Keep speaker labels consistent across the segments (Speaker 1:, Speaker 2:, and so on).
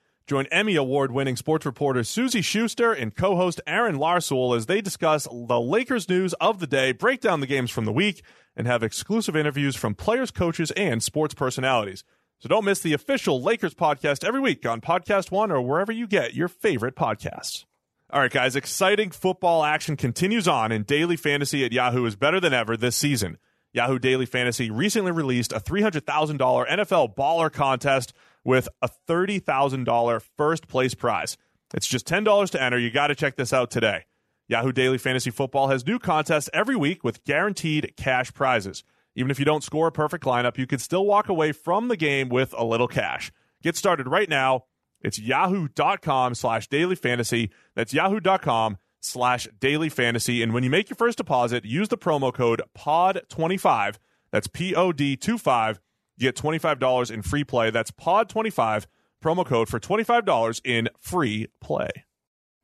Speaker 1: Join Emmy Award winning sports reporter Susie Schuster and co host Aaron Larsoul as they discuss the Lakers news of the day, break down the games from the week, and have exclusive interviews from players, coaches, and sports personalities. So don't miss the official Lakers podcast every week on Podcast One or wherever you get your favorite podcasts. All right, guys, exciting football action continues on, and daily fantasy at Yahoo is better than ever this season. Yahoo Daily Fantasy recently released a $300,000 NFL baller contest with a $30,000 first place prize. It's just $10 to enter. You got to check this out today. Yahoo Daily Fantasy Football has new contests every week with guaranteed cash prizes. Even if you don't score a perfect lineup, you can still walk away from the game with a little cash. Get started right now. It's yahoo.com slash daily fantasy. That's yahoo.com slash daily fantasy. And when you make your first deposit, use the promo code POD25. That's P O D 25. You get $25 in free play. That's POD25, promo code for $25 in free play.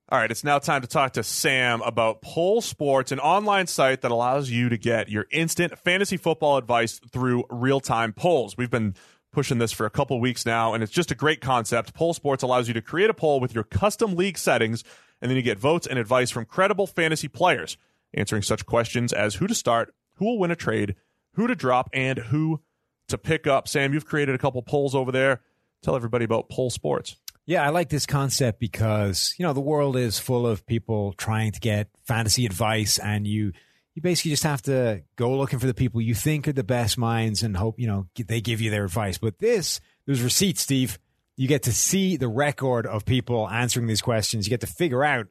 Speaker 1: All right, it's now time to talk to Sam about Pole Sports, an online site that allows you to get your instant fantasy football advice through real time polls. We've been pushing this for a couple weeks now, and it's just a great concept. Poll Sports allows you to create a poll with your custom league settings, and then you get votes and advice from credible fantasy players, answering such questions as who to start, who will win a trade, who to drop, and who to pick up. Sam, you've created a couple polls over there. Tell everybody about Poll Sports.
Speaker 2: Yeah, I like this concept because, you know, the world is full of people trying to get fantasy advice and you you basically just have to go looking for the people you think are the best minds and hope, you know, they give you their advice. But this, there's receipts, Steve. You get to see the record of people answering these questions. You get to figure out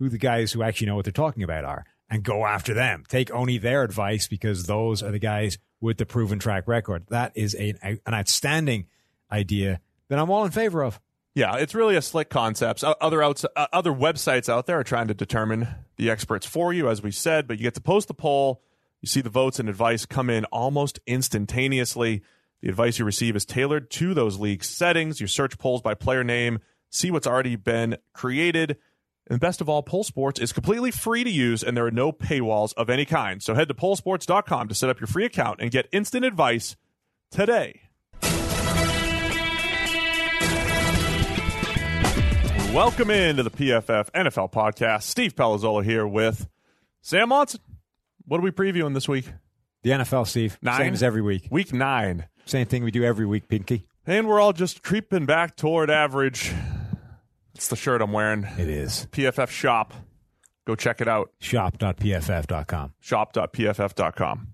Speaker 2: who the guys who actually know what they're talking about are and go after them. Take only their advice because those are the guys with the proven track record. That is a, an outstanding idea that I'm all in favor of.
Speaker 1: Yeah, it's really a slick concept. O- Other outs- uh, other websites out there are trying to determine the experts for you, as we said. But you get to post the poll, you see the votes and advice come in almost instantaneously. The advice you receive is tailored to those league settings. You search polls by player name, see what's already been created. And best of all, Poll Sports is completely free to use, and there are no paywalls of any kind. So head to pollsports.com to set up your free account and get instant advice today. Welcome into the PFF NFL podcast. Steve Palazzolo here with Sam Monson. What are we previewing this week?
Speaker 2: The NFL, Steve,
Speaker 1: Nine.
Speaker 2: same as every week.
Speaker 1: Week nine.
Speaker 2: Same thing we do every week, Pinky.
Speaker 1: And we're all just creeping back toward average. It's the shirt I'm wearing.
Speaker 2: It is
Speaker 1: PFF shop. Go check it out.
Speaker 2: shop.pff.com.
Speaker 1: Shop.pff.com.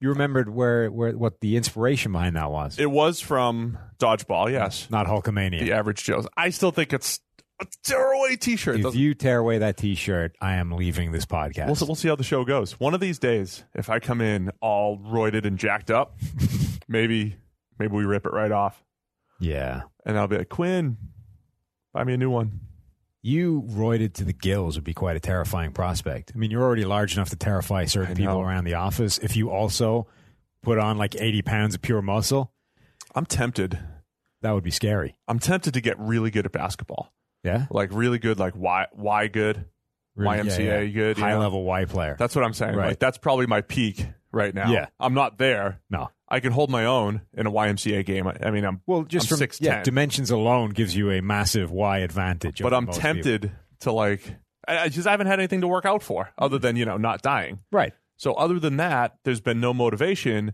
Speaker 2: You remembered where, where what the inspiration behind that was?
Speaker 1: It was from Dodgeball, yes.
Speaker 2: Not Hulkamania.
Speaker 1: The average Joe's. I still think it's a tearaway t shirt.
Speaker 2: If you tear away that T-shirt, I am leaving this podcast.
Speaker 1: We'll, we'll see how the show goes. One of these days, if I come in all roided and jacked up, maybe maybe we rip it right off,
Speaker 2: yeah,
Speaker 1: and I'll be like, Quinn, buy me a new one.
Speaker 2: you roided to the gills would be quite a terrifying prospect. I mean, you're already large enough to terrify certain
Speaker 1: I
Speaker 2: people
Speaker 1: know.
Speaker 2: around the office. If you also put on like 80 pounds of pure muscle,
Speaker 1: I'm tempted.
Speaker 2: that would be scary.
Speaker 1: I'm tempted to get really good at basketball,
Speaker 2: Yeah,
Speaker 1: like really good, like why why good,
Speaker 2: Really,
Speaker 1: YMCA
Speaker 2: yeah, yeah.
Speaker 1: good. you
Speaker 2: high
Speaker 1: know?
Speaker 2: level Y player.
Speaker 1: That's what I'm saying.
Speaker 2: Right.
Speaker 1: Like that's probably my peak right now.
Speaker 2: Yeah.
Speaker 1: I'm not there.
Speaker 2: no.
Speaker 1: I can hold my own in a YMCA game. I, I mean, I'm
Speaker 2: Well, just
Speaker 1: I'm
Speaker 2: from
Speaker 1: 6'10".
Speaker 2: yeah, dimensions alone gives you a massive Y advantage.
Speaker 1: but
Speaker 2: over
Speaker 1: I'm
Speaker 2: most
Speaker 1: tempted to like. I, I just haven't had anything to work out for other than you know not dying.
Speaker 2: people. Right.
Speaker 1: So other than that, there's been no motivation.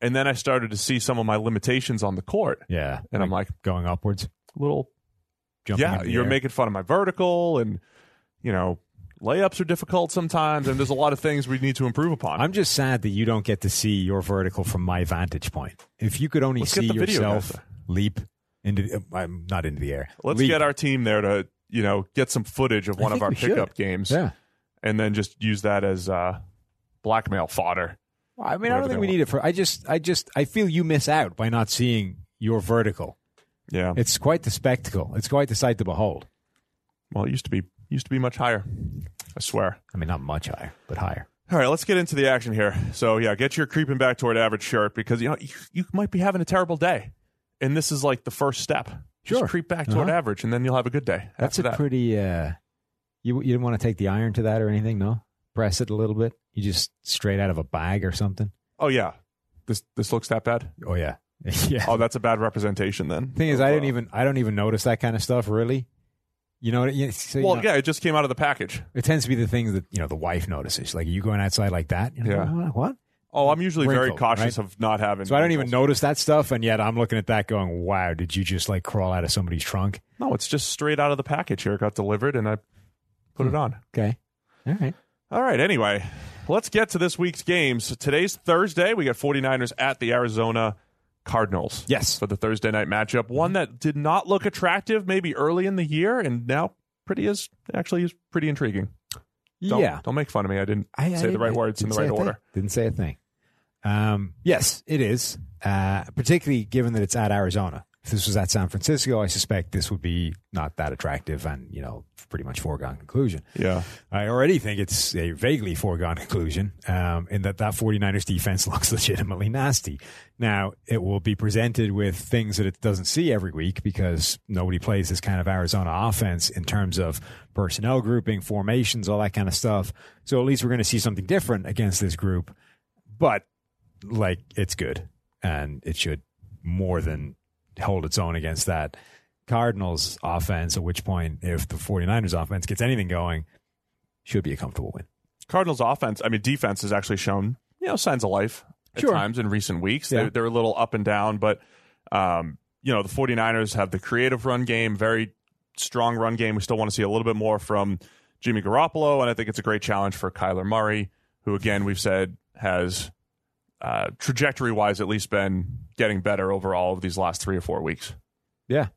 Speaker 1: And then I started to see some of my limitations on the court,
Speaker 2: Yeah.
Speaker 1: and I'm like,
Speaker 2: going upwards,
Speaker 1: little
Speaker 2: jumping.
Speaker 1: yeah,
Speaker 2: in the
Speaker 1: you're
Speaker 2: air.
Speaker 1: making fun of my vertical, and you know layups are difficult sometimes, and there's a lot of things we need to improve upon.
Speaker 2: I'm just sad that you don't get to see your vertical from my vantage point. If you could only
Speaker 1: Let's get
Speaker 2: see
Speaker 1: the video
Speaker 2: yourself
Speaker 1: guys.
Speaker 2: leap into, uh, I'm not into the air.
Speaker 1: Let's
Speaker 2: leap.
Speaker 1: get our team there to you know get some footage of
Speaker 2: I
Speaker 1: one of
Speaker 2: think
Speaker 1: our
Speaker 2: we should.
Speaker 1: pickup games,
Speaker 2: Yeah.
Speaker 1: and then just use that as uh, blackmail fodder.
Speaker 2: Well, I mean, I
Speaker 1: Whatever
Speaker 2: don't
Speaker 1: they
Speaker 2: think we
Speaker 1: want.
Speaker 2: need it for. I just, I just, I feel you miss out by not seeing your vertical.
Speaker 1: Yeah.
Speaker 2: It's quite the spectacle. It's quite the sight to behold.
Speaker 1: Well, it used to be used to be much higher. I swear.
Speaker 2: I mean, not much higher, but higher.
Speaker 1: All right, let's get into the action here. So yeah, get your creeping back toward average shirt because you know you, you might be having a terrible day, and this is like the first step.
Speaker 2: Sure.
Speaker 1: Just creep back toward
Speaker 2: Uh-huh.
Speaker 1: average, and then you'll have a good day.
Speaker 2: That's
Speaker 1: after
Speaker 2: a
Speaker 1: that.
Speaker 2: pretty. Uh, you you didn't want to take the iron to that or anything, no? Press it a little bit. You just straight out of a bag or something.
Speaker 1: oh yeah, this this looks that bad.
Speaker 2: Oh yeah, yeah.
Speaker 1: Oh, that's a bad representation then.
Speaker 2: Thing is, I didn't
Speaker 1: Uh,
Speaker 2: even I don't even notice that kind of stuff really. You know, what I- so, you
Speaker 1: Well,
Speaker 2: know,
Speaker 1: yeah, it just came out of the package.
Speaker 2: it tends to be the things that you know the wife notices. Like, are you going outside like that? You know,
Speaker 1: Yeah.
Speaker 2: What? what?
Speaker 1: Oh, I'm usually very
Speaker 2: Wrinkled,
Speaker 1: cautious of not having.
Speaker 2: So I don't even
Speaker 1: wrinkles.
Speaker 2: notice that stuff, and yet I'm looking at that going, "Wow, did you just like crawl out of somebody's trunk?"
Speaker 1: No, it's just straight out of the package here. It got delivered, and I put
Speaker 2: Hmm.
Speaker 1: it on.
Speaker 2: Okay, all right.
Speaker 1: All right, anyway, let's get to this week's games. Today's Thursday. We got 49ers at the Arizona Cardinals.
Speaker 2: Yes.
Speaker 1: For the Thursday night matchup.
Speaker 2: Mm-hmm.
Speaker 1: One that did not look attractive maybe early in the year and now pretty is actually is pretty intriguing. Don't,
Speaker 2: yeah,
Speaker 1: Don't make fun of me. I didn't
Speaker 2: I, I
Speaker 1: say the
Speaker 2: didn't-
Speaker 1: right words in
Speaker 2: didn't
Speaker 1: the
Speaker 2: say
Speaker 1: right
Speaker 2: a thing.
Speaker 1: order.
Speaker 2: Didn't say a thing. Um, yes, it is. Uh, particularly given that it's at Arizona. If this was at San Francisco, I suspect this would be not that attractive, and you know, pretty much foregone conclusion.
Speaker 1: Yeah.
Speaker 2: I already think it's a vaguely foregone conclusion um, in that that 49ers defense looks legitimately nasty. Now, it will be presented with things that it doesn't see every week because nobody plays this kind of Arizona offense in terms of personnel grouping, formations, all that kind of stuff. So at least we're going to see something different against this group. But, like, it's good and it should more than hold its own against that. Cardinals offense, at which point, if the 49ers offense gets anything going, should be a comfortable win.
Speaker 1: Cardinals offense, I mean defense has actually shown, you know, signs of life at
Speaker 2: Sure.
Speaker 1: times in recent weeks.
Speaker 2: Yeah.
Speaker 1: They, they're a little up and down, but um, you know, the 49ers have the creative run game, very strong run game. We still want to see a little bit more from Jimmy Garoppolo, and I think it's a great challenge for Kyler Murray, who again we've said has uh, trajectory wise at least been getting better overall over these last three or four weeks.
Speaker 2: Yeah.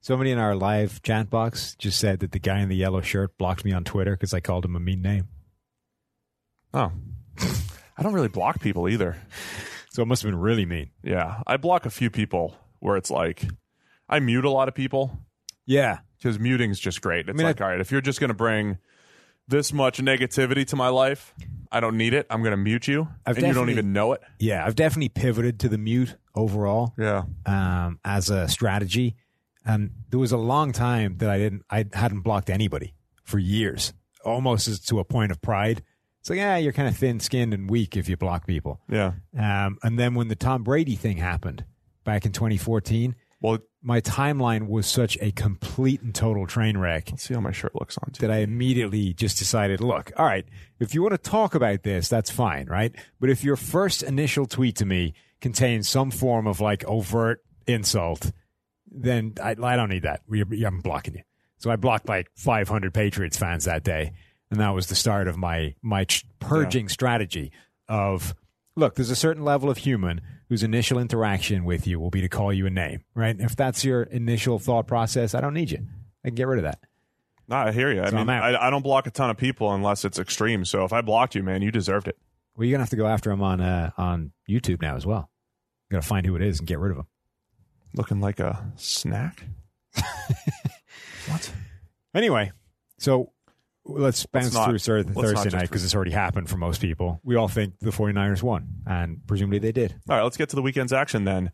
Speaker 2: Somebody in our live chat box just said that the guy in the yellow shirt blocked me on Twitter because I called him a mean name.
Speaker 1: Oh. I don't really block people either.
Speaker 2: So it must have been really mean.
Speaker 1: Yeah. I block a few people where it's like I mute a lot of people.
Speaker 2: Yeah.
Speaker 1: because muting's just great. It's
Speaker 2: mean,
Speaker 1: like, all right, if you're just going to bring this much negativity to my life, I don't need it. I'm going to mute you,
Speaker 2: I've
Speaker 1: and you don't
Speaker 2: definitely-
Speaker 1: even know it.
Speaker 2: Yeah. I've definitely pivoted to the mute overall
Speaker 1: Yeah,
Speaker 2: um, as a strategy. And there was a long time that I didn't, I hadn't blocked anybody for years, almost as to a point of pride. It's like, yeah, you're kind of thin skinned and weak if you block people.
Speaker 1: yeah.
Speaker 2: Um, and then when the Tom Brady thing happened back in 2014,
Speaker 1: Well,
Speaker 2: my timeline was such a complete and total train wreck
Speaker 1: let's see how my shirt looks on. Too.
Speaker 2: that I immediately just decided, look, all right, if you want to talk about this, that's fine, right? But if your first initial tweet to me contains some form of like overt insult, then I, I don't need that. We, I'm blocking you. So I blocked like 500 Patriots fans that day, and that was the start of my my ch- purging strategy of look, there's a certain level of human whose initial interaction with you will be to call you a name, right? If that's your initial thought process, I don't need you. I can get rid of that.
Speaker 1: No, I hear you. I
Speaker 2: So
Speaker 1: mean,
Speaker 2: I'm out.
Speaker 1: I, I don't block a ton of people unless it's extreme. So if I blocked you, man, you deserved it.
Speaker 2: Well, you're gonna have to go after him on uh, on YouTube now as well. You gotta find who it is and get rid of him.
Speaker 1: Looking like a snack. what?
Speaker 2: Anyway, so let's bounce
Speaker 1: not-
Speaker 2: through Thur-
Speaker 1: let's not
Speaker 2: Thursday
Speaker 1: just-
Speaker 2: night because it's already happened for most people. We all think the 49ers won, and presumably they did.
Speaker 1: All right, let's get to the weekend's action then.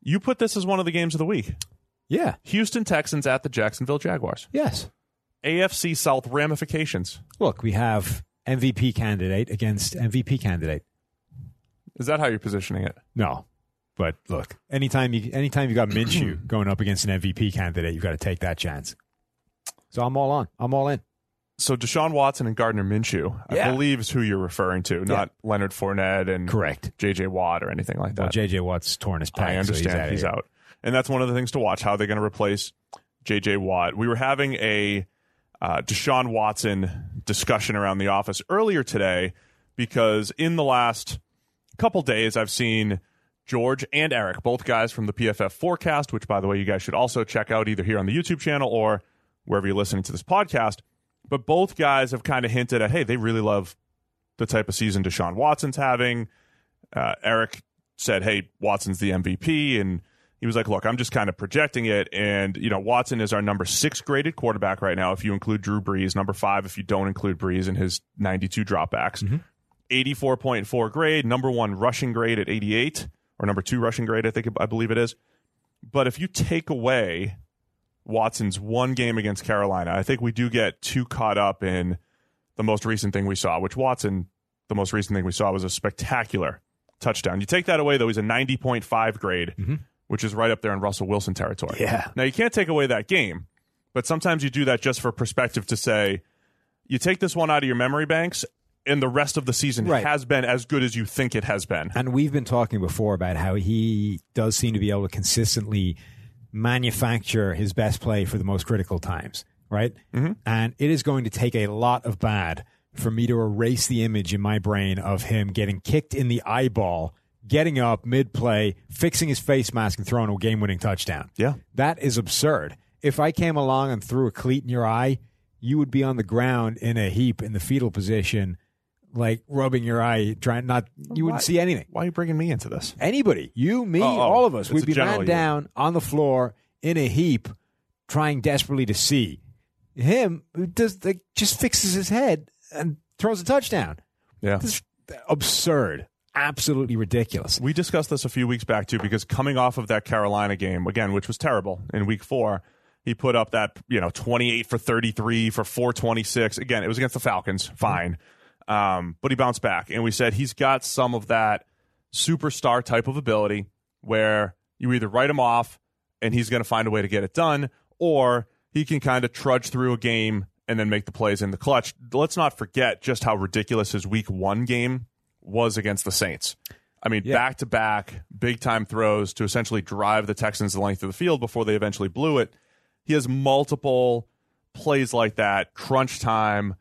Speaker 1: You put this as one of the games of the week:
Speaker 2: Yeah.
Speaker 1: Houston Texans at the Jacksonville Jaguars.
Speaker 2: Yes.
Speaker 1: AFC South ramifications.
Speaker 2: Look, we have MVP candidate against MVP candidate.
Speaker 1: Is that how you're positioning it?
Speaker 2: No, but look, anytime you anytime you got Minshew going up against an MVP candidate, you got to take that chance. So I'm all on. I'm all in.
Speaker 1: So Deshaun Watson and Gardner Minshew, I
Speaker 2: Yeah.
Speaker 1: believe, is who you're referring to, not Leonard Fournette and
Speaker 2: Correct.
Speaker 1: J.J. Watt or anything like
Speaker 2: Well,
Speaker 1: that.
Speaker 2: JJ Watt's torn his pec.
Speaker 1: I
Speaker 2: so
Speaker 1: understand
Speaker 2: he's, outta
Speaker 1: he's,
Speaker 2: here.
Speaker 1: out. And that's one of the things to watch how they're going to replace J.J. Watt. We were having a uh, Deshaun Watson discussion around the office earlier today because in the last couple days, I've seen George and Eric, both guys from the PFF Forecast, which, by the way, you guys should also check out either here on the YouTube channel or wherever you're listening to this podcast. But both guys have kind of hinted at, hey, they really love the type of season Deshaun Watson's having. Uh, Eric said, hey, Watson's the MVP. And he was like, look, I'm just kind of projecting it. And, you know, Watson is our number six graded quarterback right now, if you include Drew Brees, number five, if you don't include Brees and his 92 dropbacks. 84.4 grade, number one rushing grade at 88, or number two rushing grade, I think, I believe it is. But if you take away Watson's one game against Carolina, I think we do get too caught up in the most recent thing we saw, which Watson, the most recent thing we saw was a spectacular touchdown. You take that away, though, he's a 90.5 grade, which is right up there in Russell Wilson territory.
Speaker 2: Yeah.
Speaker 1: Now, you can't take away that game, but sometimes you do that just for perspective to say, you take this one out of your memory banks, and the rest of the season
Speaker 2: Right.
Speaker 1: has been as good as you think it has been.
Speaker 2: And we've been talking before about how he does seem to be able to consistently manufacture his best play for the most critical times, right? Mm-hmm. And it is going to take a lot of bad for me to erase the image in my brain of him getting kicked in the eyeball, getting up mid play, fixing his face mask, and throwing a game winning touchdown.
Speaker 1: Yeah.
Speaker 2: That is absurd. If I came along and threw a cleat in your eye, you would be on the ground in a heap in the fetal position, like rubbing your eye, trying not, you wouldn't see anything
Speaker 1: Why are you bringing me into this?
Speaker 2: anybody, you, me,
Speaker 1: Oh, oh,
Speaker 2: all of us,
Speaker 1: it's a
Speaker 2: we'd be
Speaker 1: general
Speaker 2: ran
Speaker 1: you.
Speaker 2: down on the floor in a heap, trying desperately to see him. Who does like, just fixes his head and throws a touchdown?
Speaker 1: Yeah.
Speaker 2: This is absurd, absolutely ridiculous.
Speaker 1: We discussed this a few weeks back too, because coming off of that Carolina game again, which was terrible in Week Four, he put up that you know twenty eight for thirty three for four twenty six. Again, it was against the Falcons, fine, um, but he bounced back, and we said he's got some of that superstar type of ability where you either write him off and he's going to find a way to get it done, or he can kind of trudge through a game and then make the plays in the clutch. Let's not forget just how ridiculous his Week One game was against the Saints. I mean,
Speaker 2: Yeah.
Speaker 1: back to back, big time throws to essentially drive the Texans the length of the field before they eventually blew it. He has multiple plays like that, crunch time,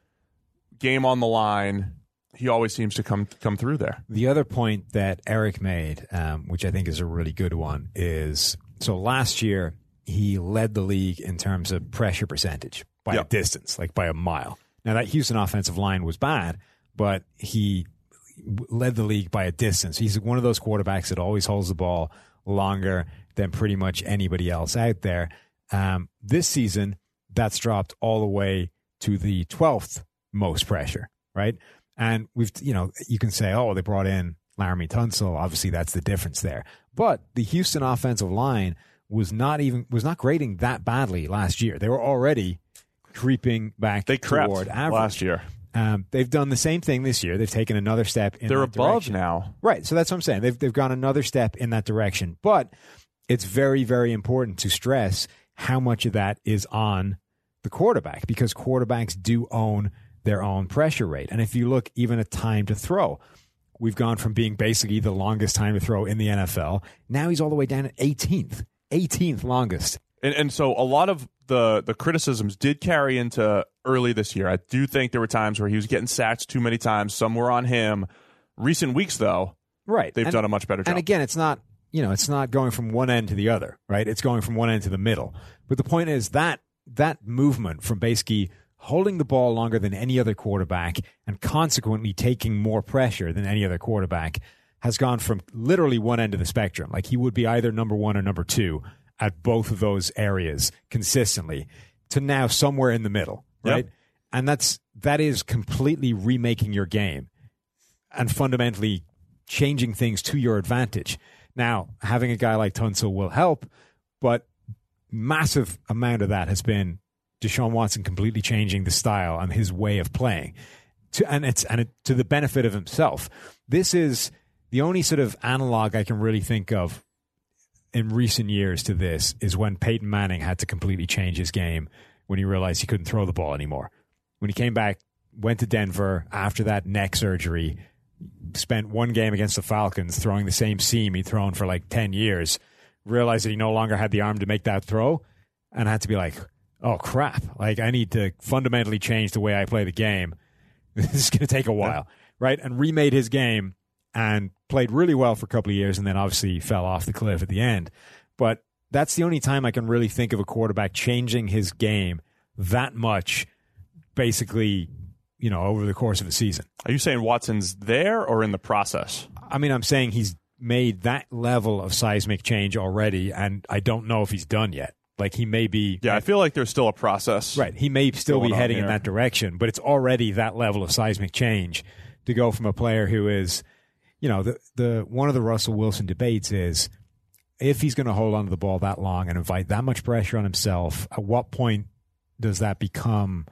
Speaker 1: game on the line. He always seems to come come through there.
Speaker 2: The other point that Eric made, um, which I think is a really good one, is so last year he led the league in terms of pressure percentage by
Speaker 1: Yeah.
Speaker 2: a distance, like by a mile. Now that Houston offensive line was bad, but he w- led the league by a distance. He's one of those quarterbacks that always holds the ball longer than pretty much anybody else out there. Um, this season, that's dropped all the way to the 12th most pressure, right? And we've, you know, you can say, oh, they brought in Laramie Tunsil. Obviously, that's the difference there. But the Houston offensive line was not even, was not grading that badly last year. They were already creeping back
Speaker 1: They crept
Speaker 2: toward average.
Speaker 1: last year.
Speaker 2: Um, they've done the same thing this year. They've taken another step in
Speaker 1: They're
Speaker 2: that
Speaker 1: above
Speaker 2: direction.
Speaker 1: now.
Speaker 2: Right. So that's what I'm saying. They've, they've gone another step in that direction. But it's very, very important to stress how much of that is on the quarterback because quarterbacks do own their own pressure rate. And if you look even at time to throw, we've gone from being basically the longest time to throw in the NFL. Now he's all the way down at 18th, 18th longest.
Speaker 1: And and so a lot of the the criticisms did carry into early this year. I do think there were times where he was getting sacked too many times. Some were on him. Recent weeks though,
Speaker 2: Right.
Speaker 1: they've
Speaker 2: And-
Speaker 1: done a much better job.
Speaker 2: And again, it's not you know it's not going from one end to the other, right? It's going from one end to the middle. But the point is that that movement from basically holding the ball longer than any other quarterback and consequently taking more pressure than any other quarterback has gone from literally one end of the spectrum. Like he would be either number one or number two at both of those areas consistently to now somewhere in the middle,
Speaker 1: Yep.
Speaker 2: right? And that's that is completely remaking your game and fundamentally changing things to your advantage. Now, having a guy like Tunsil will help, but massive amount of that has been Deshaun Watson completely changing the style and his way of playing, to, and it's and it, to the benefit of himself. This is the only sort of analog I can really think of in recent years to this is when Peyton Manning had to completely change his game when he realized he couldn't throw the ball anymore. When he came back, went to Denver after that neck surgery, spent one game against the Falcons throwing the same seam he'd thrown for like 10 years, realized that he no longer had the arm to make that throw, and had to be like, oh crap, like I need to fundamentally change the way I play the game. this is going to take a while, right? And remade his game and played really well for a couple of years and then obviously fell off the cliff at the end. But that's the only time I can really think of a quarterback changing his game that much, basically, you know, over the course of a season.
Speaker 1: Are you saying Watson's there or in the process?
Speaker 2: I mean, I'm saying he's made that level of seismic change already, and I don't know if he's done yet. Like he may be
Speaker 1: Yeah, I feel like there's still a process.
Speaker 2: Right. He may still be
Speaker 1: going on
Speaker 2: heading in
Speaker 1: here.
Speaker 2: that direction, but it's already that level of seismic change to go from a player who is, you know, the the one of the Russell Wilson debates is if he's going to hold onto the ball that long and invite that much pressure on himself, at what point does that become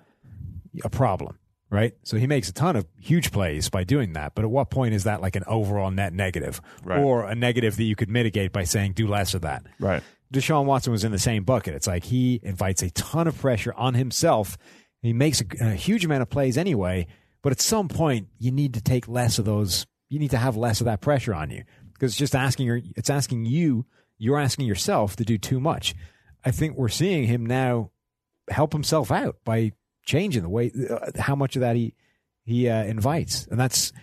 Speaker 2: a problem? Right. So he makes a ton of huge plays by doing that, but at what point is that like an overall net negative
Speaker 1: Right.
Speaker 2: or a negative that you could mitigate by saying do less of that?
Speaker 1: Right.
Speaker 2: Deshaun Watson was in the same bucket. It's like he invites a ton of pressure on himself. He makes a, a huge amount of plays anyway, but at some point you need to take less of those. You need to have less of that pressure on you because it's just asking your, it's asking you, you're asking yourself to do too much. I think we're seeing him now help himself out by changing the way uh, how much of that he he uh, invites, and that's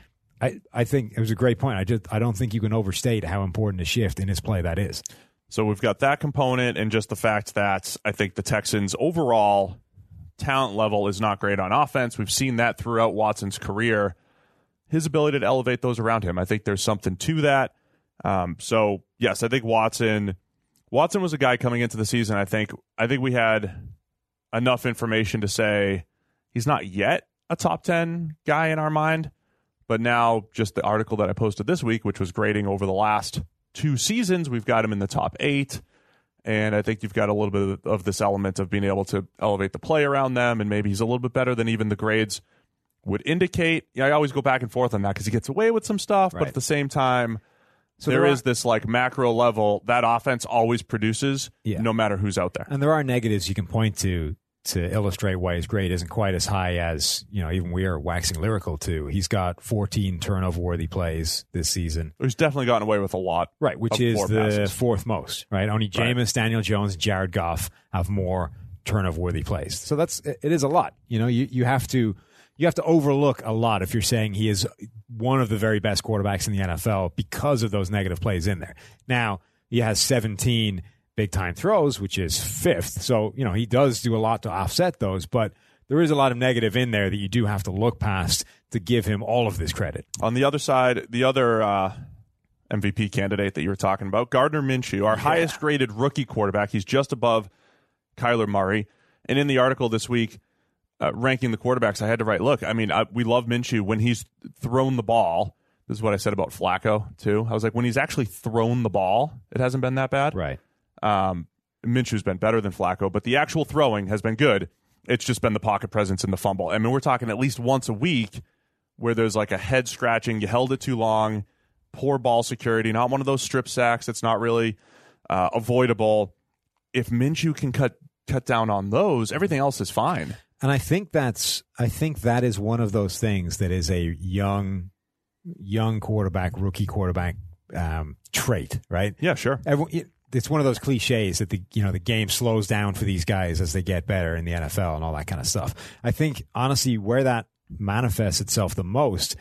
Speaker 2: I I think it was a great point. I just I don't think you can overstate how important a shift in his play that is.
Speaker 1: So we've got that component and just the fact that I think the Texans overall talent level is not great on offense. We've seen that throughout Watson's career. His ability to elevate those around him, I think there's something to that. Um, so yes, I think Watson. Watson was a guy coming into the season. I think. I think we had enough information to say he's not yet a top ten guy in our mind. But now, just the article that I posted this week, which was grading over the last two seasons, we've got him in the top eight. And I think you've got a little bit of- of this element of being able to elevate the play around them, and maybe he's a little bit better than even the grades would indicate. Yeah, I always go back and forth on that because he gets away with some stuff, but
Speaker 2: Right.
Speaker 1: at the same time,
Speaker 2: So
Speaker 1: there
Speaker 2: are-
Speaker 1: is this like macro level that offense always produces,
Speaker 2: Yeah.
Speaker 1: no matter who's out there.
Speaker 2: And there are negatives you can point to to illustrate why his grade isn't quite as high as you know even we are waxing lyrical to. He's got 14 turnover worthy plays this season,
Speaker 1: He's definitely gotten away with a lot.
Speaker 2: right? Which
Speaker 1: Of
Speaker 2: is
Speaker 1: four
Speaker 2: the
Speaker 1: passes.
Speaker 2: fourth most, right? Only
Speaker 1: Right.
Speaker 2: Jameis, Daniel Jones, Jared Goff have more turnover worthy plays. So that's it it is a lot. You know, you you have to you have to overlook a lot if you're saying he is one of the very best quarterbacks in the NFL because of those negative plays in there. Now he has 17 big time throws, which is fifth. So, you know, he does do a lot to offset those, but there is a lot of negative in there that you do have to look past to give him all of this credit.
Speaker 1: On the other side, the other uh, MVP candidate that you were talking about, Gardner Minshew, our highest graded rookie quarterback. He's just above Kyler Murray. And in the article this week, uh, ranking the quarterbacks, I had to write, look, I mean, I, we love Minshew when he's thrown the ball. This is what I said about Flacco, too. I was like, when he's actually thrown the ball, it hasn't been that bad.
Speaker 2: Right.
Speaker 1: Um, Minshew's been better than Flacco, but the actual throwing has been good. It's just been the pocket presence and the fumble. I mean, we're talking at least once a week where there's like a head scratching, you held it too long, poor ball security, not one of those strip sacks that's not really uh, avoidable. If Minshew can cut cut down on those, everything else is fine.
Speaker 2: And I think that's I think that is one of those things that is a young young quarterback, rookie quarterback um, trait, right?
Speaker 1: Yeah, sure.
Speaker 2: Everyone, it- it's one of those cliches that the you know the game slows down for these guys as they get better in the NFL and all that kind of stuff. I think honestly, where that manifests itself the most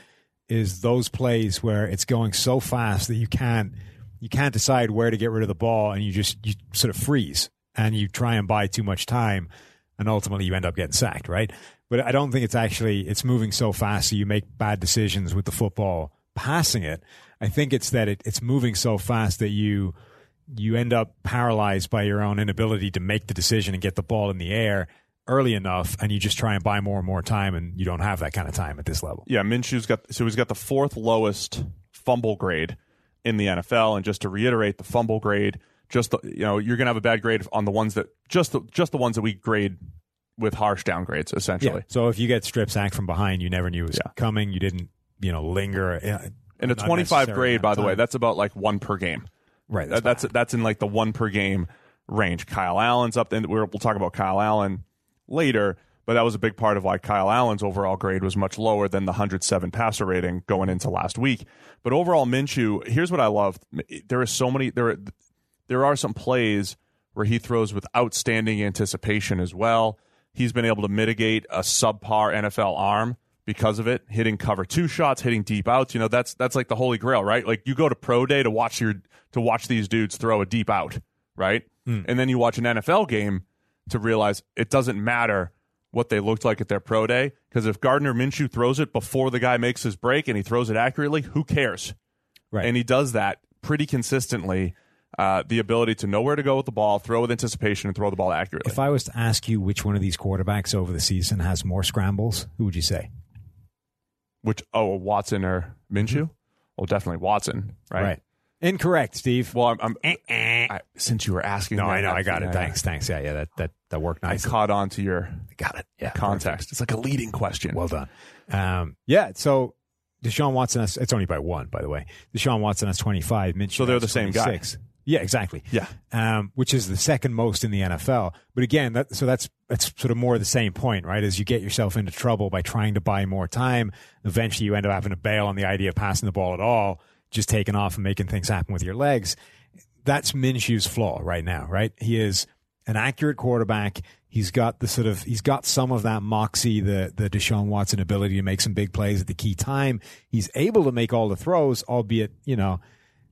Speaker 2: is those plays where it's going so fast that you can't you can't decide where to get rid of the ball, and you just you sort of freeze and you try and buy too much time, and ultimately you end up getting sacked, right? But I don't think it's actually it's moving so fast so you make bad decisions with the football passing it. I think it's that it, it's moving so fast that you you end up paralyzed by your own inability to make the decision and get the ball in the air early enough, and you just try and buy more and more time, and you don't have that kind of time at this level.
Speaker 1: Yeah, Minshew's got so he's got the fourth lowest fumble grade in the NFL. And just to reiterate, the fumble grade, just the, you know, you're gonna have a bad grade on the ones that just the just the ones that we grade with harsh downgrades essentially.
Speaker 2: Yeah. So if you get strip sacked from behind, you never knew it was
Speaker 1: Yeah.
Speaker 2: coming. You didn't, you know, linger. Yeah,
Speaker 1: And a
Speaker 2: not
Speaker 1: 25
Speaker 2: necessary
Speaker 1: grade,
Speaker 2: amount of
Speaker 1: by the way,
Speaker 2: time.
Speaker 1: that's about like one per game.
Speaker 2: right.
Speaker 1: That, that's that's in like the one per game range. Kyle Allen's up there. We're, we'll talk about Kyle Allen later, but that was a big part of why Kyle Allen's overall grade was much lower than the 107 passer rating going into last week. But overall, Minshew. Here's what I love. There is so many. There are- there are some plays where he throws with outstanding anticipation as well. He's been able to mitigate a subpar NFL arm because of it, hitting cover two shots, hitting deep outs. You know, that's that's like the holy grail, right? Like you go to pro day to watch your to watch these dudes throw a deep out, right? And then you watch an NFL game to realize it doesn't matter what they looked like at their pro day because if Gardner Minshew throws it before the guy makes his break and he throws it accurately, who cares?
Speaker 2: Right.
Speaker 1: And he does that pretty consistently. Uh, the ability to know where to go with the ball, throw with anticipation, and throw the ball accurately.
Speaker 2: If I was to ask you which one of these quarterbacks over the season has more scrambles, who would you say?
Speaker 1: Which oh, Watson or Minshew?
Speaker 2: Mm-hmm.
Speaker 1: Well, definitely Watson, right?
Speaker 2: Incorrect, Steve.
Speaker 1: Well, I'm, I'm I, since you were asking.
Speaker 2: Eh, no,
Speaker 1: that,
Speaker 2: I know. I got it.
Speaker 1: I-
Speaker 2: Thanks. Thanks. Yeah, yeah. That that that worked
Speaker 1: I
Speaker 2: nice.
Speaker 1: caught on to your
Speaker 2: got it. Yeah.
Speaker 1: context. It's like a leading question.
Speaker 2: Well done. Um, yeah. So Deshaun Watson has, it's only by one, by the way. Deshaun Watson has 25. Minshew
Speaker 1: So they're
Speaker 2: has
Speaker 1: the same guy.
Speaker 2: 26. Yeah, exactly.
Speaker 1: Yeah.
Speaker 2: Um, which is the second most in the NFL. But again, that, so that's, that's sort of more the same point, right? As you get yourself into trouble by trying to buy more time, eventually you end up having to bail on the idea of passing the ball at all, just taking off and making things happen with your legs that's Minshew's flaw right now, right? He is an accurate quarterback. He's got the sort of he's got some of that moxie, the the Deshaun Watson ability to make some big plays at the key time. He's able to make all the throws, albeit you know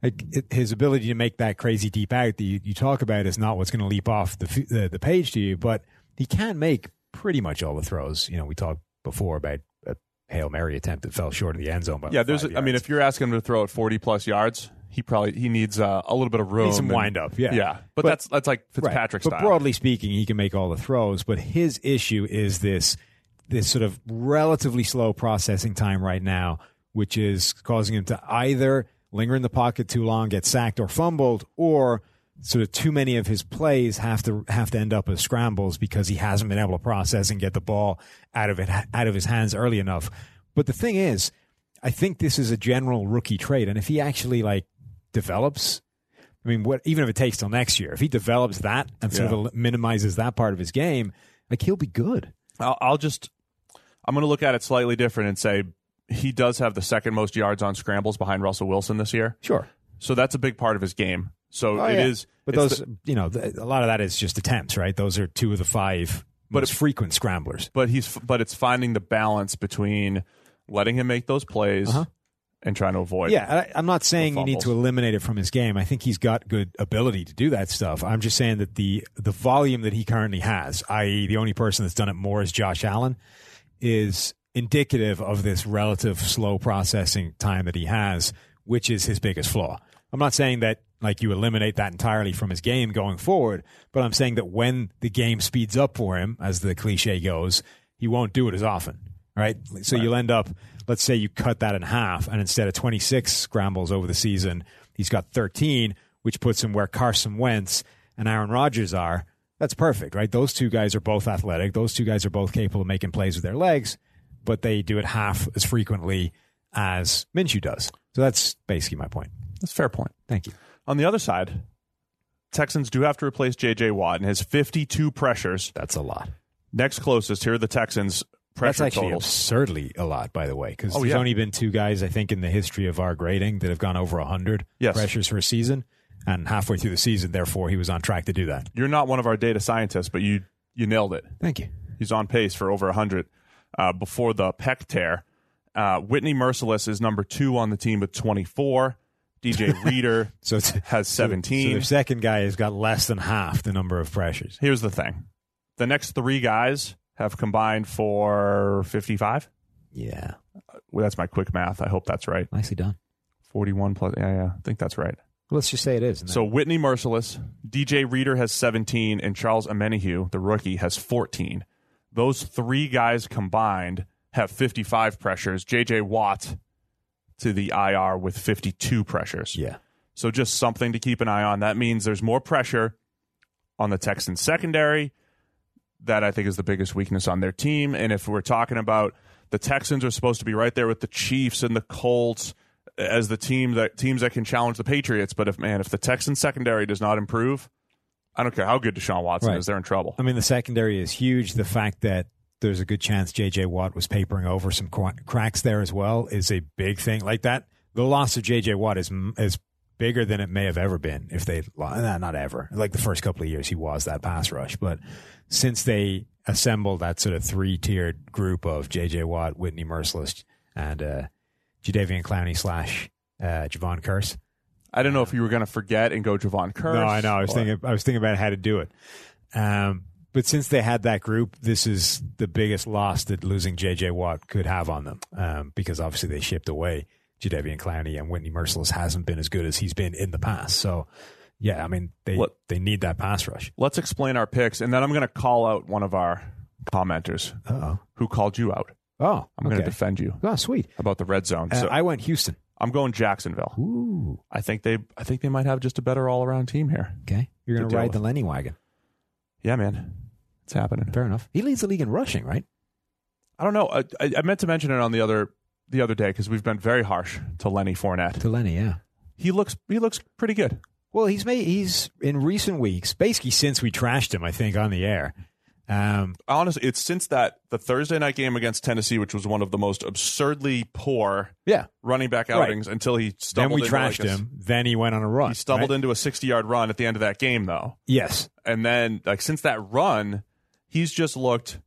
Speaker 2: like, it- his ability to make that crazy deep out that you, you talk about is not what's going to leap off the, f- the the page to you. But he can make pretty much all the throws. You know, we talked before about a hail mary attempt that fell short of the end zone. By
Speaker 1: yeah, there's.
Speaker 2: five
Speaker 1: I mean,
Speaker 2: yards.
Speaker 1: if you're asking him to throw it 40 plus yards, he probably he needs uh, a little bit of room.
Speaker 2: some
Speaker 1: and-
Speaker 2: wind up, yeah.
Speaker 1: yeah. But,
Speaker 2: But-
Speaker 1: that's that's like Fitzpatrick
Speaker 2: But
Speaker 1: style.
Speaker 2: broadly speaking, he can make all the throws. But his issue is this this sort of relatively slow processing time right now, which is causing him to either linger in the pocket too long, get sacked or fumbled, or sort of too many of his plays have to have to end up as scrambles because he hasn't been able to process and get the ball out of it out of his hands early enough. But the thing is, I think this is a general rookie trait, and if he actually like develops I mean, what even if it takes till next year, if he develops that and sort
Speaker 1: Yeah.
Speaker 2: of minimizes that part of his game, like he'll be good.
Speaker 1: I'll, I'll just I'm going to look at it slightly different and say he does have the second most yards on scrambles behind Russell Wilson this year.
Speaker 2: Sure,
Speaker 1: So that's a big part of his game. So
Speaker 2: Oh,
Speaker 1: it is,
Speaker 2: yeah. but
Speaker 1: it's
Speaker 2: those,
Speaker 1: the-
Speaker 2: you know, th- a lot of that is just attempts, right? Those are two of the five
Speaker 1: But
Speaker 2: most frequent scramblers.
Speaker 1: but he's but it's finding the balance between letting him make those plays
Speaker 2: Uh-huh.
Speaker 1: and trying to avoid.
Speaker 2: Yeah, I, I'm not saying you need
Speaker 1: fumbles.
Speaker 2: to eliminate it from his game. I think he's got good ability to do that stuff. I'm just saying that the the volume that he currently has, i.e., the only person that's done it more is Josh Allen, is indicative of this relative slow processing time that he has, which is his biggest flaw. I'm not saying that like you eliminate that entirely from his game going forward, but I'm saying that when the game speeds up for him, as the cliche goes, he won't do it as often. All right. So you'll end up, let's say you cut that in half, and instead of 26 scrambles over the season, he's got 13, which puts him where Carson Wentz and Aaron Rodgers are. That's perfect, right? Those two guys are both athletic. Those two guys are both capable of making plays with their legs, but they do it half as frequently as Minshew does. So that's basically my point.
Speaker 1: that's a fair point.
Speaker 2: Thank you.
Speaker 1: On the other side, Texans do have to replace J.J. Watt and his 52 pressures.
Speaker 2: That's a lot.
Speaker 1: Next closest here are the Texans
Speaker 2: That's
Speaker 1: pressure
Speaker 2: actually
Speaker 1: totals.
Speaker 2: absurdly a lot, by the way, because
Speaker 1: Oh,
Speaker 2: there's
Speaker 1: yeah.
Speaker 2: only been two guys I think in the history of our grading that have gone over hundred
Speaker 1: Yes.
Speaker 2: pressures for a season, and halfway through the season, therefore, he was on track to do that.
Speaker 1: You're not one of our data scientists, but you you nailed it.
Speaker 2: Thank you.
Speaker 1: He's on pace for over 100 uh, before the pec tear. Uh, Whitney Merciless is number two on the team with 24. DJ Reader
Speaker 2: So it's
Speaker 1: has
Speaker 2: so- So
Speaker 1: 17.
Speaker 2: the second guy has got less than half the number of pressures.
Speaker 1: Here's the thing the next three guys have combined for 55.
Speaker 2: Yeah,
Speaker 1: Well, that's my quick math. I hope that's right.
Speaker 2: nicely done.
Speaker 1: 41 plus. Yeah, yeah. I think that's right.
Speaker 2: Let's just say it is. and
Speaker 1: So Whitney Merciless, DJ Reader has 17, and Charles Amenahue, the rookie, has 14. Those three guys combined have 55 pressures. JJ Watt to the IR with 52 pressures.
Speaker 2: then- yeah,
Speaker 1: So just something to keep an eye on. That means there's more pressure on the Texans secondary. that I think is the biggest weakness on their team. And if we're talking about the Texans are supposed to be right there with the Chiefs and the Colts as the team that teams that can challenge the Patriots, but if man, if the Texans secondary does not improve, I don't care how good Deshaun Watson
Speaker 2: Right.
Speaker 1: is, they're in trouble.
Speaker 2: I mean, the secondary is huge. The fact that there's a good chance J.J. Watt was papering over some qu- cracks there as well is a big thing. Like that, the loss of J.J. Watt is m- is bigger than it may have ever been if they lo- nah, not ever. Like the first couple of years, he was that pass rush, but since they assembled that sort of three tiered group of J.J. Watt, Whitney Merciless, and uh, Jadavian Clowney slash uh, Javon Curse.
Speaker 1: I don't know if you were going to forget and go Javon Curse.
Speaker 2: No, I know. I was
Speaker 1: or-
Speaker 2: thinking. I was thinking about how to do it. Um, but since they had that group, this is the biggest loss that losing J.J. Watt could have on them, um, because obviously they shipped away Jadeveon Clowney and Whitney Merciless hasn't been as good as he's been in the past. So, yeah, I mean they
Speaker 1: What-
Speaker 2: they need that pass rush.
Speaker 1: Let's explain our picks, and then I'm going to call out one of our commenters
Speaker 2: Oh,
Speaker 1: who called you out.
Speaker 2: oh,
Speaker 1: I'm going
Speaker 2: okay.
Speaker 1: to defend you
Speaker 2: oh, sweet.
Speaker 1: about the red zone.
Speaker 2: Uh,
Speaker 1: so I,
Speaker 2: I went Houston.
Speaker 1: am going Jacksonville.
Speaker 2: Ooh,
Speaker 1: I think they I think they might have just a better all around team here.
Speaker 2: okay. You're
Speaker 1: To
Speaker 2: going to
Speaker 1: deal
Speaker 2: ride
Speaker 1: with.
Speaker 2: the Lenny wagon.
Speaker 1: Yeah, man, it's happening.
Speaker 2: Fair enough. He leads the league in rushing, right?
Speaker 1: I don't know. I, I I meant to mention it on the other the other day because we've been very harsh to Lenny Fournette.
Speaker 2: To Lenny, yeah.
Speaker 1: He looks he looks pretty good.
Speaker 2: Well, he's made he's in recent weeks, basically since we trashed him, I think on the air. Um,
Speaker 1: Honestly, it's since that the Thursday night game against Tennessee, which was one of the most absurdly poor
Speaker 2: yeah.
Speaker 1: running back
Speaker 2: Right.
Speaker 1: outings, until he
Speaker 2: Then
Speaker 1: stumbled.
Speaker 2: we
Speaker 1: into, like,
Speaker 2: trashed
Speaker 1: a-
Speaker 2: him. Then he went on a run.
Speaker 1: He stumbled
Speaker 2: right?
Speaker 1: into a 60 yard run at the end of that game, though.
Speaker 2: Yes.
Speaker 1: And then, like, since that run, he's just looked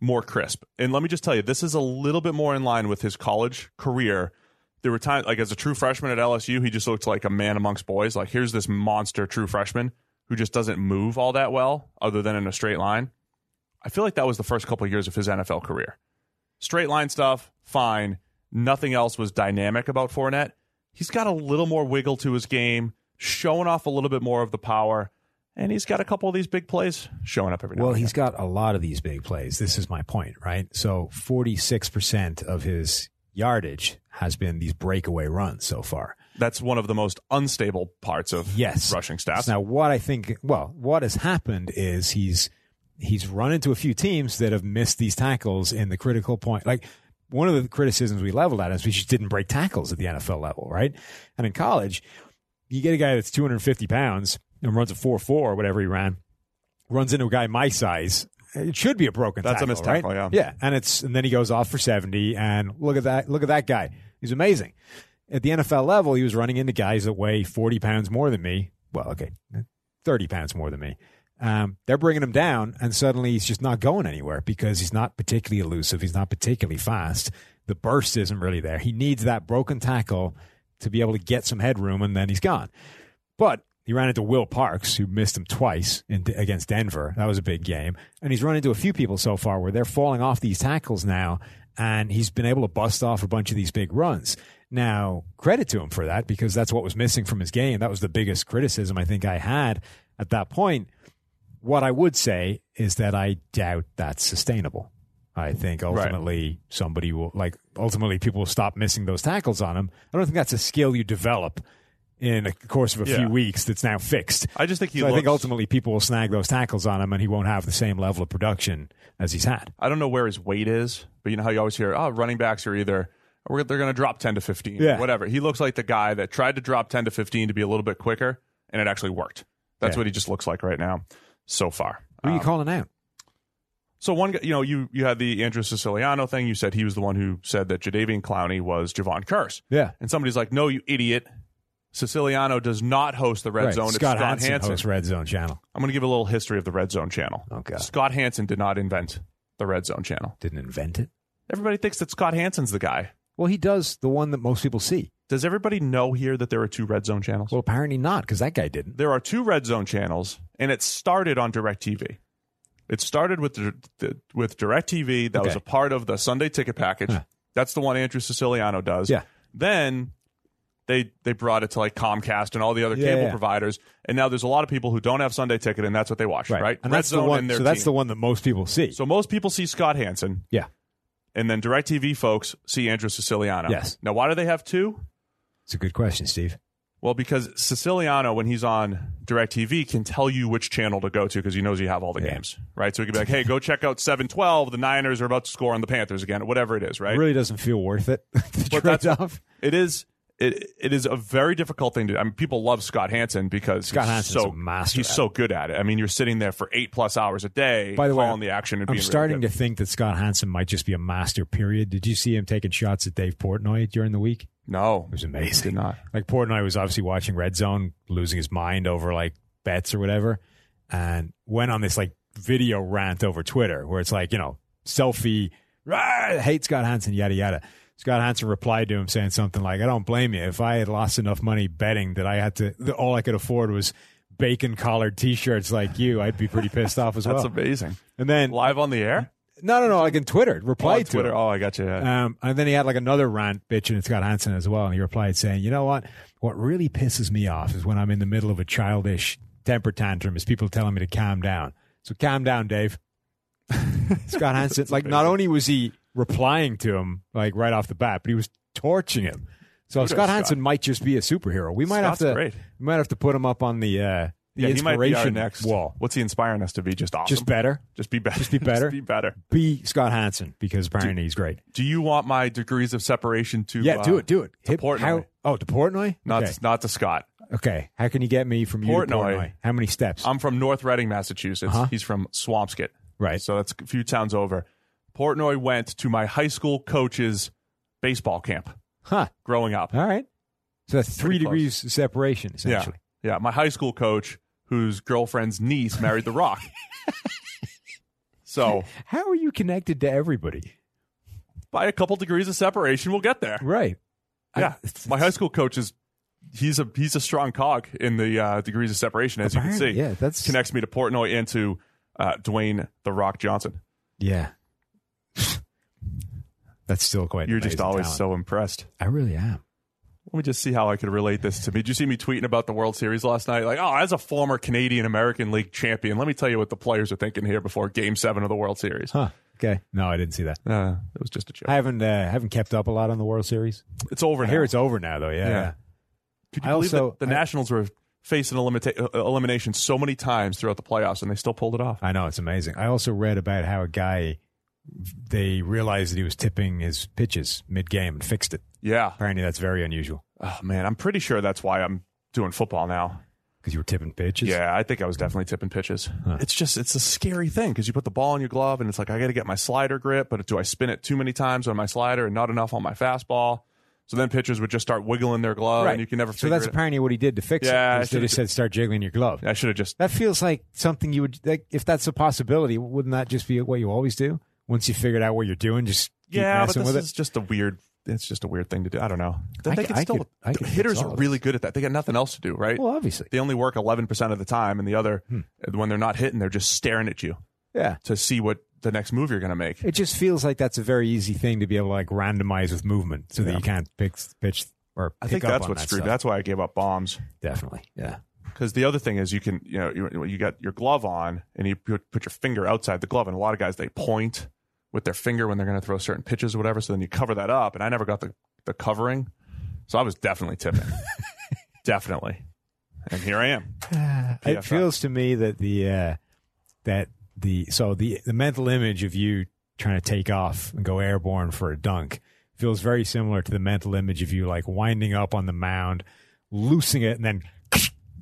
Speaker 1: more crisp. And let me just tell you, this is a little bit more in line with his college career. There were times, like, as a true freshman at LSU, he just looked like a man amongst boys. Like, here's this monster true freshman who just doesn't move all that well other than in a straight line. I feel like that was the first couple of years of his NFL career. Straight line stuff, fine. Nothing else was dynamic about Fournette. He's got a little more wiggle to his game, showing off a little bit more of the power, and he's got a couple of these big plays showing up every now.
Speaker 2: Well,
Speaker 1: and
Speaker 2: he's got a lot of these big plays. This is my point, right? So, forty-six percent of his yardage has been these breakaway runs so far.
Speaker 1: again. that's one of the most unstable parts of
Speaker 2: Yes.
Speaker 1: rushing stats.
Speaker 2: Now, what I think, well, what has happened is he's he's run into a few teams that have missed these tackles in the critical point. Like one of the criticisms we leveled at is we just didn't break tackles at the NFL level, right? And in college, you get a guy that's 250 pounds and runs a 4 4 or whatever he ran, runs into a guy my size. It should be a broken
Speaker 1: That's a
Speaker 2: tackle.
Speaker 1: missed
Speaker 2: right?
Speaker 1: tackle, yeah.
Speaker 2: Yeah. And it's and then he goes off for 70 and look at that look at that guy. He's amazing. At the NFL level, he was running into guys that weigh 40 pounds more than me. Well, okay, 30 pounds more than me. Um, they're bringing him down, and suddenly he's just not going anywhere because he's not particularly elusive. He's not particularly fast. The burst isn't really there. He needs that broken tackle to be able to get some headroom, and then he's gone. But he ran into Will Parks, who missed him twice in, against Denver. That was a big game. And he's run into a few people so far where they're falling off these tackles now, and he's been able to bust off a bunch of these big runs. Now, credit to him for that because that's what was missing from his game. That was the biggest criticism I think I had at that point. What I would say is that I doubt that's sustainable. I think ultimately somebody will like ultimately people will stop missing those tackles on him. I don't think that's a skill you develop in a course of a
Speaker 1: Yeah.
Speaker 2: few weeks that's now fixed.
Speaker 1: I just think he
Speaker 2: so
Speaker 1: looks.
Speaker 2: I think ultimately people will snag those tackles on him and he won't have the same level of production as he's had.
Speaker 1: I don't know where his weight is, but you know how you always hear, oh, running backs are either or they're going to drop 10 to 15,
Speaker 2: Yeah.
Speaker 1: whatever. He looks like the guy that tried to drop 10 to 15 to be a little bit quicker, and it actually worked. That's
Speaker 2: Yeah.
Speaker 1: what he just looks like right now so far.
Speaker 2: Who are you
Speaker 1: Um,
Speaker 2: calling out?
Speaker 1: so one, guy- you know, you you had the Andrew Siciliano thing. You said he was the one who said that Jadavian Clowney was Javon Curse,
Speaker 2: Yeah.
Speaker 1: and somebody's like, "No, you idiot! Siciliano does not host the Red
Speaker 2: right.
Speaker 1: Zone.
Speaker 2: Scott
Speaker 1: it's Scott
Speaker 2: Hansen,
Speaker 1: Hansen.
Speaker 2: hosts Red Zone Channel.
Speaker 1: I'm going to give a little history of the Red Zone channel.
Speaker 2: Okay.
Speaker 1: Scott Hansen did not invent the Red Zone channel.
Speaker 2: Didn't invent it.
Speaker 1: Everybody thinks that Scott Hansen's the guy.
Speaker 2: Well, he does the one that most people see.
Speaker 1: Does everybody know here that there are two red zone channels?
Speaker 2: Well, apparently not because that guy didn't.
Speaker 1: there are two red zone channels, and it started on DirecTV. It started with the, the, with DirecTV. That was
Speaker 2: Okay.
Speaker 1: a part of the Sunday ticket package.
Speaker 2: Huh.
Speaker 1: That's the one Andrew Siciliano does.
Speaker 2: Yeah.
Speaker 1: Then they they brought it to like Comcast and all the other
Speaker 2: Yeah,
Speaker 1: cable
Speaker 2: yeah.
Speaker 1: providers, and now there's a lot of people who don't have Sunday ticket, and that's what they watch, right?
Speaker 2: And
Speaker 1: red
Speaker 2: that's
Speaker 1: zone
Speaker 2: the one.
Speaker 1: and their
Speaker 2: So that's
Speaker 1: team.
Speaker 2: the one that most people see.
Speaker 1: So most people see Scott Hansen.
Speaker 2: Yeah.
Speaker 1: And then DirecTV folks see Andrew Siciliano.
Speaker 2: Yes.
Speaker 1: Now, why do they have two?
Speaker 2: it's a good question, Steve.
Speaker 1: Well, because Siciliano, when he's on DirecTV, can tell you which channel to go to because he knows you have all the
Speaker 2: Yeah.
Speaker 1: games, right? So he can be like, hey, go check out 712. The Niners are about to score on the Panthers again, whatever it is, right?
Speaker 2: It really doesn't feel worth it. the
Speaker 1: But that's-
Speaker 2: trade-off.
Speaker 1: It is. It, it is a very difficult thing to. I mean, people love Scott Hansen because
Speaker 2: Scott
Speaker 1: he's
Speaker 2: Hansen's
Speaker 1: so
Speaker 2: a master
Speaker 1: He's
Speaker 2: at
Speaker 1: so good at it. I mean, you're sitting there for eight plus hours a day,
Speaker 2: By the way,
Speaker 1: calling the action. And
Speaker 2: I'm
Speaker 1: being
Speaker 2: starting
Speaker 1: really
Speaker 2: to think that Scott Hansen might just be a master. Period. Did you see him taking shots at Dave Portnoy during the week?
Speaker 1: to no.
Speaker 2: It was
Speaker 1: Did
Speaker 2: amazing.
Speaker 1: not.
Speaker 2: Like Portnoy was obviously watching Red Zone, losing his mind over like bets or whatever, and went on this like video rant over Twitter where it's like you know selfie, "Rah, hate Scott Hansen, yada yada. Scott Hansen replied to him saying something like, "I don't blame you. If I had lost enough money betting that I had to, that all I could afford was bacon collared T-shirts like you, I'd be pretty pissed off as
Speaker 1: That's
Speaker 2: well."
Speaker 1: amazing.
Speaker 2: and then
Speaker 1: Live on the air.
Speaker 2: no, no, no, like in Twitter, replied
Speaker 1: Oh,
Speaker 2: to him.
Speaker 1: Twitter. Oh, I got you.
Speaker 2: Um, and then he had like another rant bitching at Scott Hansen as well. And he replied saying, you know what? What really pisses me off is when I'm in the middle of a childish temper tantrum is people telling me to calm down. So calm down, Dave. Scott Hansen, like not only was he replying to him like right off the bat, but he was torching him. So
Speaker 1: Kudos,
Speaker 2: Scott
Speaker 1: Scott.
Speaker 2: Hansen might just be a superhero. We might
Speaker 1: Scott's
Speaker 2: have to
Speaker 1: great.
Speaker 2: we might have to put him up on the uh the
Speaker 1: yeah, he might be our
Speaker 2: inspiration
Speaker 1: next.
Speaker 2: wall.
Speaker 1: What's he inspiring us to be? Just awesome.
Speaker 2: Just better.
Speaker 1: Just be better.
Speaker 2: just be better.
Speaker 1: be better.
Speaker 2: Be Scott Hansen because apparently he's great.
Speaker 1: Do you want my degrees of separation to?
Speaker 2: Yeah,
Speaker 1: uh,
Speaker 2: do it, do it.
Speaker 1: to Portnoy.
Speaker 2: How, oh, to Portnoy?
Speaker 1: Not
Speaker 2: okay.
Speaker 1: not to Scott.
Speaker 2: okay. How can you get me from you to
Speaker 1: Portnoy. Um,
Speaker 2: Portnoy? How many steps?
Speaker 1: I'm from North Reading, Massachusetts. He's from Swampscott.
Speaker 2: Uh-huh. Right.
Speaker 1: So that's a few towns over. Portnoy went to my high school coach's baseball camp
Speaker 2: huh.
Speaker 1: growing up.
Speaker 2: All right. So that's three
Speaker 1: Pretty close.
Speaker 2: degrees of separation,
Speaker 1: Yeah.
Speaker 2: essentially.
Speaker 1: Yeah. My high school coach, whose girlfriend's niece married The Rock. so
Speaker 2: How are you connected to everybody?
Speaker 1: by a couple degrees of separation, we'll get there.
Speaker 2: Right. I-
Speaker 1: Yeah. My high school coach is. He's a he's a strong cog in the uh, degrees of separation, as you
Speaker 2: Apparently,
Speaker 1: can see.
Speaker 2: yeah, that's-
Speaker 1: connects me to Portnoy and to uh, Dwayne the Rock Johnson.
Speaker 2: Yeah. that's still quite.
Speaker 1: You're just always so impressed.
Speaker 2: I really am.
Speaker 1: Let me just see how I could relate this to me. Did you see me tweeting about the World Series last night? Like, oh, as a former Canadian American League champion, let me tell you what the players are thinking here before Game Seven of the World Series.
Speaker 2: Huh. Okay. No, I didn't see that.
Speaker 1: Uh, it was just a joke.
Speaker 2: I haven't uh, haven't kept up a lot on the World Series.
Speaker 1: It's over
Speaker 2: I
Speaker 1: now.
Speaker 2: hear it's over now, though. Yeah.
Speaker 1: Yeah. Could you
Speaker 2: I
Speaker 1: believe
Speaker 2: also-
Speaker 1: that the
Speaker 2: I-
Speaker 1: Nationals were facing elimita- uh, elimination so many times throughout the playoffs, and they still pulled it off?
Speaker 2: I know it's amazing. I also read about how a guy they realized that he was tipping his pitches mid game and fixed it.
Speaker 1: Yeah.
Speaker 2: Apparently, that's very unusual
Speaker 1: Oh man, I'm pretty sure that's why I'm doing football now.
Speaker 2: because you were tipping pitches.
Speaker 1: Yeah, I think I was definitely tipping pitches. It's just it's a scary thing because you put the ball in your glove and it's like I got to get my slider grip, but do I spin it too many times on my slider and not enough on my fastball? So then pitchers would just start wiggling their glove and you can never
Speaker 2: So
Speaker 1: figure
Speaker 2: that's
Speaker 1: it. out.
Speaker 2: apparently what he did to fix
Speaker 1: Yeah, I
Speaker 2: it. They
Speaker 1: should've
Speaker 2: just said start jiggling your glove.
Speaker 1: I should have just
Speaker 2: That feels like something you would like if that's a possibility. Wouldn't that just be what you always do once you figured out what you're doing? Just keep
Speaker 1: yeah, but
Speaker 2: messing
Speaker 1: this
Speaker 2: with
Speaker 1: is just a weird. It's just a weird thing to do. I don't know.
Speaker 2: I
Speaker 1: they
Speaker 2: c-
Speaker 1: can
Speaker 2: I
Speaker 1: still,
Speaker 2: could- I could fix
Speaker 1: hitters
Speaker 2: all
Speaker 1: are
Speaker 2: of
Speaker 1: really good at that. They got nothing else to do, right?
Speaker 2: it. Well, Hmm. obviously,
Speaker 1: they only work eleven percent of the time, and the other when they're not hitting, they're just staring at you
Speaker 2: yeah.
Speaker 1: to see what the next move you're going to make.
Speaker 2: It just feels like that's a very easy thing to be able to like randomize with movement, so that you can't pick pitch or
Speaker 1: I think
Speaker 2: pick up
Speaker 1: that's
Speaker 2: on
Speaker 1: what
Speaker 2: that
Speaker 1: screwed.
Speaker 2: stuff.
Speaker 1: That's why I gave up bombs.
Speaker 2: Definitely, yeah.
Speaker 1: Because the other thing is, you can, you know, you, you got your glove on and you put put your finger outside the glove. And a lot of guys, they point with their finger when they're going to throw certain pitches or whatever. So then you cover that up. And I never got the, the covering. So I was definitely tipping. definitely. And here I am.
Speaker 2: it
Speaker 1: PFF.
Speaker 2: feels to me that the uh, that the so the the mental image of you trying to take off and go airborne for a dunk feels very similar to the mental image of you like winding up on the mound, loosing it, and then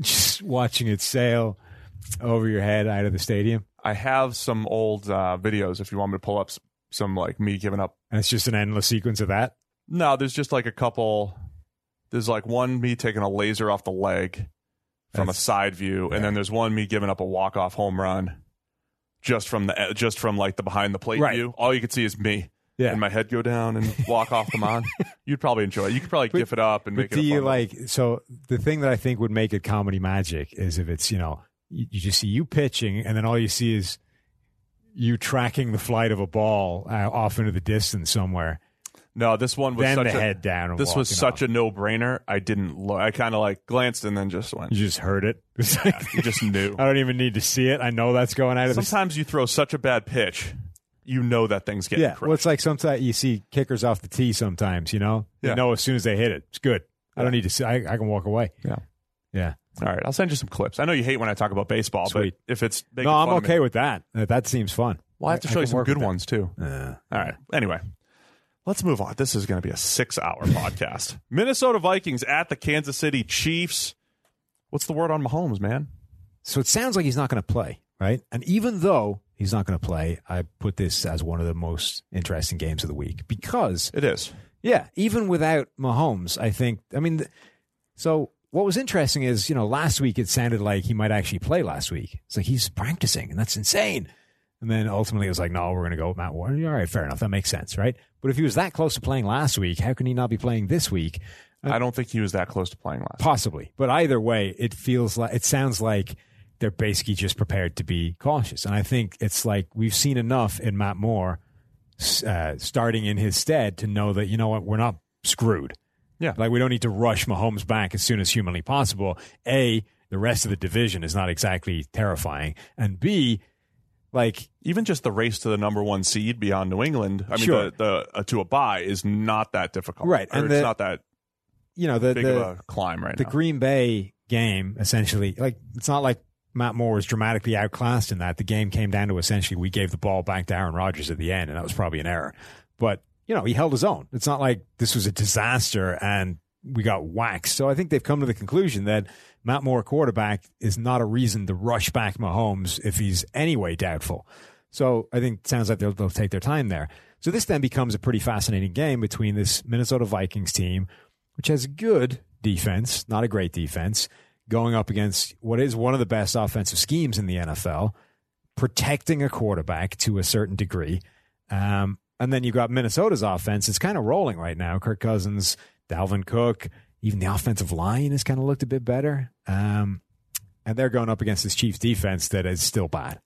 Speaker 2: just watching it sail over your head out of the stadium.
Speaker 1: I have some old uh, videos if you want me to pull up s- some, like me giving up.
Speaker 2: And it's just an endless sequence of that.
Speaker 1: No, there's just like a couple. There's like one me taking a laser off the leg from
Speaker 2: That's-
Speaker 1: a side view, and then there's one me giving up a walk off home run just from the eh, just from like the behind the plate
Speaker 2: Right.
Speaker 1: view. All you could see is me
Speaker 2: Yeah.
Speaker 1: and my head go down and walk off the mound. You'd probably enjoy it. You could probably gif it up and make
Speaker 2: But
Speaker 1: it. a
Speaker 2: do you
Speaker 1: fun little-
Speaker 2: like so the thing that I think would make it comedy magic is if it's you know you, you just see you pitching and then all you see is you tracking the flight of a ball uh, off into the distance somewhere,
Speaker 1: No, this one was
Speaker 2: then
Speaker 1: such
Speaker 2: the
Speaker 1: a
Speaker 2: head down. And
Speaker 1: this was
Speaker 2: walking
Speaker 1: such a
Speaker 2: off.
Speaker 1: no brainer. I didn't look. I kind of like glanced and then just went.
Speaker 2: you just heard it. It's like,
Speaker 1: You just knew.
Speaker 2: I don't even need to see it. I know that's going out of the.
Speaker 1: Sometimes you throw such a bad pitch, you know that thing's getting
Speaker 2: Yeah, well,
Speaker 1: crushed.
Speaker 2: it's like sometimes you see kickers off the tee. Sometimes you know,
Speaker 1: Yeah.
Speaker 2: you know, as soon as they hit it, it's good. I don't need to see. I, I can walk away.
Speaker 1: Yeah.
Speaker 2: Yeah.
Speaker 1: All right, I'll send you some clips. I know you hate when I talk about baseball,
Speaker 2: Sweet.
Speaker 1: but if it's making
Speaker 2: No, I'm
Speaker 1: fun of me-
Speaker 2: okay with that. Uh, That seems fun.
Speaker 1: Well, I have to
Speaker 2: I- I
Speaker 1: show you
Speaker 2: can
Speaker 1: some
Speaker 2: work
Speaker 1: good
Speaker 2: with that.
Speaker 1: ones too.
Speaker 2: Uh,
Speaker 1: All right. Anyway, let's move on. This is going to be a six-hour podcast. Minnesota Vikings at the Kansas City Chiefs. What's the word on Mahomes, man?
Speaker 2: So it sounds like he's not going to play, right? And even though he's not going to play, I put this as one of the most interesting games of the week because,
Speaker 1: It is.
Speaker 2: yeah, even without Mahomes, I think, I mean, th- so what was interesting is, you know, last week it sounded like he might actually play last week. It's like he's practicing and that's insane. And then ultimately it was like, no, we're going to go with Matt Warren. All right, fair enough. That makes sense, right? But if he was that close to playing last week, how can he not be playing this week?
Speaker 1: I don't think he was that close to playing last.
Speaker 2: possibly but either way it feels like it sounds like they're basically just prepared to be cautious and i think it's like we've seen enough in matt moore s- uh, starting in his stead to know that you know what we're not screwed
Speaker 1: Yeah.
Speaker 2: like we don't need to rush mahomes back as soon as humanly possible a the rest of the division is not exactly terrifying and b like
Speaker 1: Even just the race to the number one seed beyond New England. I mean,
Speaker 2: Sure.
Speaker 1: the, the uh, to a bye is not that difficult,
Speaker 2: Right,
Speaker 1: Or
Speaker 2: and
Speaker 1: it's
Speaker 2: the-
Speaker 1: not that
Speaker 2: you know the
Speaker 1: big
Speaker 2: the,
Speaker 1: of a climb right
Speaker 2: the
Speaker 1: now.
Speaker 2: Green Bay game essentially like it's not like Matt Moore was dramatically outclassed in that. The game came down to essentially we gave the ball back to Aaron Rodgers at the end, and that was probably an error. But you know he held his own. It's not like this was a disaster and we got waxed. So I think they've come to the conclusion that Matt Moore quarterback is not a reason to rush back Mahomes if he's anyway doubtful. So I think it sounds like they'll, they'll take their time there. So this then becomes a pretty fascinating game between this Minnesota Vikings team, which has good defense, not a great defense, going up against what is one of the best offensive schemes in the NFL, protecting a quarterback to a certain degree. Um, and then you've got Minnesota's offense. It's kind of rolling right now. Kirk Cousins, Dalvin Cook, even the offensive line has kind of looked a bit better. Um, and they're going up against this Chiefs defense that is still bad.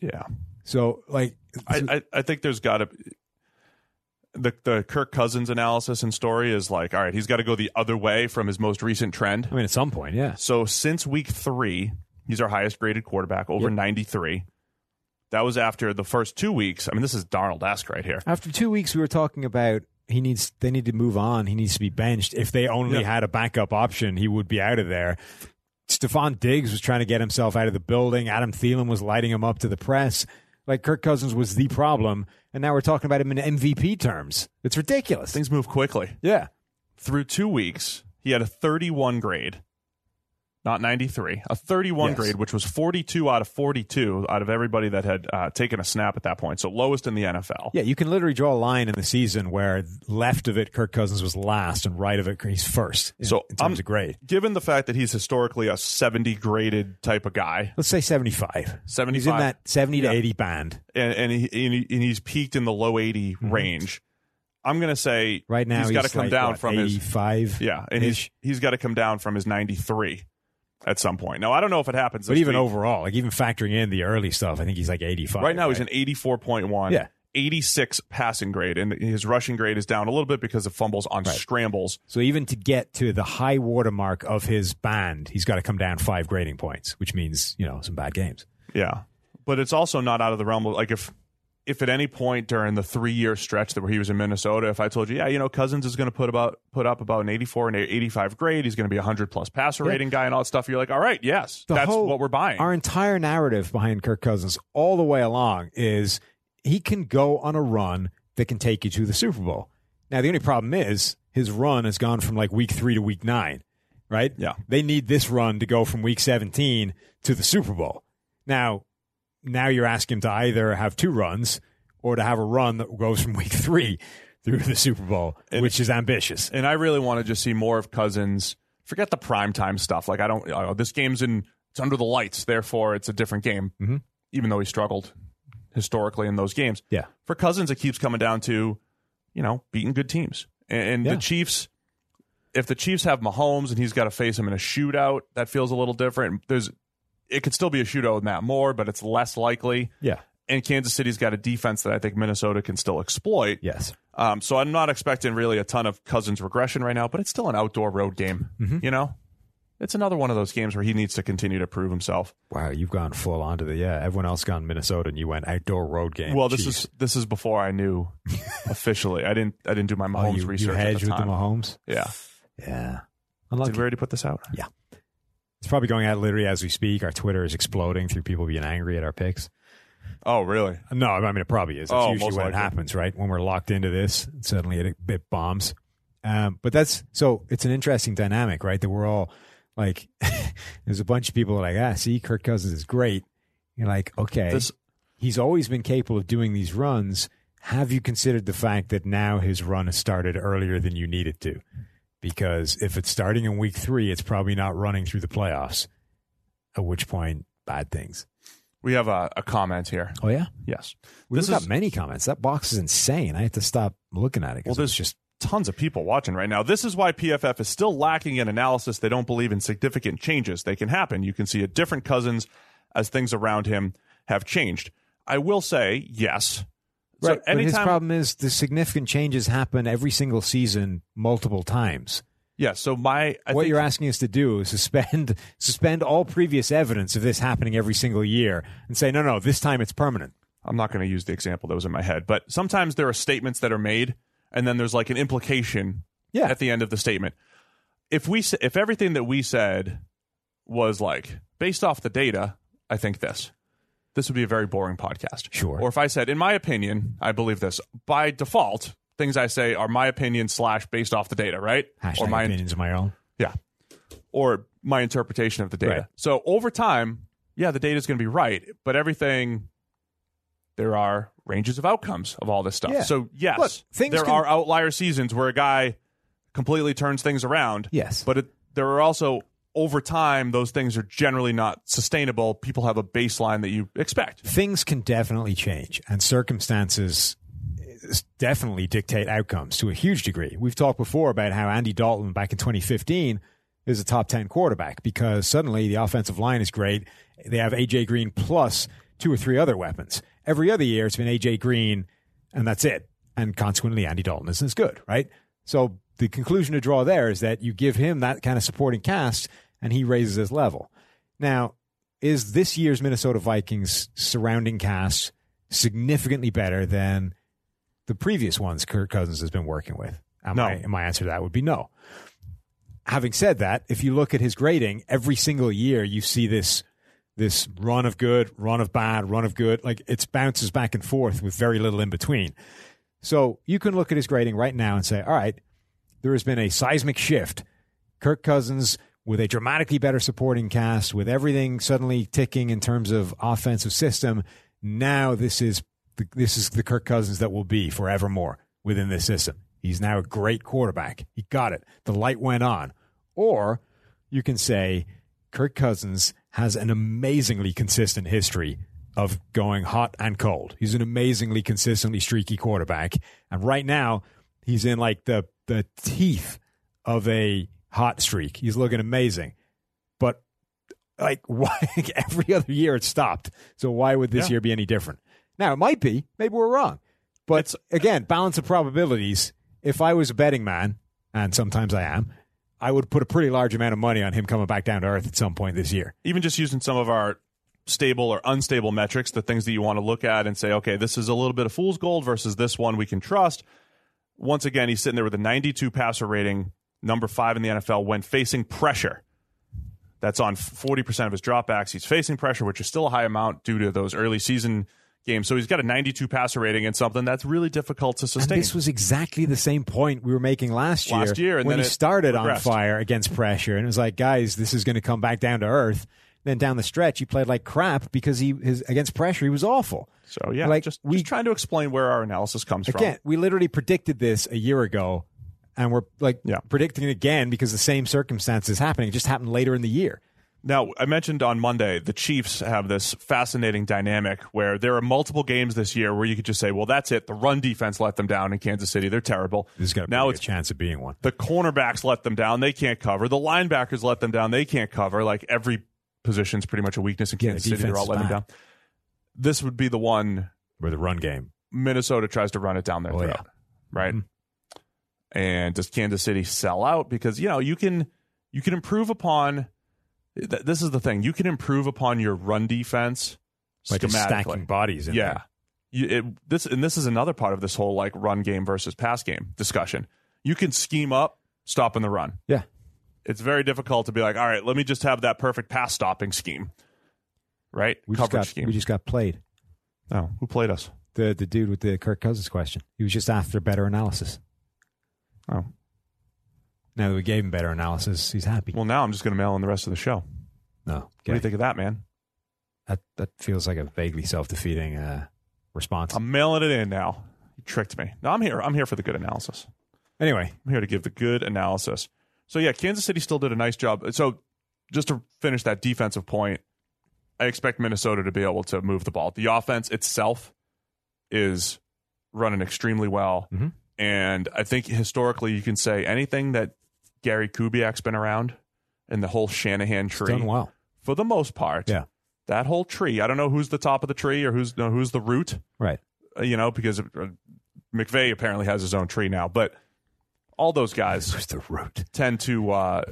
Speaker 1: yeah.
Speaker 2: So, like,
Speaker 1: I, I, I think there's got to the the Kirk Cousins analysis and story is like, all right, he's got to go the other way from his most recent trend.
Speaker 2: I mean, at some point, yeah.
Speaker 1: So since week three, he's our highest graded quarterback, over
Speaker 2: Yep.
Speaker 1: 93. That was after the first two weeks. I mean, this is Donald Ask right here.
Speaker 2: After two weeks, we were talking about he needs they need to move on. He needs to be benched. If they only
Speaker 1: Yeah.
Speaker 2: had a backup option, he would be out of there. Stephon Diggs was trying to get himself out of the building. Adam Thielen was lighting him up to the press. Like Kirk Cousins was the problem, and now we're talking about him in MVP terms. It's ridiculous.
Speaker 1: Things move quickly.
Speaker 2: yeah,
Speaker 1: Through two weeks, he had a 31 grade, not 93, a 31
Speaker 2: Yes.
Speaker 1: grade, which was 42 out of 42 out of everybody that had uh, taken a snap at that point. So lowest in the NFL.
Speaker 2: yeah. You can literally draw a line in the season where left of it, Kirk Cousins was last, and right of it, he's first. in-
Speaker 1: So um,
Speaker 2: in terms
Speaker 1: I'm-
Speaker 2: of grade,
Speaker 1: Given the fact that he's historically a 70 graded type of guy,
Speaker 2: let's say seventy-five. He's in
Speaker 1: 75
Speaker 2: that seventy
Speaker 1: Yeah.
Speaker 2: to eighty band
Speaker 1: and and, he, and, he, and he's peaked in the low 80 range. I'm going to say
Speaker 2: Mhm. right now.
Speaker 1: he's got to come
Speaker 2: like,
Speaker 1: down
Speaker 2: what,
Speaker 1: from his
Speaker 2: eighty-five.
Speaker 1: yeah, and he's he's got to come down from his 93 at some point. Now I don't know if it happens,
Speaker 2: But
Speaker 1: this
Speaker 2: even
Speaker 1: week.
Speaker 2: overall, like even factoring in the early stuff, I think he's like 85.
Speaker 1: right now he's an 84.1.
Speaker 2: Yeah.
Speaker 1: 86 passing grade, and his rushing grade is down a little bit because of fumbles on scrambles.
Speaker 2: So even to get to the high watermark of his band, he's got to come down five grading points, which means, you know, some bad games.
Speaker 1: Yeah, but it's also not out of the realm of like if if at any point during the three year stretch that where he was in Minnesota, if I told you, yeah, you know, Cousins is going to put about put up about an eighty four and eighty five grade, he's going to be a hundred plus passer
Speaker 2: Yeah.
Speaker 1: rating guy and all that stuff. You're like, all right, yes,
Speaker 2: The
Speaker 1: that's
Speaker 2: whole-
Speaker 1: what we're buying.
Speaker 2: Our entire narrative behind Kirk Cousins all the way along is he can go on a run that can take you to the Super Bowl. Now, the only problem is his run has gone from like week three to week nine, right?
Speaker 1: Yeah.
Speaker 2: They need this run to go from week 17 to the Super Bowl. Now, now you're asking him to either have two runs or to have a run that goes from week three through the Super Bowl, which is ambitious.
Speaker 1: and I really want to just see more of Cousins. Forget the primetime stuff. Like I don't. Oh, this game's in. It's under the lights. Therefore, it's a different game.
Speaker 2: Mhm.
Speaker 1: Even though he struggled historically in those games.
Speaker 2: Yeah.
Speaker 1: For Cousins, it keeps coming down to, you know, beating good teams. And, and
Speaker 2: Yeah.
Speaker 1: the Chiefs, if the Chiefs have Mahomes and he's got to face him in a shootout, that feels a little different. There's, it could still be a shootout with Matt Moore, but it's less likely.
Speaker 2: Yeah.
Speaker 1: And Kansas City's got a defense that I think Minnesota can still exploit.
Speaker 2: Yes.
Speaker 1: Um, so I'm not expecting really a ton of Cousins regression right now, but it's still an outdoor road game.
Speaker 2: Mm-hmm.
Speaker 1: You know, it's another one of those games where he needs to continue to prove himself.
Speaker 2: Wow, you've gone full on to the yeah. Everyone else gone Minnesota, and you went outdoor road game.
Speaker 1: well, this
Speaker 2: Jeez.
Speaker 1: is this is before I knew officially. I didn't I didn't do my Mahomes
Speaker 2: Oh, you,
Speaker 1: research
Speaker 2: You hedge
Speaker 1: at the
Speaker 2: with
Speaker 1: time.
Speaker 2: the Mahomes.
Speaker 1: yeah,
Speaker 2: Yeah, Unlucky.
Speaker 1: Did we already put this out?
Speaker 2: Yeah. It's probably going out literally as we speak. Our Twitter is exploding through people being angry at our picks.
Speaker 1: Oh, really?
Speaker 2: No, I mean it probably is. It's
Speaker 1: Oh,
Speaker 2: usually
Speaker 1: most
Speaker 2: when it
Speaker 1: likely.
Speaker 2: happens, right? When we're locked into this, suddenly it, it bombs. Um, but that's so it's an interesting dynamic, right? That we're all like, there's a bunch of people like, ah, see, Kirk Cousins is great. You're like, okay,
Speaker 1: This-
Speaker 2: he's always been capable of doing these runs. Have you considered the fact that now his run has started earlier than you need it to? Because if it's starting in week three, it's probably not running through the playoffs. At which point, bad things.
Speaker 1: We have a, a comment here.
Speaker 2: Oh yeah.
Speaker 1: Yes.
Speaker 2: We
Speaker 1: This
Speaker 2: have got
Speaker 1: is-
Speaker 2: many comments. That box is insane. I have to stop looking at it.
Speaker 1: Well,
Speaker 2: Well,
Speaker 1: there's
Speaker 2: there's just
Speaker 1: tons of people watching right now. This is why PFF is still lacking in analysis. They don't believe in significant changes. They can happen. You can see a different Cousins as things around him have changed. I will say, yes.
Speaker 2: right.
Speaker 1: So
Speaker 2: but his
Speaker 1: anytime,
Speaker 2: problem is the significant changes happen every single season, multiple times.
Speaker 1: yeah. So my, I
Speaker 2: what
Speaker 1: think-
Speaker 2: you're asking us to do is suspend suspend all previous evidence of this happening every single year and say, no, no, this time it's permanent.
Speaker 1: I'm not going to use the example that was in my head, but sometimes there are statements that are made, and then there's like an implication
Speaker 2: Yeah.
Speaker 1: at the end of the statement. If we s- if everything that we said was like based off the data, I think this this would be a very boring podcast.
Speaker 2: Sure.
Speaker 1: Or if I said, in my opinion, I believe this by default, things I say are my opinion slash based off the data, right?
Speaker 2: Hashtag
Speaker 1: or my
Speaker 2: opinions of my own.
Speaker 1: yeah. Or my interpretation of the data.
Speaker 2: Right.
Speaker 1: So over time, yeah, the data is going to be right, but everything there are ranges of outcomes of all this stuff.
Speaker 2: Yeah.
Speaker 1: So yes,
Speaker 2: Look, things
Speaker 1: there
Speaker 2: can-
Speaker 1: are outlier seasons where a guy completely turns things around.
Speaker 2: Yes.
Speaker 1: But it, there are also over time those things are generally not sustainable. People have a baseline that you expect.
Speaker 2: things can definitely change and circumstances is- definitely dictate outcomes to a huge degree. We've talked before about how Andy Dalton back in 2015 is a top 10 quarterback because suddenly the offensive line is great. They have AJ Green plus two or three other weapons. Every other year it's been AJ Green and that's it. And consequently Andy Dalton isn't as good, right? So the conclusion to draw there is that you give him that kind of supporting cast and he raises his level. Now, is this year's Minnesota Vikings surrounding cast significantly better than the previous ones Kirk Cousins has been working with? And
Speaker 1: No.
Speaker 2: My, and my answer to that would be no. Having said that, if you look at his grading, every single year you see this this run of good, run of bad, run of good. Like it bounces back and forth with very little in between. So you can look at his grading right now and say, all right, there has been a seismic shift. Kirk Cousins with a dramatically better supporting cast, with everything suddenly ticking in terms of offensive system. Now this is the, this is the Kirk Cousins that will be forevermore within this system. He's now a great quarterback. He got it. The light went on. Or you can say Kirk Cousins has an amazingly consistent history of going hot and cold. He's an amazingly consistently streaky quarterback, and right now he's in like the the teeth of a hot streak. He's looking amazing, but like why every other year it stopped. So why would this
Speaker 1: Yeah.
Speaker 2: year be any different? Now it might be. Maybe we're wrong, but
Speaker 1: It's- uh,
Speaker 2: again, balance of probabilities. If I was a betting man, and sometimes I am, I would put a pretty large amount of money on him coming back down to earth at some point this year.
Speaker 1: even just using some of our stable or unstable metrics, the things that you want to look at and say, okay, this is a little bit of fool's gold versus this one we can trust. Once again, he's sitting there with a 92 passer rating, number five in the NFL when facing pressure. That's on 40% of his dropbacks. He's facing pressure, which is still a high amount due to those early season games. So he's got a 92 passer rating and something that's really difficult to
Speaker 2: And
Speaker 1: sustain.
Speaker 2: this was exactly the same point we were making last year.
Speaker 1: Last year, and
Speaker 2: when
Speaker 1: then
Speaker 2: he
Speaker 1: it
Speaker 2: started on
Speaker 1: regressed.
Speaker 2: fire against pressure, and it was like, guys, this is going to come back down to earth. Then down the stretch, he played like crap because he his against pressure he was awful.
Speaker 1: so yeah,
Speaker 2: like,
Speaker 1: just,
Speaker 2: we-
Speaker 1: just trying to explain where our analysis comes
Speaker 2: Again, we literally predicted this a year ago, and we're like
Speaker 1: Yeah.
Speaker 2: predicting it again because the same circumstances happening. It just happened later in the year.
Speaker 1: Now, I mentioned on Monday the Chiefs have this fascinating dynamic where there are multiple games this year where you could just say, "Well, that's it. The run defense let them down in Kansas City. They're terrible."
Speaker 2: There's got to be
Speaker 1: now
Speaker 2: a
Speaker 1: it's
Speaker 2: chance of being one.
Speaker 1: the cornerbacks let them down. They can't cover. The linebackers let them down. They can't cover. Like every position's pretty much a weakness in
Speaker 2: Yeah,
Speaker 1: Kansas
Speaker 2: the
Speaker 1: City. They're all
Speaker 2: defense
Speaker 1: letting them
Speaker 2: is
Speaker 1: down. This would be the one
Speaker 2: Where the run game
Speaker 1: Minnesota tries to run it down their
Speaker 2: Oh,
Speaker 1: throat,
Speaker 2: yeah. Mm-hmm.
Speaker 1: right? And does Kansas City sell out? Because you know you can you can improve upon. Th- this is the thing you can improve upon your run defense
Speaker 2: by just stacking
Speaker 1: schematically.
Speaker 2: bodies. In
Speaker 1: Yeah,
Speaker 2: there.
Speaker 1: you, it, this and this is another part of this whole like run game versus pass game discussion. You can scheme up stopping the run.
Speaker 2: Yeah.
Speaker 1: it's very difficult to be like, all right, let me just have that perfect pass stopping scheme, right?
Speaker 2: We just,
Speaker 1: Coverage
Speaker 2: got,
Speaker 1: scheme.
Speaker 2: we just got played.
Speaker 1: oh, who played us?
Speaker 2: The the dude with the Kirk Cousins question. He was just after better analysis.
Speaker 1: Oh,
Speaker 2: Now that we gave him better analysis, he's happy.
Speaker 1: well, now I'm just going to mail in the rest of the show.
Speaker 2: No,
Speaker 1: What do you
Speaker 2: okay.
Speaker 1: think of that, man?
Speaker 2: that that feels like a vaguely self defeating uh, response.
Speaker 1: I'm mailing it in now. You tricked me. No, I'm here. I'm here for the good analysis.
Speaker 2: anyway,
Speaker 1: I'm here to give the good analysis. So yeah, Kansas City still did a nice job. So just to finish that defensive point, I expect Minnesota to be able to move the ball. The offense itself is running extremely well,
Speaker 2: Mhm.
Speaker 1: and I think historically you can say anything that Gary Kubiak's been around and the whole Shanahan
Speaker 2: it's
Speaker 1: tree
Speaker 2: done well.
Speaker 1: for the most part.
Speaker 2: Yeah.
Speaker 1: that whole tree. I don't know who's the top of the tree or who's no, who's the root
Speaker 2: Right.
Speaker 1: uh, you know, because uh, McVeigh apparently has his own tree now. But all those guys
Speaker 2: Who's the root?
Speaker 1: tend to uh,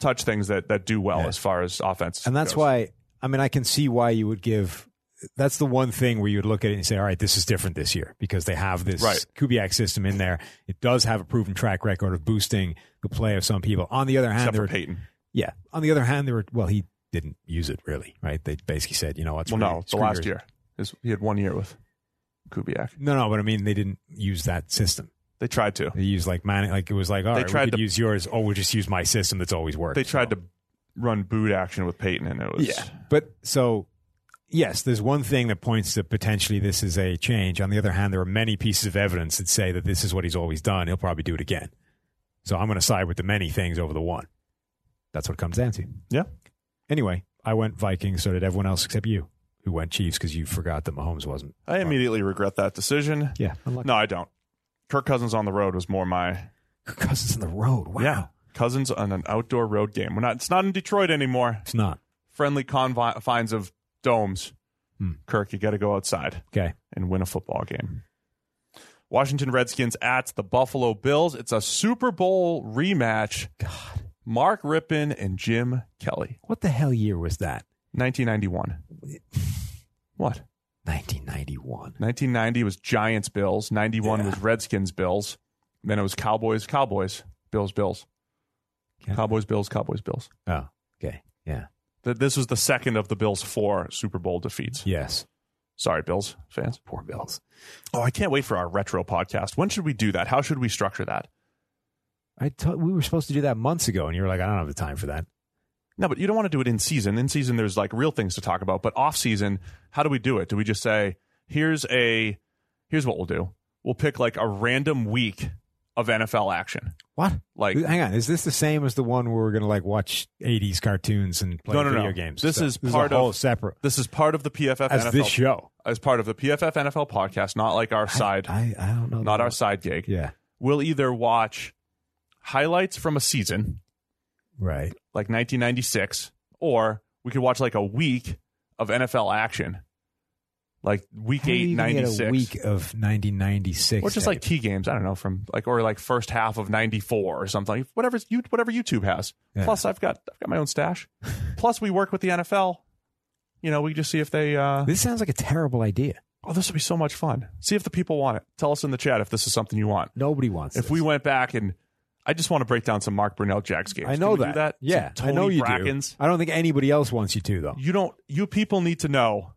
Speaker 1: touch things that that do well
Speaker 2: Yeah.
Speaker 1: as far as offense,
Speaker 2: And that's
Speaker 1: goes.
Speaker 2: why I mean I can see why you would give that's the one thing where you would look at it and say, all right, this is different this year because they have this
Speaker 1: Right.
Speaker 2: Kubiak system in there. It does have a proven track record of boosting the play of some people. On the other hand,
Speaker 1: except
Speaker 2: there
Speaker 1: for
Speaker 2: were
Speaker 1: Peyton.
Speaker 2: Yeah. On the other hand, there were well, he didn't use it really, right? They basically said, you know what?
Speaker 1: Well,
Speaker 2: screw
Speaker 1: no,
Speaker 2: you-
Speaker 1: it's the
Speaker 2: screw
Speaker 1: last
Speaker 2: your-
Speaker 1: year. His- He had one year with Kubiak.
Speaker 2: No, no, but I mean, they didn't use that system.
Speaker 1: They tried to.
Speaker 2: They used like man, like it was like, all
Speaker 1: They
Speaker 2: right,
Speaker 1: tried
Speaker 2: we could
Speaker 1: to-
Speaker 2: use yours. Oh, we'll just use my system that's always worked.
Speaker 1: They tried to run boot action with Peyton, and it was
Speaker 2: Yeah. But so, yes, there's one thing that points to potentially this is a change. On the other hand, there are many pieces of evidence that say that this is what he's always done. He'll probably do it again. So I'm going to side with the many things over the one. That's what it comes down to.
Speaker 1: Yeah.
Speaker 2: Anyway, I went Vikings. So did everyone else except you, who went Chiefs because you forgot that Mahomes wasn't.
Speaker 1: I immediately regret that decision.
Speaker 2: Yeah. Unlucky.
Speaker 1: No, I don't. Kirk Cousins on the road was more my
Speaker 2: Cousins on the road. Wow.
Speaker 1: yeah. Cousins on an outdoor road game. We're not. It's not in Detroit anymore.
Speaker 2: It's not.
Speaker 1: friendly confines of domes.
Speaker 2: Hmm.
Speaker 1: Kirk, you got to go outside
Speaker 2: Okay.
Speaker 1: and win a football game. Washington Redskins at the Buffalo Bills. It's a Super Bowl rematch.
Speaker 2: God.
Speaker 1: Mark Rippon and Jim Kelly,
Speaker 2: What the hell year was that?
Speaker 1: 1991. What?
Speaker 2: 1991.
Speaker 1: 1990 was Giants Bills. 91
Speaker 2: Yeah.
Speaker 1: was Redskins Bills. Then it was Cowboys Cowboys Bills Bills.
Speaker 2: Okay.
Speaker 1: Cowboys Bills Cowboys Bills.
Speaker 2: Oh, okay. Yeah.
Speaker 1: Th- This was the second of the Bills' four Super Bowl defeats.
Speaker 2: Yes.
Speaker 1: Sorry, Bills fans.
Speaker 2: Poor Bills.
Speaker 1: Oh, I can't wait for our retro podcast. When should we do that? How should we structure that?
Speaker 2: I told we were supposed to do that months ago, and you were like, I don't have the time for that.
Speaker 1: No, but you don't want to do it in season. In season, there's like real things to talk about. But off season, how do we do it? Do we just say, here's a, here's what we'll do. We'll pick like a random week of NFL action.
Speaker 2: What?
Speaker 1: Like,
Speaker 2: Hang on. Is this the same as the one where we're going to like watch 80s cartoons and play
Speaker 1: No, no,
Speaker 2: video
Speaker 1: no.
Speaker 2: games?
Speaker 1: This
Speaker 2: So
Speaker 1: is part
Speaker 2: a
Speaker 1: of-
Speaker 2: whole separate
Speaker 1: this is part of the PFF
Speaker 2: as
Speaker 1: NFL,
Speaker 2: this show.
Speaker 1: as part of the PFF NFL podcast, not like our side,
Speaker 2: I, I don't know.
Speaker 1: not
Speaker 2: that.
Speaker 1: our side gig.
Speaker 2: Yeah.
Speaker 1: We'll either watch highlights from a season,
Speaker 2: Right.
Speaker 1: like 1996, or we could watch like a week of NFL action, like week
Speaker 2: How do you
Speaker 1: eight,
Speaker 2: even get
Speaker 1: 96,
Speaker 2: a week of 1996.
Speaker 1: or just
Speaker 2: tape?
Speaker 1: like key games. I don't know from like or like first half of 94 or something. Whatever you whatever YouTube has.
Speaker 2: Yeah.
Speaker 1: Plus, I've got I've got my own stash. Plus, we work with the NFL. You know, we just see if they. Uh,
Speaker 2: This sounds like a terrible idea.
Speaker 1: oh, this would be so much fun. See if the people want it. Tell us in the chat if this is something you want.
Speaker 2: Nobody wants
Speaker 1: If
Speaker 2: this.
Speaker 1: we went back and. I just want to break down some Mark Brunell Jacks games.
Speaker 2: I
Speaker 1: Can
Speaker 2: know
Speaker 1: we do
Speaker 2: that. Yeah,
Speaker 1: Some
Speaker 2: I know
Speaker 1: Tony
Speaker 2: you
Speaker 1: Brackens.
Speaker 2: do. I don't think anybody else wants you to though.
Speaker 1: you don't you people need to know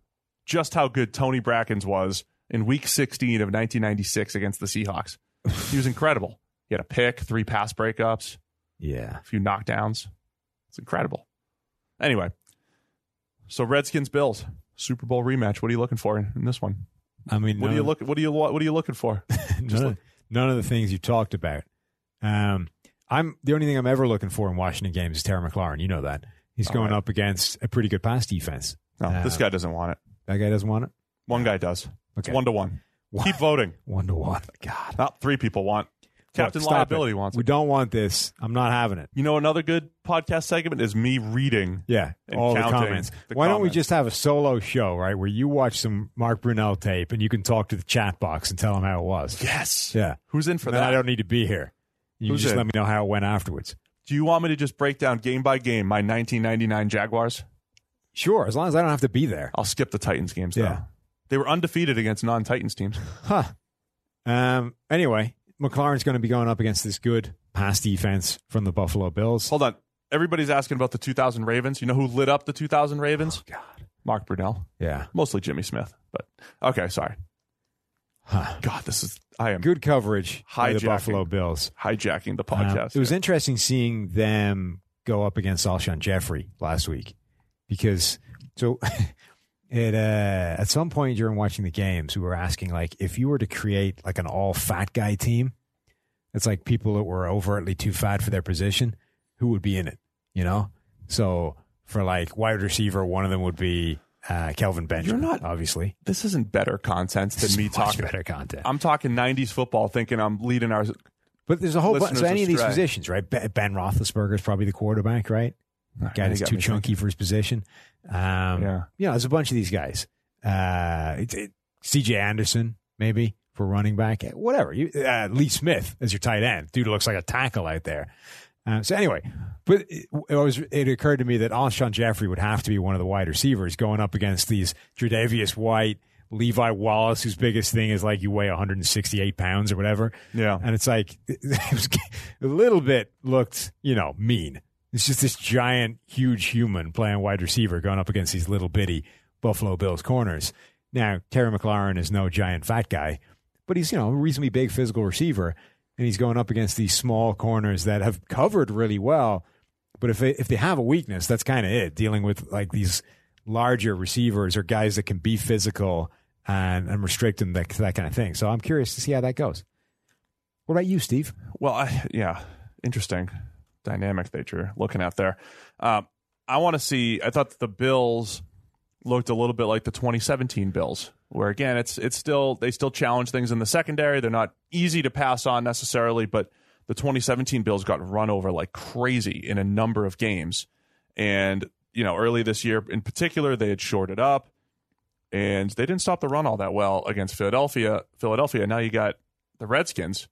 Speaker 1: just how good Tony Brackens was in week 16 of 1996 against the Seahawks. He was incredible. He had a pick, three pass breakups,
Speaker 2: Yeah.
Speaker 1: a few knockdowns. It's incredible. Anyway, so Redskins Bills Super Bowl rematch. What are you looking for in, in this one?
Speaker 2: I mean,
Speaker 1: What
Speaker 2: none
Speaker 1: do you
Speaker 2: of-
Speaker 1: look what do you what are you looking for?
Speaker 2: none, of, none of the things you talked about. Um, I'm the only thing I'm ever looking for in Washington games is Terry McLaurin. You know that he's
Speaker 1: All
Speaker 2: going
Speaker 1: right.
Speaker 2: up against a pretty good pass defense.
Speaker 1: No, this
Speaker 2: Uh,
Speaker 1: guy doesn't want it.
Speaker 2: That guy doesn't want it.
Speaker 1: One guy does. It's
Speaker 2: Okay,
Speaker 1: one to one.
Speaker 2: One-
Speaker 1: Keep voting.
Speaker 2: one to one. God,
Speaker 1: Not three people want. Captain
Speaker 2: Look, stop
Speaker 1: Liability
Speaker 2: it.
Speaker 1: wants
Speaker 2: We
Speaker 1: it.
Speaker 2: don't want this. I'm not having it.
Speaker 1: You know another good podcast segment is me reading
Speaker 2: Yeah,
Speaker 1: And
Speaker 2: all the
Speaker 1: counting
Speaker 2: comments.
Speaker 1: the
Speaker 2: Why don't we
Speaker 1: comments.
Speaker 2: just have a solo show, right, where you watch some Mark Brunell tape and you can talk to the chat box and tell them how it was.
Speaker 1: Yes.
Speaker 2: Yeah,
Speaker 1: Who's in for
Speaker 2: and then I
Speaker 1: that?
Speaker 2: don't need to be here. You
Speaker 1: Who's
Speaker 2: just
Speaker 1: in?
Speaker 2: let me know how it went afterwards.
Speaker 1: Do you want me to just break down game by game my 1999 Jaguars?
Speaker 2: Sure, as long as I don't have to be there.
Speaker 1: I'll skip the Titans games
Speaker 2: Yeah.
Speaker 1: though. They were undefeated against non-Titans teams.
Speaker 2: Huh. Um. Anyway, McLaurin's going to be going up against this good pass defense from the Buffalo Bills.
Speaker 1: Hold on. Everybody's asking about the 2000 Ravens. You know who lit up the 2000 Ravens?
Speaker 2: God.
Speaker 1: Mark Brunell.
Speaker 2: Yeah.
Speaker 1: Mostly Jimmy Smith. But okay, sorry.
Speaker 2: Huh.
Speaker 1: God, this is I am
Speaker 2: Good coverage by the
Speaker 1: Hijacking.
Speaker 2: Buffalo Bills.
Speaker 1: hijacking the
Speaker 2: Um,
Speaker 1: podcast.
Speaker 2: it was interesting seeing them go up against Alshon Jeffrey last week because so it uh, at some point during watching the games we were asking like if you were to create like an all fat guy team, it's like people that were overtly too fat for their position, who would be in it, you know? So for like wide receiver, one of them would be uh, Kelvin Benjamin.
Speaker 1: not-
Speaker 2: obviously
Speaker 1: this isn't better content than me
Speaker 2: Much
Speaker 1: talking.
Speaker 2: better content.
Speaker 1: I'm talking 90s football thinking I'm leading our
Speaker 2: But there's a whole bunch.
Speaker 1: listeners
Speaker 2: So any of these
Speaker 1: astray.
Speaker 2: positions, right? Be- Ben Roethlisberger is probably the quarterback, right? Guy
Speaker 1: you
Speaker 2: that's
Speaker 1: got
Speaker 2: too
Speaker 1: me
Speaker 2: chunky for his position. Um,
Speaker 1: Yeah.
Speaker 2: you know, there's a bunch of these guys. Uh, it, it, C.J. Anderson, maybe for running back, Eh, whatever. You, uh, Lee Smith as your tight end. Dude looks like a tackle out there. Uh, so anyway, but it, it was it occurred to me that Alshon Jeffrey would have to be one of the wide receivers going up against these Tre'Davious White, Levi Wallace, whose biggest thing is like you weigh 168 pounds or whatever.
Speaker 1: Yeah.
Speaker 2: And it's like, it was a little bit looked, you know, mean. It's just this giant, huge human playing wide receiver going up against these little bitty Buffalo Bills corners. Now, Terry McLaurin is no giant fat guy, but he's, you know, a reasonably big physical receiver. And he's going up against these small corners that have covered really well. But if they, if they have a weakness, that's kind of it. Dealing with like these larger receivers or guys that can be physical and, and restrict them, that, that kind of thing. So I'm curious to see how that goes. What about you, Steve?
Speaker 1: Well, I, yeah, interesting dynamic that you're looking at there. Um, I want to see. I thought that the Bills looked a little bit like the 2017 Bills, where again, it's it's still they still challenge things in the secondary. They're not easy to pass on necessarily, but the 2017 Bills got run over like crazy in a number of games, and you know, early this year in particular, they had shorted up. And they didn't stop the run all that well against Philadelphia. Philadelphia. Now you got the Redskins,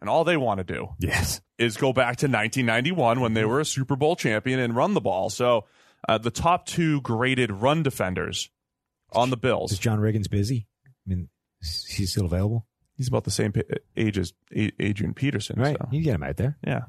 Speaker 1: and all they want to do
Speaker 2: Yes.
Speaker 1: is go back to 1991 when they were a Super Bowl champion and run the ball. So uh, the top two graded run defenders on the
Speaker 2: Is
Speaker 1: Bills.
Speaker 2: John Riggins busy? I mean, is he still available?
Speaker 1: He's about the same pa- age as A- Adrian Peterson.
Speaker 2: Right.
Speaker 1: So,
Speaker 2: You can get him out there.
Speaker 1: yeah.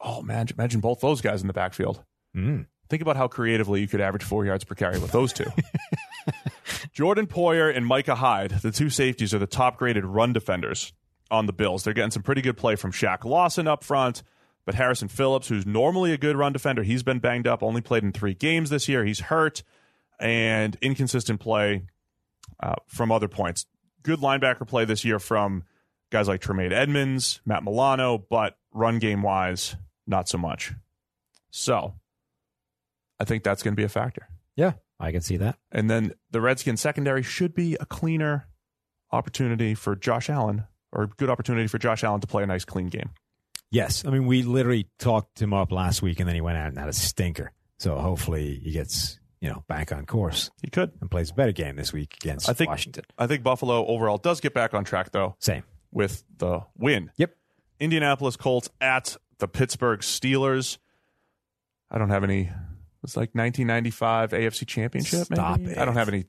Speaker 1: Oh, man. Imagine both those guys in the backfield.
Speaker 2: Mm.
Speaker 1: Think about how creatively you could average four yards per carry with those two. Jordan Poyer and Micah Hyde, the two safeties, are the top graded run defenders on the Bills. They're getting some pretty good play from Shaq Lawson up front, but Harrison Phillips, who's normally a good run defender, he's been banged up, only played in three games this year. He's hurt and inconsistent play uh, from other points. Good linebacker play this year from guys like Tremaine Edmonds, Matt Milano, but run game wise, not so much. So I think that's going to be a factor.
Speaker 2: Yeah. I can see that.
Speaker 1: And then the Redskins secondary should be a cleaner opportunity for Josh Allen or a good opportunity for Josh Allen to play a nice clean game.
Speaker 2: Yes. I mean, we literally talked him up last week and then he went out and had a stinker. So hopefully he gets, you know, back on course
Speaker 1: He could.
Speaker 2: and plays a better game this week against
Speaker 1: I think-
Speaker 2: Washington.
Speaker 1: I think Buffalo overall does get back on track though
Speaker 2: Same.
Speaker 1: with the win.
Speaker 2: Yep.
Speaker 1: Indianapolis Colts at the Pittsburgh Steelers. I don't have any it's like 1995 AFC Championship.
Speaker 2: Stop
Speaker 1: maybe?
Speaker 2: it.
Speaker 1: I don't have any.
Speaker 2: Uh,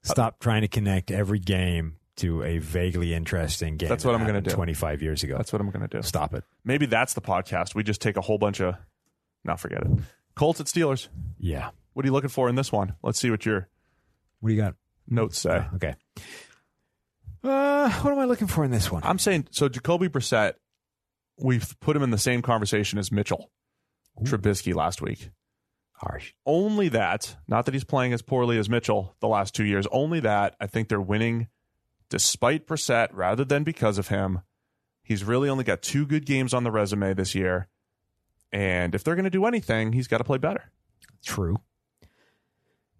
Speaker 2: Stop trying to connect every game to a vaguely interesting game.
Speaker 1: That's what
Speaker 2: that
Speaker 1: I'm gonna
Speaker 2: happened
Speaker 1: do.
Speaker 2: 25 years ago.
Speaker 1: That's what I'm going to do.
Speaker 2: Stop it.
Speaker 1: Maybe that's the podcast. We just take a whole bunch of. No, forget it. Colts at Steelers.
Speaker 2: Yeah.
Speaker 1: What are you looking for in this one? Let's see what your
Speaker 2: What do you got?
Speaker 1: notes say.
Speaker 2: Oh, okay. Uh, what am I looking for in this one?
Speaker 1: I'm saying so. Jacoby Brissett, we've put him in the same conversation as Mitchell Trubisky last week.
Speaker 2: harsh.
Speaker 1: Only that, not that he's playing as poorly as Mitchell the last two years. Only that, I think they're winning despite Brissett rather than because of him. He's really only got two good games on the resume this year, and if they're going to do anything, he's got to play better.
Speaker 2: True.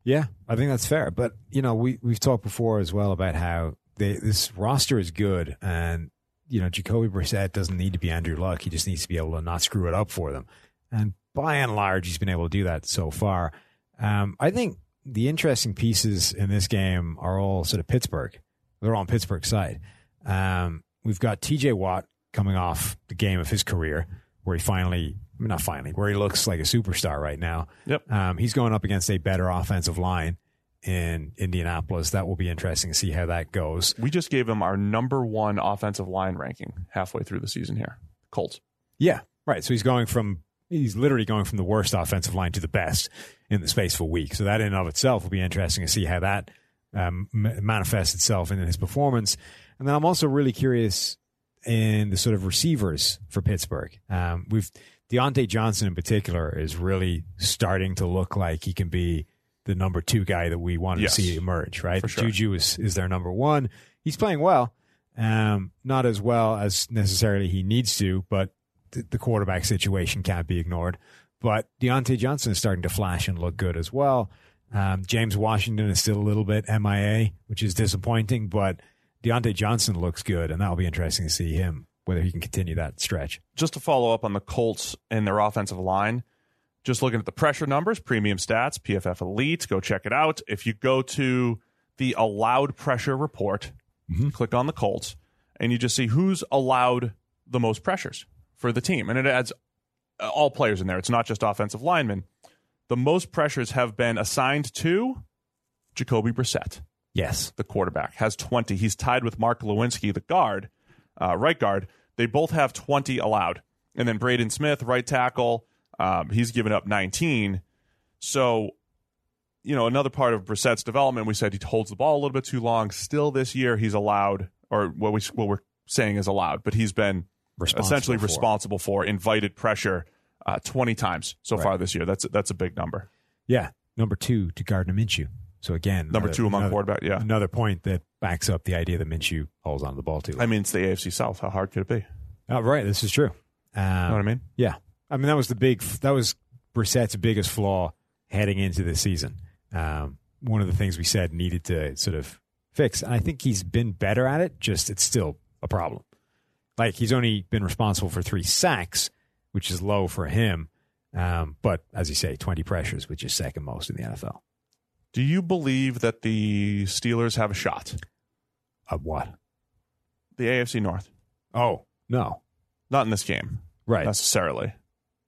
Speaker 2: Yeah, I think that's fair. But you know, we we've talked before as well about how they, this roster is good, and you know, Jacoby Brissett doesn't need to be Andrew Luck. He just needs to be able to not screw it up for them. And by and large, he's been able to do that so far. Um, I think the interesting pieces in this game are all sort of Pittsburgh. They're on Pittsburgh's side. Um, we've got T.J. Watt coming off the game of his career, where he finally, I mean, not finally, where he looks like a superstar right now.
Speaker 1: Yep.
Speaker 2: Um, he's going up against a better offensive line. in Indianapolis. That will be interesting to see how that goes.
Speaker 1: We just gave him our number one offensive line ranking halfway through the season here. Colts.
Speaker 2: Yeah, right. So he's going from he's literally going from the worst offensive line to the best in the space of a week. So that in and of itself will be interesting to see how that um, m- manifests itself in his performance. And then I'm also really curious in the sort of receivers for Pittsburgh. Um, we've Deontay Johnson in particular is really starting to look like he can be the number two guy that we wanted
Speaker 1: Yes.
Speaker 2: to see emerge. Right,
Speaker 1: For sure.
Speaker 2: Juju is is their number one. He's playing well, um, not as well as necessarily he needs to, but th- the quarterback situation can't be ignored. But Deontay Johnson is starting to flash and look good as well. Um, James Washington is still a little bit MIA, which is disappointing, but Deontay Johnson looks good, and that'll be interesting to see him whether he can continue that stretch.
Speaker 1: Just to follow up on the Colts and their offensive line, just looking at the pressure numbers, premium stats, PFF Elite, go check it out. If you go to the allowed pressure report,
Speaker 2: Mhm.
Speaker 1: click on the Colts, and you just see who's allowed the most pressures for the team. And it adds uh, all players in there, it's not just offensive linemen. The most pressures have been assigned to Jacoby Brissett.
Speaker 2: Yes,
Speaker 1: the quarterback, has 20. He's tied with Mark Lewinsky, the guard, uh, right guard. They both have 20 allowed. And then Braden Smith, right tackle, um, he's given up 19. So, you know, another part of Brissett's development, we said he holds the ball a little bit too long. Still this year, he's allowed, or what, we, what we're saying is allowed, but he's been essentially
Speaker 2: for.
Speaker 1: responsible for invited pressure uh, 20 times so
Speaker 2: Right.
Speaker 1: far this year. That's, that's a big number.
Speaker 2: Yeah, number two to Gardner Minshew. So again,
Speaker 1: Number
Speaker 2: another-
Speaker 1: two among
Speaker 2: another,
Speaker 1: quarterback, yeah.
Speaker 2: another point that backs up the idea that Minshew holds on to the ball too.
Speaker 1: I
Speaker 2: Long.
Speaker 1: mean, it's the AFC South. How hard could it be? You
Speaker 2: oh, right, this is true. Um,
Speaker 1: know what I mean?
Speaker 2: Yeah, I mean that was the big that was Brissett's biggest flaw heading into this season. Um, one of the things we said needed to sort of fix, and I think he's been better at it. Just it's still a problem. Like he's only been responsible for three sacks, which is low for him. Um, but as you say, twenty pressures, which is second most in the NFL.
Speaker 1: Do you believe that the Steelers have a shot?
Speaker 2: Of Uh, what?
Speaker 1: The AFC North.
Speaker 2: Oh no,
Speaker 1: Not in this game,
Speaker 2: right.
Speaker 1: necessarily.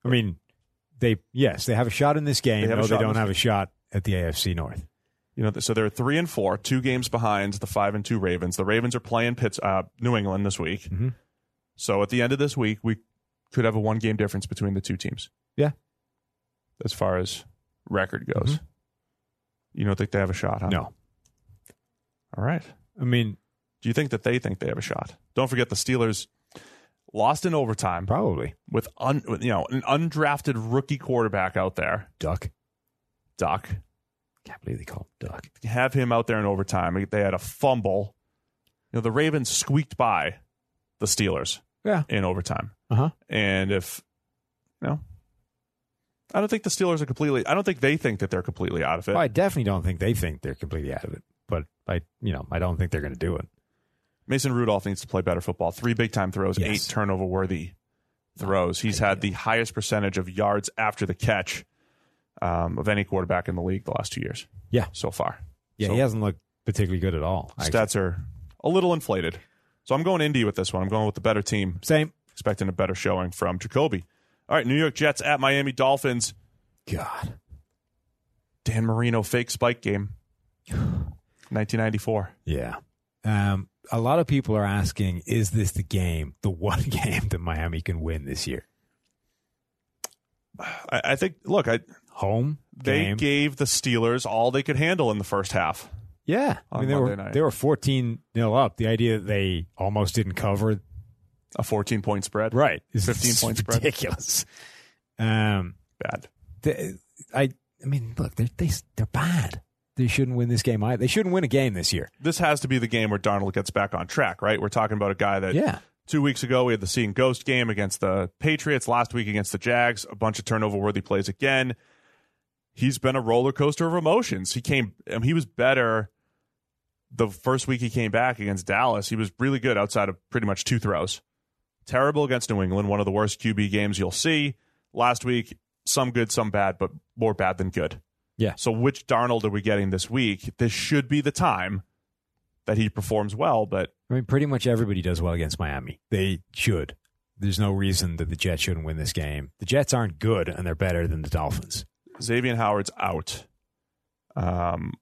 Speaker 2: I mean, they yes, they have a shot in this game.
Speaker 1: They have a
Speaker 2: no,
Speaker 1: shot
Speaker 2: they
Speaker 1: in
Speaker 2: don't
Speaker 1: this
Speaker 2: have a shot at the AFC North.
Speaker 1: You know, so they're three and four, two games behind the five and two Ravens. The Ravens are playing Pitts, uh, New England this week.
Speaker 2: Mhm.
Speaker 1: So at the end of this week, we could have a one game difference between the two teams.
Speaker 2: Yeah.
Speaker 1: As far as record goes, you don't think they have a shot? Huh?
Speaker 2: Mm-hmm. No,
Speaker 1: All right.
Speaker 2: I mean
Speaker 1: Do you think that they think they have a shot? Don't forget the Steelers lost in overtime
Speaker 2: probably
Speaker 1: with, un, with you know an undrafted rookie quarterback out there.
Speaker 2: duck.
Speaker 1: Duck.
Speaker 2: Can't believe they call him Duck.
Speaker 1: Have him out there in overtime. They had a fumble. You know, the Ravens squeaked by the Steelers
Speaker 2: Yeah.
Speaker 1: in overtime.
Speaker 2: Uh-huh.
Speaker 1: And if you know, I don't think the Steelers are completely I don't think they think that they're completely out of it.
Speaker 2: Well, I definitely don't think they think they're completely out of it, but I, you know, I don't think they're going to do it.
Speaker 1: Mason Rudolph needs to play better football. Three big time throws,
Speaker 2: Yes.
Speaker 1: eight turnover worthy throws. He's had the highest percentage of yards after the catch um, of any quarterback in the league the last two years.
Speaker 2: Yeah.
Speaker 1: So far.
Speaker 2: Yeah,
Speaker 1: So-
Speaker 2: he hasn't looked particularly good at all. actually.
Speaker 1: stats are a little inflated. So I'm going Indy with this one. I'm going with the better team,
Speaker 2: Same.
Speaker 1: expecting a better showing from Jacoby. All right, New York Jets at Miami Dolphins.
Speaker 2: God,
Speaker 1: Dan Marino fake spike game. 1994.
Speaker 2: yeah. Um, a lot of people are asking, is this the game, the one game that Miami can win this year?
Speaker 1: I, I think. Look, I,
Speaker 2: Home
Speaker 1: they
Speaker 2: game.
Speaker 1: gave the Steelers all they could handle in the first half.
Speaker 2: yeah, I
Speaker 1: on
Speaker 2: mean they
Speaker 1: Monday
Speaker 2: were
Speaker 1: night.
Speaker 2: they were fourteen nil up. The idea that they almost didn't cover
Speaker 1: A 14 point spread.
Speaker 2: right is
Speaker 1: 15 point spread.
Speaker 2: ridiculous. Um,
Speaker 1: Bad.
Speaker 2: the, I I mean, look, they're they, they're bad. They shouldn't win this game. either. They shouldn't win a game this year.
Speaker 1: This has to be the game where Darnold gets back on track, right? We're talking about a guy that
Speaker 2: Yeah,
Speaker 1: two weeks ago we had the seeing ghost game against the patriots last week against the jags a bunch of turnover worthy plays again he's been a roller coaster of emotions he came um, he was better the first week he came back against dallas he was really good outside of pretty much two throws terrible against new england one of the worst qb games you'll see last week some good some bad but more bad than good
Speaker 2: Yeah.
Speaker 1: so which darnold are we getting this week this should be the time that he performs well but
Speaker 2: I mean, pretty much everybody does well against Miami. They should. There's no reason that the Jets shouldn't win this game. The Jets aren't good, and they're better than the Dolphins.
Speaker 1: Xavier Howard's out. Um,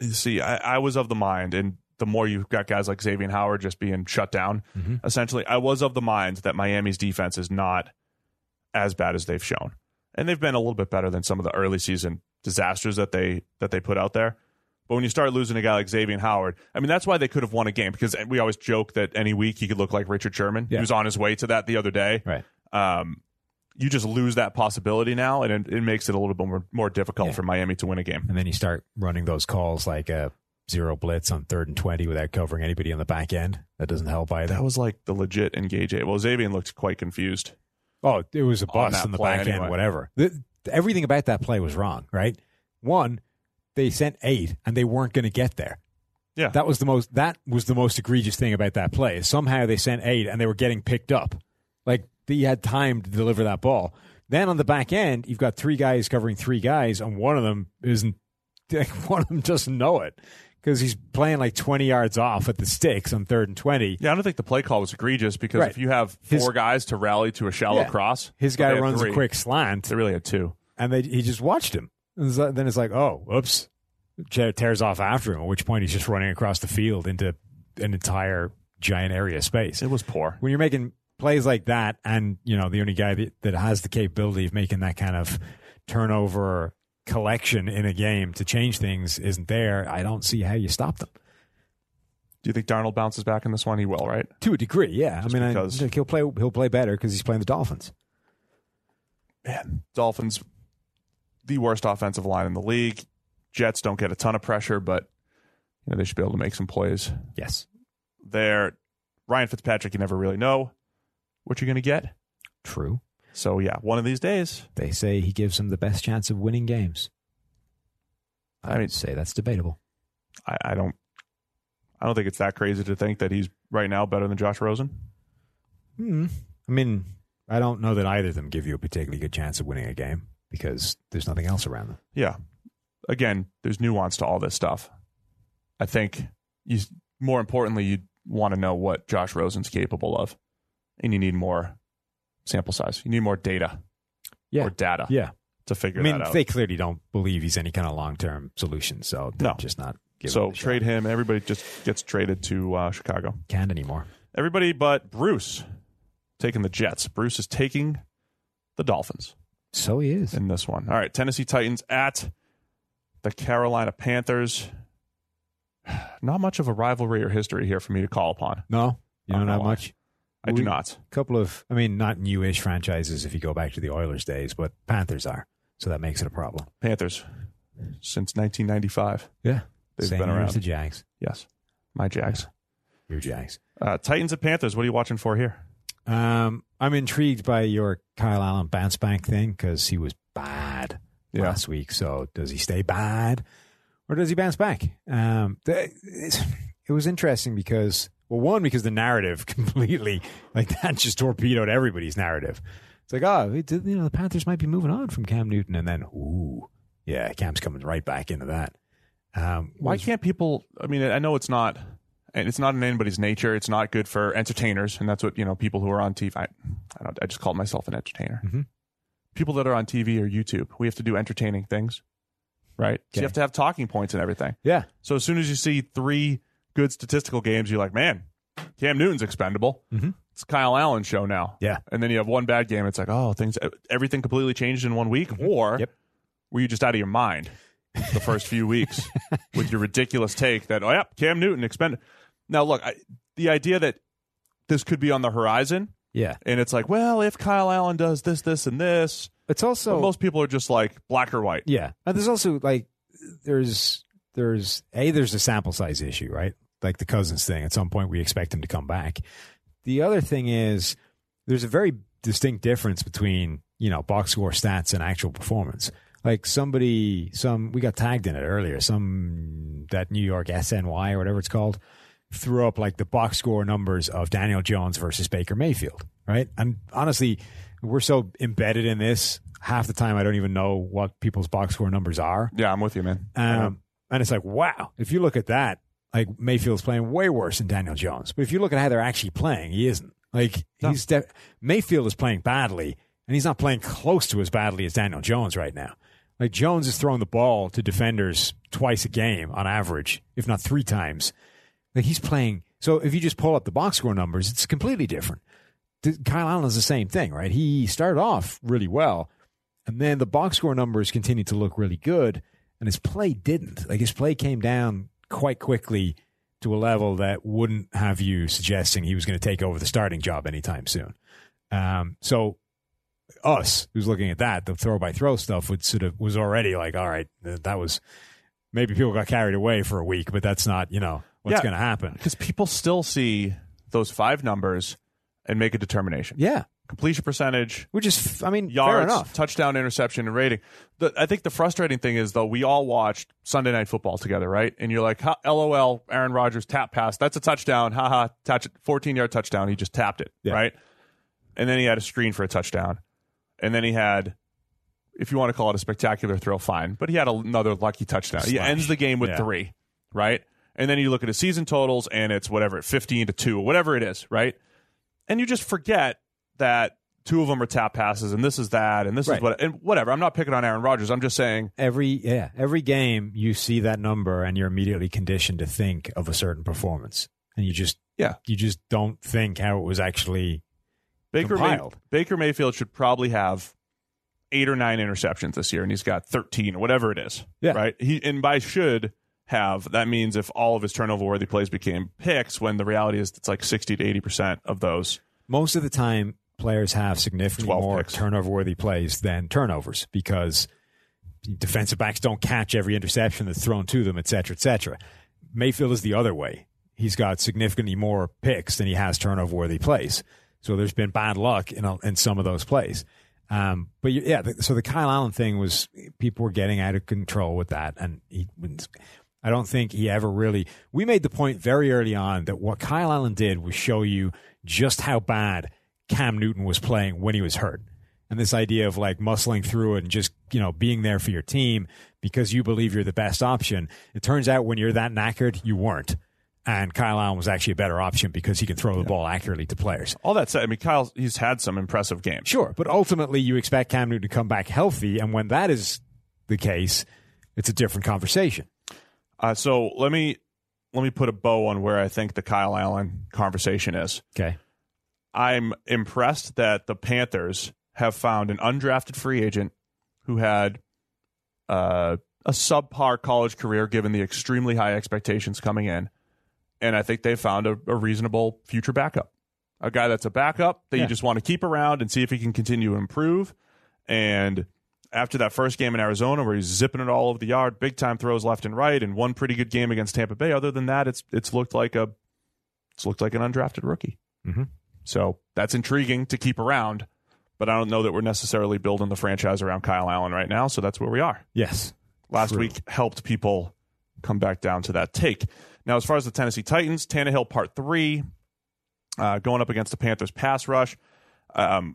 Speaker 1: see, I, I was of the mind, and the more you've got guys like Xavier Howard just being shut down,
Speaker 2: Mhm.
Speaker 1: essentially, I was of the mind that Miami's defense is not as bad as they've shown, and they've been a little bit better than some of the early season disasters that they that they put out there. But when you start losing a guy like Xavier Howard, I mean, that's why they could have won a game because we always joke that any week he could look like Richard Sherman.
Speaker 2: Yeah.
Speaker 1: He was on his way to that the other day.
Speaker 2: Right.
Speaker 1: Um, you just lose that possibility now, and it, it makes it a little bit more, more difficult
Speaker 2: Yeah.
Speaker 1: for Miami to win a game.
Speaker 2: And then you start running those calls like a zero blitz on third and 20 without covering anybody on the back end. That doesn't help either.
Speaker 1: That was like the legit engage. eight. Well, Xavier looked quite confused.
Speaker 2: Oh, it was a
Speaker 1: On
Speaker 2: bust
Speaker 1: that
Speaker 2: on the
Speaker 1: play
Speaker 2: back end,
Speaker 1: anyway.
Speaker 2: whatever. The, everything about that play was wrong, right? One, they sent eight and they weren't going to get there.
Speaker 1: Yeah.
Speaker 2: That was the most that was the most egregious thing about that play. is Somehow they sent eight and they were getting picked up. Like they had time to deliver that ball. Then on the back end, you've got three guys covering three guys, and one of them isn't one of them doesn't know it because he's playing like twenty yards off at the sticks on third and twenty.
Speaker 1: Yeah, I don't think the play call was egregious because
Speaker 2: Right.
Speaker 1: if you have four
Speaker 2: His-
Speaker 1: guys to rally to a shallow
Speaker 2: Yeah.
Speaker 1: cross,
Speaker 2: His
Speaker 1: but
Speaker 2: guy
Speaker 1: they had
Speaker 2: runs
Speaker 1: three.
Speaker 2: a quick slant.
Speaker 1: They really had two.
Speaker 2: and they, he just watched him. And so- then it's like, oh, oops, Te- tears off after him. At which point he's just running across the field into an entire giant area of space.
Speaker 1: It was poor.
Speaker 2: When you're making plays like that, and you know the only guy that, that has the capability of making that kind of turnover collection in a game to change things isn't there, I don't see how you stop them.
Speaker 1: Do you think Darnold bounces back in this one? He will, right?
Speaker 2: To a degree, yeah.
Speaker 1: Just
Speaker 2: I mean,
Speaker 1: because-
Speaker 2: I, he'll play he'll play better because he's playing the Dolphins.
Speaker 1: Man, Dolphins, the worst offensive line in the league. Jets don't get a ton of pressure, but you know they should be able to make some plays
Speaker 2: Yes,
Speaker 1: there. Ryan Fitzpatrick, you never really know what you're going to get.
Speaker 2: true.
Speaker 1: So yeah, one of these days,
Speaker 2: They say he gives them the best chance of winning games. I,
Speaker 1: I
Speaker 2: would
Speaker 1: mean-
Speaker 2: say that's debatable.
Speaker 1: I, I don't, I don't think it's that crazy to think that he's right now better than Josh Rosen.
Speaker 2: Hmm. I mean, I don't know that either of them give you a particularly good chance of winning a game because there's nothing else around them.
Speaker 1: yeah again there's nuance to all this stuff i think you more importantly you want to know what josh rosen's capable of and you need more sample size you need more data
Speaker 2: Yeah.
Speaker 1: or data
Speaker 2: Yeah.
Speaker 1: to Ah, figure
Speaker 2: I mean,
Speaker 1: that out
Speaker 2: they clearly don't believe he's any kind of long term solution, so they're
Speaker 1: No.
Speaker 2: just not giving
Speaker 1: so
Speaker 2: him the shot.
Speaker 1: trade him everybody just gets traded to uh, chicago
Speaker 2: Can't anymore.
Speaker 1: everybody but bruce taking the jets bruce is taking the dolphins
Speaker 2: So he is.
Speaker 1: in this one. All right, Tennessee Titans at the Carolina Panthers. Not much of a rivalry or history here for me to call upon.
Speaker 2: No, you
Speaker 1: I
Speaker 2: don't
Speaker 1: don't
Speaker 2: know
Speaker 1: know
Speaker 2: much.
Speaker 1: I do
Speaker 2: We-
Speaker 1: not.
Speaker 2: couple of, I mean, not newish franchises if you go back to the Oilers days, but Panthers are, so that makes it a problem.
Speaker 1: Panthers since 1995.
Speaker 2: Yeah,
Speaker 1: They've
Speaker 2: same
Speaker 1: been
Speaker 2: year as
Speaker 1: around.
Speaker 2: the Jags.
Speaker 1: Yes, my Jags.
Speaker 2: Your Jags.
Speaker 1: Uh, Titans at Panthers. What are you watching for here?
Speaker 2: Um, I'm intrigued by your Kyle Allen bounce back thing because he was bad
Speaker 1: Yeah.
Speaker 2: last week. So does he stay bad or does he bounce back? Um, th- it's- it was interesting because, well, one, because the narrative completely, like that just torpedoed everybody's narrative. It's like, oh, it, did- you know, the Panthers might be moving on from Cam Newton. And then, ooh, yeah, Cam's coming right back into that. Um,
Speaker 1: Why
Speaker 2: was-
Speaker 1: can't people? I mean, I know it's not, and it's not in anybody's nature. It's not good for entertainers, and that's what you know. People who are on TV, I, I, don't, I just called myself an entertainer.
Speaker 2: Mhm.
Speaker 1: People that are on TV or YouTube, we have to do entertaining things, right? So
Speaker 2: Okay.
Speaker 1: you have to have talking points and everything.
Speaker 2: yeah,
Speaker 1: So as soon as you see three good statistical games, you're like, man, Cam Newton's expendable.
Speaker 2: Mhm.
Speaker 1: It's Kyle Allen's show now.
Speaker 2: Yeah.
Speaker 1: And then you have one bad game. It's like, oh, things, everything completely changed in one week. Or
Speaker 2: Yep.
Speaker 1: were you just out of your mind the first few weeks with your ridiculous take that, oh, yeah, Cam Newton expendable. Now, look, I, the idea that this could be on the horizon,
Speaker 2: yeah.
Speaker 1: and it's like, well, if Kyle Allen does this, this, and this,
Speaker 2: It's also
Speaker 1: but most people are just like black or white.
Speaker 2: Yeah, and there's also like there's there's a there's a sample size issue, right? Like the Cousins thing. At some point, we expect him to come back. The other thing is there's a very distinct difference between you know box score stats and actual performance. Like somebody, some we got tagged in it earlier. Some that New York SNY or whatever it's called threw up like the box score numbers of Daniel Jones versus Baker Mayfield, right? And honestly, we're so embedded in this half the time I don't even know what people's box score numbers are.
Speaker 1: Yeah, I'm with you, man.
Speaker 2: Um, and it's like, wow, if you look at that, like Mayfield's playing way worse than Daniel Jones. But if you look at how they're actually playing, he isn't. Like
Speaker 1: No.
Speaker 2: he's de- Mayfield is playing badly, and he's not playing close to as badly as Daniel Jones right now. Like Jones is throwing the ball to defenders twice a game on average, if not three times. Like he's playing. So if you just pull up the box score numbers, it's completely different. Th- Kyle Allen is the same thing, right? He started off really well, and then the box score numbers continued to look really good, and his play didn't. Like his play came down quite quickly to a level that wouldn't have you suggesting he was going to take over the starting job anytime soon. Um, so us who's looking at that, the throw by throw stuff would sort of was already like, all right, th- that was maybe people got carried away for a week, but that's not you know what's
Speaker 1: Yeah.
Speaker 2: going to happen.
Speaker 1: Because people still see those five numbers and make a determination.
Speaker 2: Yeah,
Speaker 1: Completion percentage,
Speaker 2: which is f- I mean fair
Speaker 1: yards,
Speaker 2: enough.
Speaker 1: touchdown, interception, and rating. The, I think the frustrating thing is though we all watched Sunday Night Football together, right? And you're like, "Ha- "LOL, Aaron Rodgers tap pass. That's a touchdown. Haha, touch 14 yard touchdown. He just tapped it,
Speaker 2: Yeah.
Speaker 1: right? And then he had a screen for a touchdown, and then he had. If you want to call it a spectacular throw, fine. But he had another lucky touchdown. He
Speaker 2: Slash.
Speaker 1: ends the game with
Speaker 2: Yeah.
Speaker 1: three, right? And then you look at his season totals, and it's whatever, fifteen to two, whatever it is, right? and you just forget that two of them are tap passes and this is that and this
Speaker 2: Right.
Speaker 1: is what and whatever. I'm not picking on Aaron Rodgers. I'm just saying
Speaker 2: Every yeah, every game you see that number and you're immediately conditioned to think of a certain performance, and you just
Speaker 1: Yeah.
Speaker 2: you just don't think how it was actually
Speaker 1: Baker May-
Speaker 2: Compiled.
Speaker 1: Baker Mayfield should probably have eight or nine interceptions this year and he's got 13 or whatever it is.
Speaker 2: Yeah.
Speaker 1: Right? He and by should have that means if all of his turnover worthy plays became picks when the reality is it's like 60 to 80% of those.
Speaker 2: most of the time players have significantly
Speaker 1: 12
Speaker 2: more
Speaker 1: picks.
Speaker 2: turnover worthy plays than turnovers because defensive backs don't catch every interception that's thrown to them, et cetera, et cetera. Mayfield is the other way. He's got significantly more picks than he has turnover worthy plays. So there's been bad luck in, a, in some of those plays. Um, but you- yeah, the, so the Kyle Allen thing was people were getting out of control with that, and he wouldn't. I don't think he ever really. We made the point very early on that what Kyle Allen did was show you just how bad Cam Newton was playing when he was hurt. And this idea of like muscling through it and just, you know, being there for your team because you believe you're the best option. It turns out when you're that knackered, you weren't. And Kyle Allen was actually a better option because he can throw the ball accurately to players.
Speaker 1: All that said, I mean Kyle he's had some impressive games.
Speaker 2: Sure. But ultimately, you expect Cam Newton to come back healthy. And when that is the case, it's a different conversation.
Speaker 1: Uh, so let me let me put a bow on where I think the Kyle Allen conversation is.
Speaker 2: Okay.
Speaker 1: I'm impressed that the Panthers have found an undrafted free agent who had uh, a subpar college career given the extremely high expectations coming in. And I think they found a, a reasonable future backup. A guy that's a backup that
Speaker 2: Yeah.
Speaker 1: you just want to keep around and see if he can continue to improve. And after that first game in Arizona where he's zipping it all over the yard, big time throws left and right, and one pretty good game against Tampa Bay. Other than that, it's it's looked like a it's looked like an undrafted rookie.
Speaker 2: Mhm.
Speaker 1: So that's intriguing to keep around, but I don't know that we're necessarily building the franchise around Kyle Allen right now. So that's where we are.
Speaker 2: Yes.
Speaker 1: Last
Speaker 2: True.
Speaker 1: week helped people come back down to that take. Now, as far as the Tennessee Titans, Tannehill part three, uh, going up against the Panthers pass rush. Um,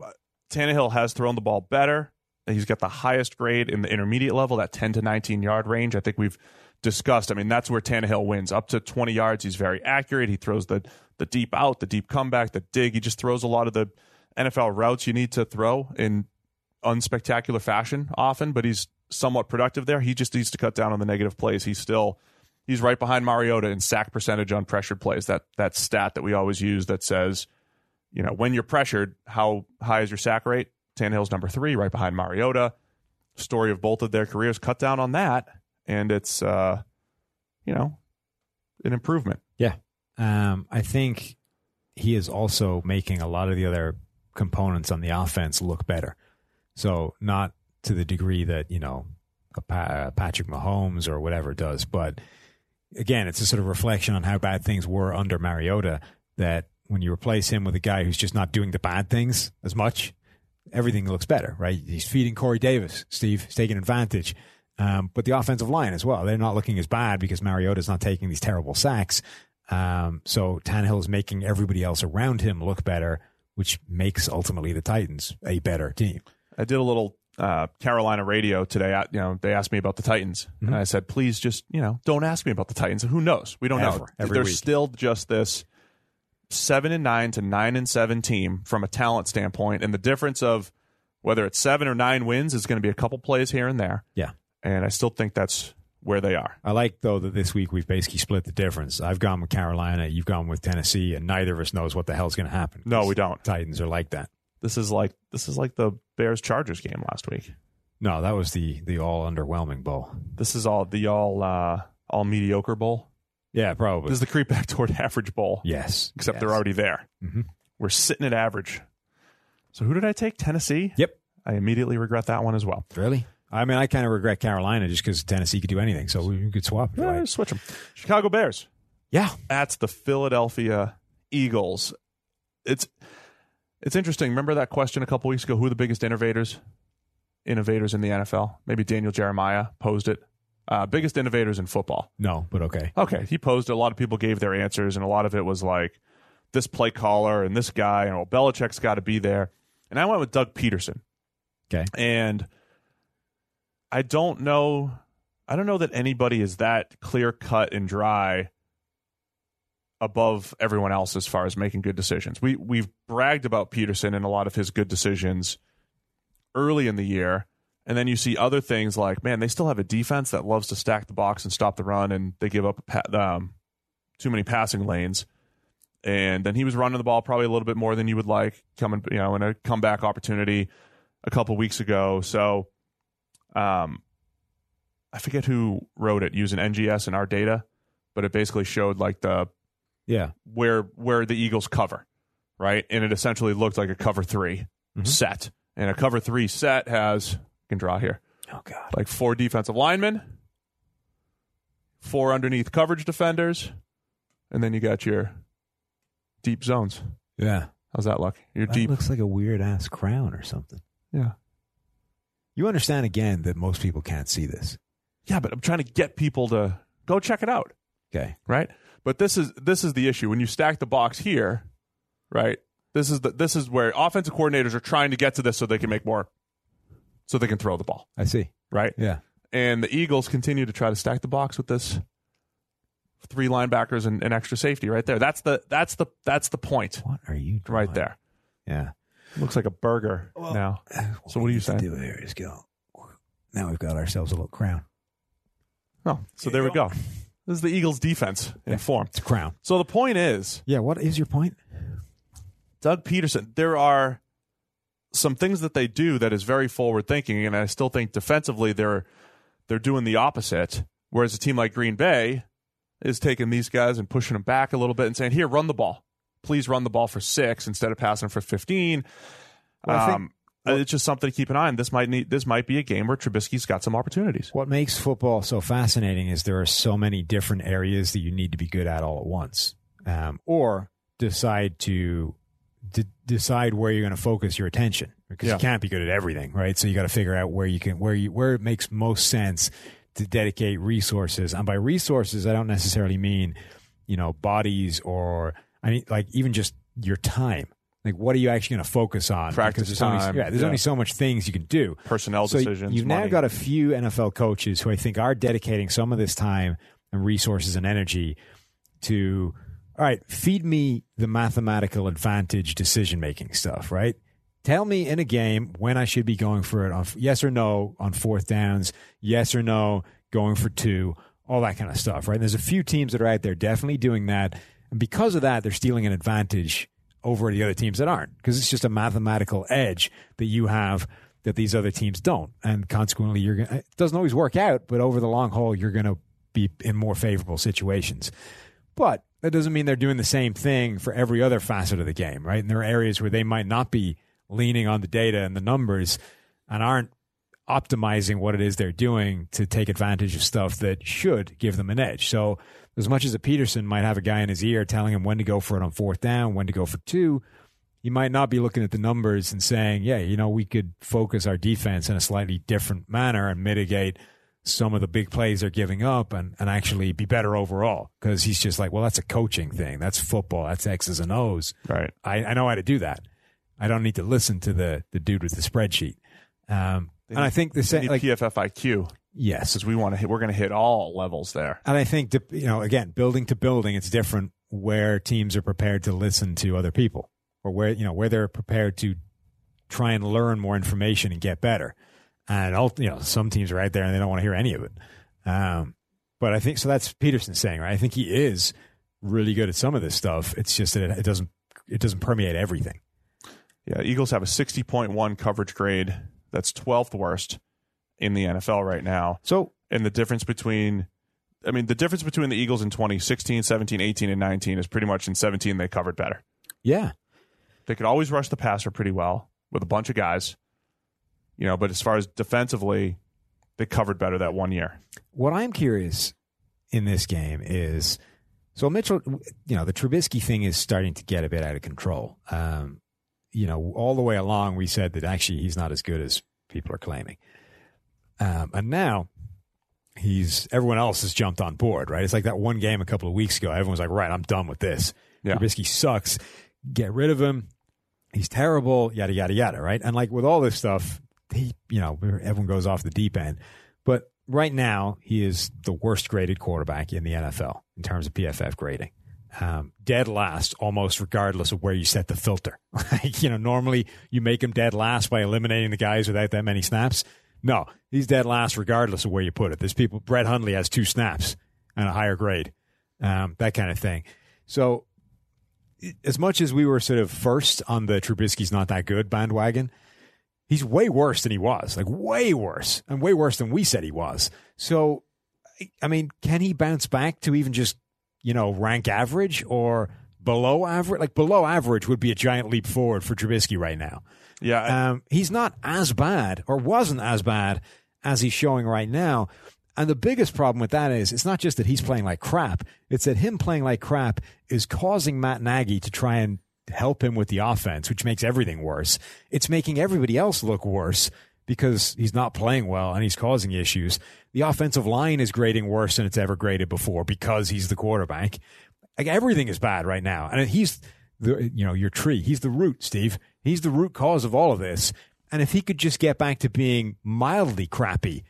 Speaker 1: Tannehill has thrown the ball better. He's got the highest grade in the intermediate level, that 10 to 19 yard range. I think we've discussed. I mean, that's where Tannehill wins. Up to 20 yards, he's very accurate. He throws the the deep out, the deep comeback, the dig. He just throws a lot of the NFL routes you need to throw in unspectacular fashion often, but he's somewhat productive there. He just needs to cut down on the negative plays. He's still he's right behind Mariota in sack percentage on pressured plays. That that stat that we always use that says, you know, when you're pressured, how high is your sack rate? Tannehill's number three, right behind Mariota. Story of both of their careers. Cut down on that, and it's uh, you know, an improvement.
Speaker 2: Um, I think he is also making a lot of the other components on the offense look better. So not to the degree that you know a pa- uh, Patrick Mahomes or whatever does, but again, it's a sort of reflection on how bad things were under Mariota. That when you replace him with a guy who's just not doing the bad things as much, everything looks better, right? He's feeding Corey Davis. Steve is taking advantage. Um, but the offensive line as well. They're not looking as bad because Mariota's not taking these terrible sacks. Um, so Tannehill's making everybody else around him look better, which makes ultimately the Titans a better team.
Speaker 1: I did a little uh, Carolina radio today. I, you know, they asked me about the Titans,
Speaker 2: Mm-hmm.
Speaker 1: and I said, please just you know, don't ask me about the Titans. Who knows? We don't know.
Speaker 2: Ever. Every
Speaker 1: They're
Speaker 2: week.
Speaker 1: still just this seven and nine to nine and seven team from a talent standpoint, and the difference of whether it's seven or nine wins, is going to be a couple plays here and there.
Speaker 2: Yeah.
Speaker 1: And I still think that's where they are.
Speaker 2: I like though that this week we've basically split the difference. I've gone with Carolina, you've gone with Tennessee, and neither of us knows what the hell's going to happen.
Speaker 1: No, we don't.
Speaker 2: Titans are like that.
Speaker 1: This is like this is like the Bears Chargers game last week.
Speaker 2: No, that was the the all underwhelming bowl.
Speaker 1: This is all the all uh, all mediocre bowl.
Speaker 2: Yeah, probably.
Speaker 1: This is the creep back toward average bowl.
Speaker 2: yes,
Speaker 1: Except
Speaker 2: yes.
Speaker 1: they're already there.
Speaker 2: Mhm.
Speaker 1: We're sitting at average. So who did I take? Tennessee.
Speaker 2: Yep.
Speaker 1: I immediately regret that one as well.
Speaker 2: Really? I mean, I kind of regret Carolina just because Tennessee could do anything, so we could swap. if you
Speaker 1: Yeah,
Speaker 2: like.
Speaker 1: Eh, switch them. Chicago Bears.
Speaker 2: Yeah,
Speaker 1: That's the Philadelphia Eagles. It's it's interesting. Remember that question a couple weeks ago? Who are the biggest innovators? Innovators in the NFL? Maybe Daniel Jeremiah posed it. Uh, biggest innovators in football.
Speaker 2: no, but okay.
Speaker 1: Okay, he posed. it. A lot of people gave their answers, and a lot of it was like this play caller and this guy, and well, Belichick's got to be there. And I went with Doug Peterson.
Speaker 2: Okay.
Speaker 1: and I don't know. I don't know that anybody is that clear cut and dry above everyone else as far as making good decisions. We we've bragged about Peterson and a lot of his good decisions early in the year. And then you see other things like, man, they still have a defense that loves to stack the box and stop the run, and they give up a pa- um, too many passing lanes. And then he was running the ball probably a little bit more than you would like coming, you know, in a comeback opportunity a couple weeks ago. So, um, I forget who wrote it using NGS and our data, but it basically showed like the
Speaker 2: Yeah,
Speaker 1: where where the Eagles cover, right? And it essentially looked like a cover 3
Speaker 2: Mhm.
Speaker 1: set, and a cover three set has I can draw here
Speaker 2: Oh God.
Speaker 1: like four defensive linemen, four underneath coverage defenders, and then you got your deep zones.
Speaker 2: Yeah.
Speaker 1: How's that look? Your
Speaker 2: That
Speaker 1: deep,
Speaker 2: looks like a weird ass crown or something.
Speaker 1: yeah,
Speaker 2: You understand again that most people can't see this.
Speaker 1: yeah. But I'm trying to get people to go check it out.
Speaker 2: Okay.
Speaker 1: right? But this is this is the issue when you stack the box here, right? This is the this is where offensive coordinators are trying to get to this so they can make more, so they can throw the ball,
Speaker 2: I see.
Speaker 1: right?
Speaker 2: Yeah.
Speaker 1: And the Eagles continue to try to stack the box with this three linebackers and, and extra safety right there. That's the that's the that's the point
Speaker 2: What are you doing?
Speaker 1: right there.
Speaker 2: Yeah.
Speaker 1: Looks like a burger
Speaker 2: Well-
Speaker 1: now. So what do
Speaker 2: we
Speaker 1: you
Speaker 2: need to
Speaker 1: say?
Speaker 2: Do here is go. Now we've got ourselves a little crown.
Speaker 1: Oh, so there we go. This is the Eagles defense in form.
Speaker 2: It's a crown.
Speaker 1: So the point is,
Speaker 2: Yeah. What is your point?
Speaker 1: Doug Peterson, there are some things that they do that is very forward thinking, and I still think defensively they're they're doing the opposite. Whereas a team like Green Bay is taking these guys and pushing them back a little bit and saying, "Here, run the ball. Please run the ball for six instead of passing for 15.
Speaker 2: Well, I think-
Speaker 1: um, it's just something to keep an eye on. This might need. This might be a game where Trubisky's got some opportunities.
Speaker 2: What makes football so fascinating is there are so many different areas that you need to be good at all at once, um, or decide to d- decide where you're going to focus your attention because
Speaker 1: Yeah.
Speaker 2: you can't be good at everything, right? So you got to figure out where you can where you where it makes most sense to dedicate resources. And by resources, I don't necessarily mean you know bodies or I mean like even just your time. Like, what are you actually going to focus on?
Speaker 1: Practice
Speaker 2: Because there's
Speaker 1: time.
Speaker 2: Only, yeah, there's
Speaker 1: Yeah.
Speaker 2: only so much things you can do
Speaker 1: Personnel
Speaker 2: so
Speaker 1: decisions.
Speaker 2: You've now
Speaker 1: money.
Speaker 2: got a few NFL coaches who I think are dedicating some of this time and resources and energy to, all right, feed me the mathematical advantage decision making stuff, right? Tell me in a game when I should be going for it on yes or no on fourth downs, yes or no going for two, all that kind of stuff, right? And there's a few teams that are out there definitely doing that. And because of that, they're stealing an advantage over the other teams that aren't because it's just a mathematical edge that you have that these other teams don't and consequently you're gonna it doesn't always work out but over the long haul you're gonna be in more favorable situations but that doesn't mean they're doing the same thing for every other facet of the game right and there are areas where they might not be leaning on the data and the numbers and aren't optimizing what it is they're doing to take advantage of stuff that should give them an edge. So, as much as a Peterson might have a guy in his ear telling him when to go for it on fourth down, when to go for two, he might not be looking at the numbers and saying, yeah, you know, we could focus our defense in a slightly different manner and mitigate some of the big plays they're giving up and, and actually be better overall. Because he's just like, well, that's a coaching thing. That's football. That's X's and O's.
Speaker 1: right.
Speaker 2: I, I know how to do that. I don't need to listen to the, the dude with the spreadsheet. Um,
Speaker 1: They
Speaker 2: and I think the
Speaker 1: They
Speaker 2: same,
Speaker 1: need
Speaker 2: like,
Speaker 1: PFFIQ
Speaker 2: yes.
Speaker 1: because we want to hit. We're going to hit all levels there.
Speaker 2: And I think, dep- you know, again, building to building, it's different where teams are prepared to listen to other people or where, you know, where they're prepared to try and learn more information and get better. And ult- you know, some teams are out there and they don't want to hear any of it. Um, but I think so. That's Peterson saying, right? I think he is really good at some of this stuff. It's just that it, it doesn't it doesn't permeate everything.
Speaker 1: Yeah, Eagles have a 60.1 coverage grade. That's 12th worst in the NFL right now.
Speaker 2: So
Speaker 1: And the difference between I mean, the difference between the Eagles in 2016, 17, 18 and 19 is pretty much in 17 they covered better.
Speaker 2: yeah,
Speaker 1: They could always rush the passer pretty well with a bunch of guys. You know, but as far as defensively, they covered better that one year.
Speaker 2: what I'm curious in this game is so Mitchell, you know, the Trubisky thing is starting to get a bit out of control. Um, you know, all the way along, we said that actually he's not as good as people are claiming. Um, and now he's everyone else has jumped on board, right? It's like that one game a couple of weeks ago. Everyone's like, right, I'm done with this.
Speaker 1: Yeah.
Speaker 2: Trubisky sucks. Get rid of him. He's terrible. Yada yada yada. Right. And like with all this stuff, he, you know, everyone goes off the deep end. But right now, he is the worst graded quarterback in the NFL in terms of PFF grading. Um, dead last, almost regardless of where you set the filter. like, you know, normally you make him dead last by eliminating the guys without that many snaps. No, he's dead last regardless of where you put it. There's people, Brett Hundley has two snaps and a higher grade, um, that kind of thing. So, i- as much as we were sort of first on the Trubisky's not that good bandwagon, he's way worse than he was, like way worse, and way worse than we said he was. So, I- I mean, can he bounce back to even just you know rank average or below average? Like below average would be a giant leap forward for Trubisky right now.
Speaker 1: Yeah,
Speaker 2: Um, he's not as bad or wasn't as bad as he's showing right now. And the biggest problem with that is it's not just that he's playing like crap, it's that him playing like crap is causing Matt Nagy to try and help him with the offense, which makes everything worse. It's making everybody else look worse because he's not playing well and he's causing issues. The offensive line is grading worse than it's ever graded before because he's the quarterback. Like everything is bad right now. And he's the you know your tree. He's the root, Steve. He's the root cause of all of this. And if he could just get back to being mildly crappy,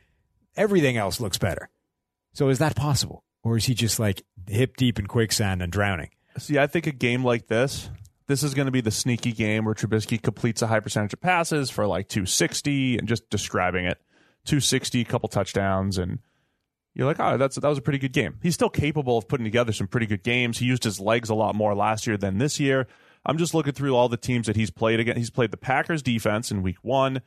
Speaker 2: everything else looks better. So is that possible, or is he just like hip deep in quicksand and drowning?
Speaker 1: See, I think a game like this, this is going to be the sneaky game where Trubisky completes a high percentage of passes for like 260 and just describing it 260, a couple touchdowns. And you're like, oh, that's, that was a pretty good game. He's still capable of putting together some pretty good games. He used his legs a lot more last year than this year. I'm just looking through all the teams that he's played against. He's played the Packers defense in week one.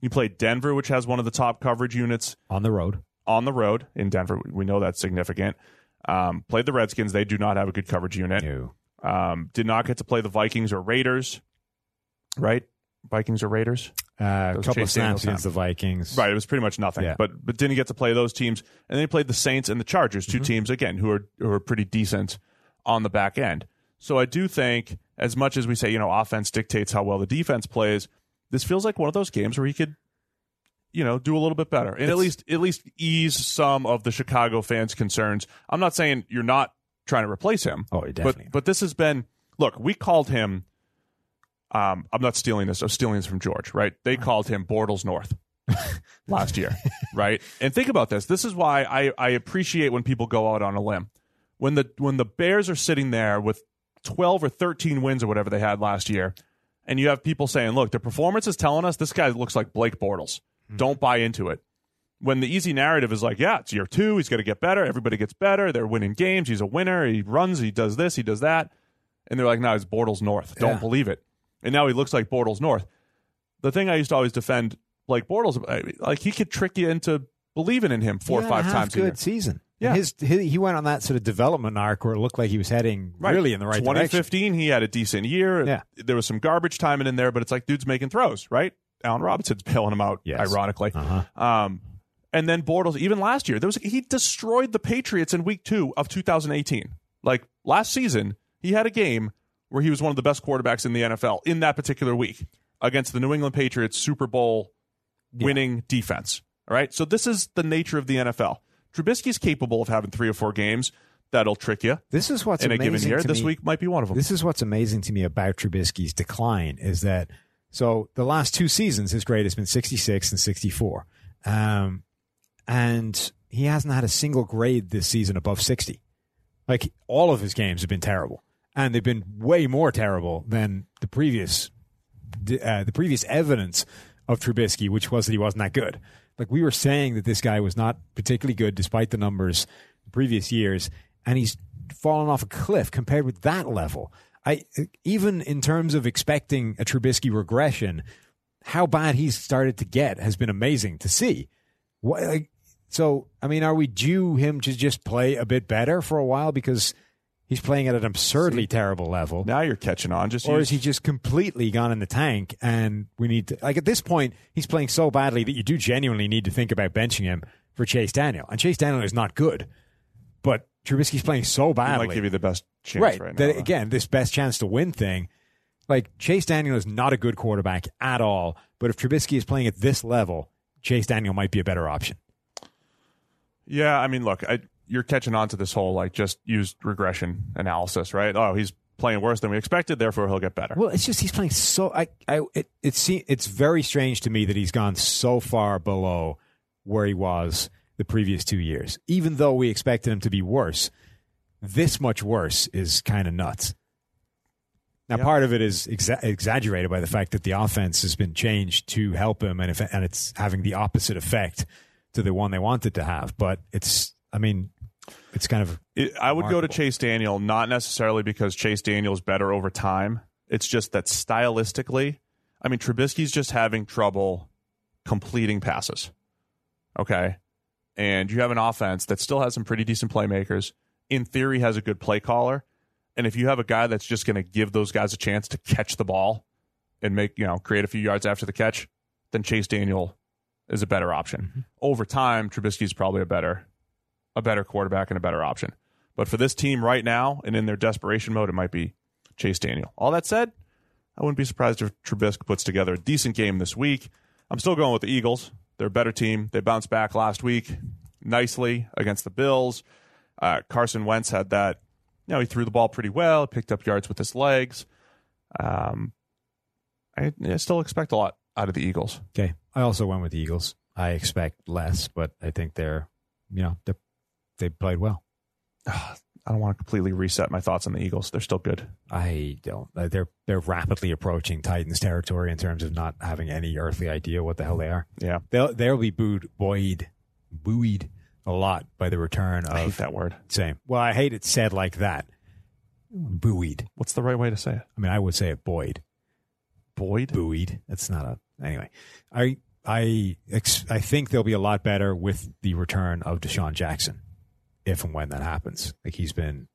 Speaker 1: He played Denver, which has one of the top coverage units
Speaker 2: On the road,
Speaker 1: on the road in Denver. We know that's significant. Um, played the Redskins. They do not have a good coverage unit.
Speaker 2: no.
Speaker 1: Um, did not get to play the Vikings or Raiders, right? Vikings or Raiders,
Speaker 2: Uh, a
Speaker 1: Those
Speaker 2: couple of
Speaker 1: Chase Daniel
Speaker 2: snaps against the Vikings.
Speaker 1: right? It was pretty much nothing,
Speaker 2: Yeah.
Speaker 1: but but didn't get to play those teams, and then he played the Saints and the Chargers, 2 teams again who are who are pretty decent on the back end. So I do think, as much as we say, you know, offense dictates how well the defense plays, this feels like one of those games where he could, you know, do a little bit better, and at
Speaker 2: It's-
Speaker 1: least at least ease some of the Chicago fans' concerns. I'm not saying you're not trying to replace him,
Speaker 2: Oh, definitely.
Speaker 1: but but this has been look, we called him um I'm not stealing this, I'm stealing this from George, right? They called him Bortles North last year, right? And think about this. This is why I, I appreciate when people go out on a limb. When the when the Bears are sitting there with twelve or thirteen wins or whatever they had last year, and you have people saying, Look, the performance is telling us this guy looks like Blake Bortles.
Speaker 2: Hmm.
Speaker 1: Don't buy into it when the easy narrative is like, yeah, it's year two, he's going to get better, everybody gets better, they're winning games, he's a winner, he runs, he does this, he does that. And they're like, no, it's Bortles North. Don't
Speaker 2: Yeah.
Speaker 1: believe it. And now he looks like Bortles North. The thing I used to always defend, like Bortles, I mean, like he could trick you into believing in him four or
Speaker 2: He had
Speaker 1: five
Speaker 2: a half
Speaker 1: times a
Speaker 2: good
Speaker 1: year.
Speaker 2: season.
Speaker 1: Yeah.
Speaker 2: his, he he went on that sort of development arc where it looked like he was heading really in the right direction.
Speaker 1: 2015, he had a decent year.
Speaker 2: Yeah.
Speaker 1: There was some garbage timing in there, but it's like dude's making throws, right? Allen Robinson's bailing him out,
Speaker 2: Yes.
Speaker 1: ironically.
Speaker 2: Uh-huh.
Speaker 1: Um, and then Bortles, even last year, there was he destroyed the Patriots in Week Two of 2018. Like last season, he had a game where he was one of the best quarterbacks in the NFL in that particular week against the New England Patriots Super Bowl winning defense. All right, so this is the nature of the NFL. Trubisky's capable of having three or four games that'll trick you
Speaker 2: This is what's
Speaker 1: in a
Speaker 2: amazing
Speaker 1: given year.
Speaker 2: to
Speaker 1: This
Speaker 2: me.
Speaker 1: week might be one of them.
Speaker 2: This is what's amazing to me about Trubisky's decline is that so the last two seasons his grade has been 66 and 64, um, and he hasn't had a single grade this season above 60. Like all of his games have been terrible, and they've been way more terrible than the previous uh, the previous evidence of Trubisky, which was that he wasn't that good. Like we were saying that this guy was not particularly good despite the numbers the previous years, and he's fallen off a cliff compared with that level. I even in terms of expecting a Trubisky regression, how bad he's started to get has been amazing to see. What, like, so, I mean, are we due him to just play a bit better for a while because he's playing at an absurdly terrible level?
Speaker 1: Now you're catching on. Just
Speaker 2: Or
Speaker 1: use-
Speaker 2: is he just completely gone in the tank and we need to, like, at this point, he's playing so badly that you do genuinely need to think about benching him for Chase Daniel. And Chase Daniel is not good, but Trubisky's playing so
Speaker 1: he
Speaker 2: badly.
Speaker 1: might give you the best chance
Speaker 2: right.
Speaker 1: right, now.
Speaker 2: that,
Speaker 1: though.
Speaker 2: again, this best chance to win thing. Like, Chase Daniel is not a good quarterback at all, but if Trubisky is playing at this level, Chase Daniel might be a better option.
Speaker 1: Yeah, I mean, look, I, you're catching on to this whole like just use regression analysis, right? Oh, he's playing worse than we expected, therefore he'll get better.
Speaker 2: Well, it's just he's playing so. I, I, it, it se- it's very strange to me that he's gone so far below where he was the previous two years, even though we expected him to be worse. This much worse is kind of nuts. Now,
Speaker 1: Yeah.
Speaker 2: part of it is exa- exaggerated by the fact that the offense has been changed to help him, and if, and it's having the opposite effect to the one they wanted to have. But it's, I mean, it's kind of
Speaker 1: It, I would go to
Speaker 2: Remarkable.
Speaker 1: Chase Daniel, not necessarily because Chase Daniel's better over time. It's just that stylistically, I mean, Trubisky's just having trouble completing passes. Okay. And you have an offense that still has some pretty decent playmakers, in theory, has a good play caller. And if you have a guy that's just going to give those guys a chance to catch the ball and make, you know, create a few yards after the catch, then Chase Daniel is a better option. Over time, Trubisky's probably a better a better quarterback and a better option. But for this team right now and in their desperation mode, it might be Chase Daniel. All that said, I wouldn't be surprised if Trubisky puts together a decent game this week. I'm still going with the Eagles. They're a better team. They bounced back last week nicely against the Bills. Uh, Carson Wentz had that. You know, he threw the ball pretty well, picked up yards with his legs. Um, I, I still expect a lot out of the Eagles.
Speaker 2: Okay. I also went with the Eagles. I expect less, but I think they're, you know, they they played well.
Speaker 1: I don't want to completely reset my thoughts on the Eagles. They're still good.
Speaker 2: I don't. uh, They're they're rapidly approaching Titans territory in terms of not having any earthly idea what the hell they are.
Speaker 1: Yeah.
Speaker 2: They'll they'll be booed, buoyed, buoyed a lot by the return
Speaker 1: I hate
Speaker 2: of
Speaker 1: that word.
Speaker 2: same. Well, I hate it said like that. Buoyed.
Speaker 1: What's the right way to say it?
Speaker 2: I mean, I would say it buoyed.
Speaker 1: Boyd?
Speaker 2: buoyed. That's not a anyway. I I ex, I think they'll be a lot better with the return of Deshaun Jackson, if and when that happens. Like he's been,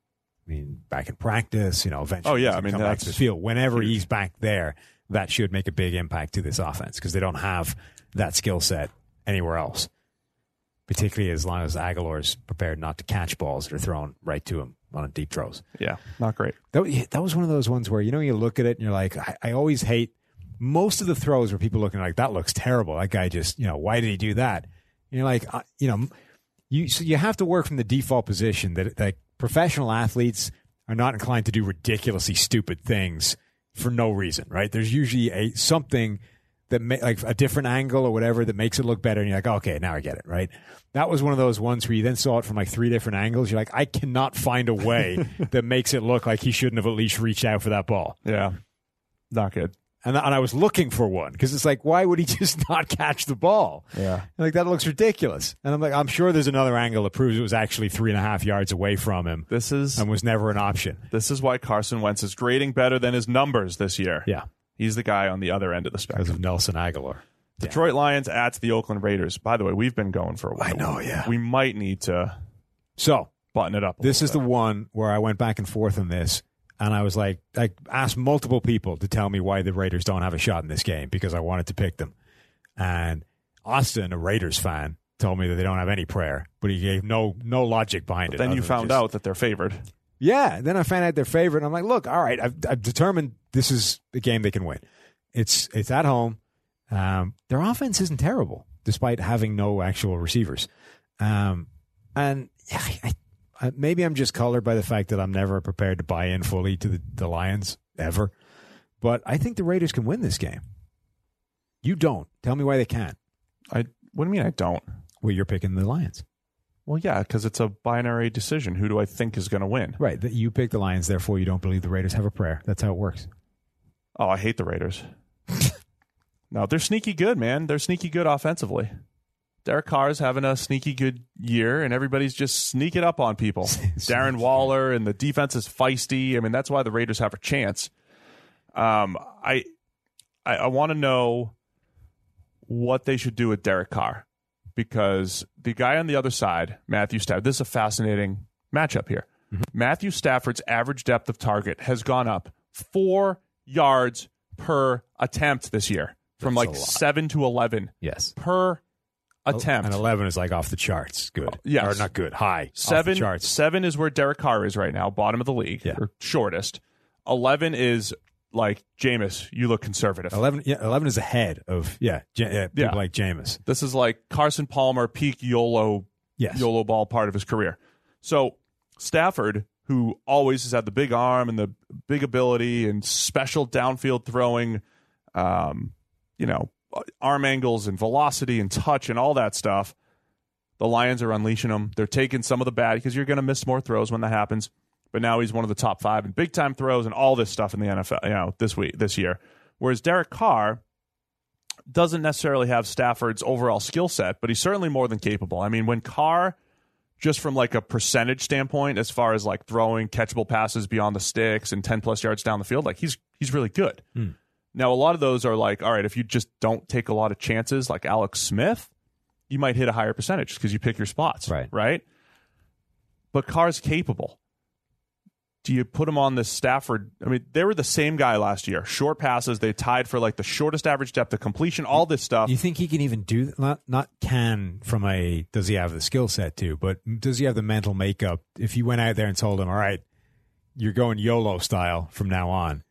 Speaker 2: I mean, back in practice. You know, eventually.
Speaker 1: Oh, yeah.
Speaker 2: he's
Speaker 1: I
Speaker 2: gonna
Speaker 1: mean,
Speaker 2: come back to the
Speaker 1: that's
Speaker 2: field whenever
Speaker 1: huge.
Speaker 2: he's back there, that should make a big impact to this offense because they don't have that skill set anywhere else. Particularly as long as Aguilar's prepared not to catch balls that are thrown right to him on deep throws.
Speaker 1: Yeah, not great.
Speaker 2: That, yeah, that was one of those ones where you know you look at it and you're like, I, I always hate most of the throws where people looking like that looks terrible. That guy just you know why did he do that? And you're like, I, you know, you so you have to work from the default position that that professional athletes are not inclined to do ridiculously stupid things for no reason, right? There's usually a something that ma- like a different angle or whatever that makes it look better, and you're like, okay, now I get it, right? That was one of those ones where you then saw it from like three different angles. You're like, I cannot find a way that makes it look like he shouldn't have at least reached out for that ball.
Speaker 1: Yeah, not good.
Speaker 2: And, and I was looking for one because it's like, why would he just not catch the ball?
Speaker 1: Yeah.
Speaker 2: Like that looks ridiculous. And I'm like, I'm sure there's another angle that proves it was actually three and a half yards away from him
Speaker 1: This is
Speaker 2: and was never an option.
Speaker 1: this is why Carson Wentz is grading better than his numbers this year.
Speaker 2: Yeah,
Speaker 1: He's the guy on the other end of the
Speaker 2: because
Speaker 1: spectrum.
Speaker 2: of Nelson Aguilar.
Speaker 1: Detroit Lions at the Oakland Raiders. By the way, we've been going for a while.
Speaker 2: I know, yeah.
Speaker 1: We might need to
Speaker 2: So
Speaker 1: button it up. a
Speaker 2: this is
Speaker 1: little
Speaker 2: the one where I went back and forth on this, and I was like, I asked multiple people to tell me why the Raiders don't have a shot in this game because I wanted to pick them. And Austin, a Raiders fan, told me that they don't have any prayer, but he gave no no logic behind
Speaker 1: bit.
Speaker 2: it.
Speaker 1: Then
Speaker 2: other
Speaker 1: you
Speaker 2: than
Speaker 1: found
Speaker 2: just-
Speaker 1: out that they're favored.
Speaker 2: yeah, then I found out their favorite, and I'm like, look, all right, I've, I've determined this is a game they can win. It's it's at home. Um, their offense isn't terrible, despite having no actual receivers. Um, and yeah, I, I, maybe I'm just colored by the fact that I'm never prepared to buy in fully to the, the Lions ever. But I think the Raiders can win this game. You don't. Tell me why they can't.
Speaker 1: I what do you mean I don't?
Speaker 2: Well, you're picking the Lions,
Speaker 1: Well, yeah, because it's a binary decision. Who do I think is going to win?
Speaker 2: right? That you pick the Lions, therefore you don't believe the Raiders have a prayer. That's how it works.
Speaker 1: Oh, I hate the Raiders. No, they're sneaky good, man. They're sneaky good offensively. Derek Carr's having a sneaky good year, and everybody's just sneaking up on people. Darren Waller and the defense is feisty. I mean, that's why the Raiders have a chance. Um, I, I, I want to know what they should do with Derek Carr because the guy on the other side, Matthew Stafford, this is a fascinating matchup here.
Speaker 3: Mm-hmm.
Speaker 1: Matthew Stafford's average depth of target has gone up four yards per attempt this year from
Speaker 3: That's a
Speaker 1: like
Speaker 3: lot.
Speaker 1: seven to 11
Speaker 3: Yes.
Speaker 1: per attempt. Oh,
Speaker 2: Oh, And 11 is like off the charts. Good.
Speaker 1: yes.
Speaker 2: Or not good. High. Off the
Speaker 1: Seven,
Speaker 2: charts.
Speaker 1: seven is where Derek Carr is right now, bottom of the league,
Speaker 2: Yeah.
Speaker 1: or shortest. 11 is like, Jameis, you look conservative.
Speaker 2: 11, yeah, 11 is ahead of, yeah, J- yeah people
Speaker 1: Yeah.
Speaker 2: like Jameis.
Speaker 1: This is like Carson Palmer peak YOLO
Speaker 2: Yes.
Speaker 1: YOLO ball part of his career. So Stafford, who always has had the big arm and the big ability and special downfield throwing, um, you know, arm angles and velocity and touch and all that stuff, the Lions are unleashing him. They're taking some of the bad because you're going to miss more throws when that happens. But now he's one of the top five in big time throws and all this stuff in the NFL, you know, this week, this year. Whereas Derek Carr, doesn't necessarily have Stafford's overall skill set, but he's certainly more than capable. I mean, when Carr, just from like a percentage standpoint, as far as like throwing catchable passes beyond the sticks and ten plus yards down the field, like he's he's really good.
Speaker 2: Hmm.
Speaker 1: Now a lot of those are like, all right, if you just don't take a lot of chances, like Alex Smith, you might hit a higher percentage because you pick your spots,
Speaker 3: Right.
Speaker 1: Right. But Carr's capable. Do you put him on this Stafford? I mean, they were the same guy last year. Short passes, they tied for like the shortest average depth of completion. All this stuff.
Speaker 2: Do you think he can even do th- not not can from a does he have the skill set to, but does he have the mental makeup? If you went out there and told him, "All right, you're going YOLO style from now on,"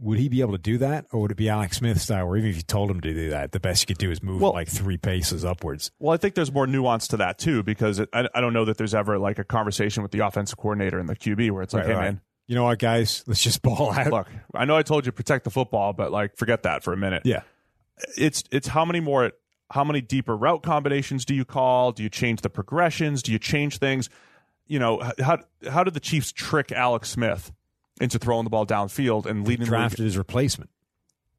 Speaker 2: would he be able to do that, or would it be Alex Smith style? Or even if you told him to do that, the best you could do is move
Speaker 1: Well-
Speaker 2: like three paces upwards.
Speaker 1: Well, I think there's more nuance to that too, because it, I, I don't know that there's ever like a conversation with the offensive coordinator and the QB where it's like,
Speaker 2: Right,
Speaker 1: hey
Speaker 2: right.
Speaker 1: man,
Speaker 2: You know what, guys? Let's just ball out.
Speaker 1: look, I know I told you protect the football, but like forget that for a minute.
Speaker 2: Yeah,
Speaker 1: It's it's how many more how many deeper route combinations do you call? Do you change the progressions? Do you change things? You know, h- how how did the Chiefs trick Alex Smith into throwing the ball downfield and leading the league
Speaker 2: drafted his replacement.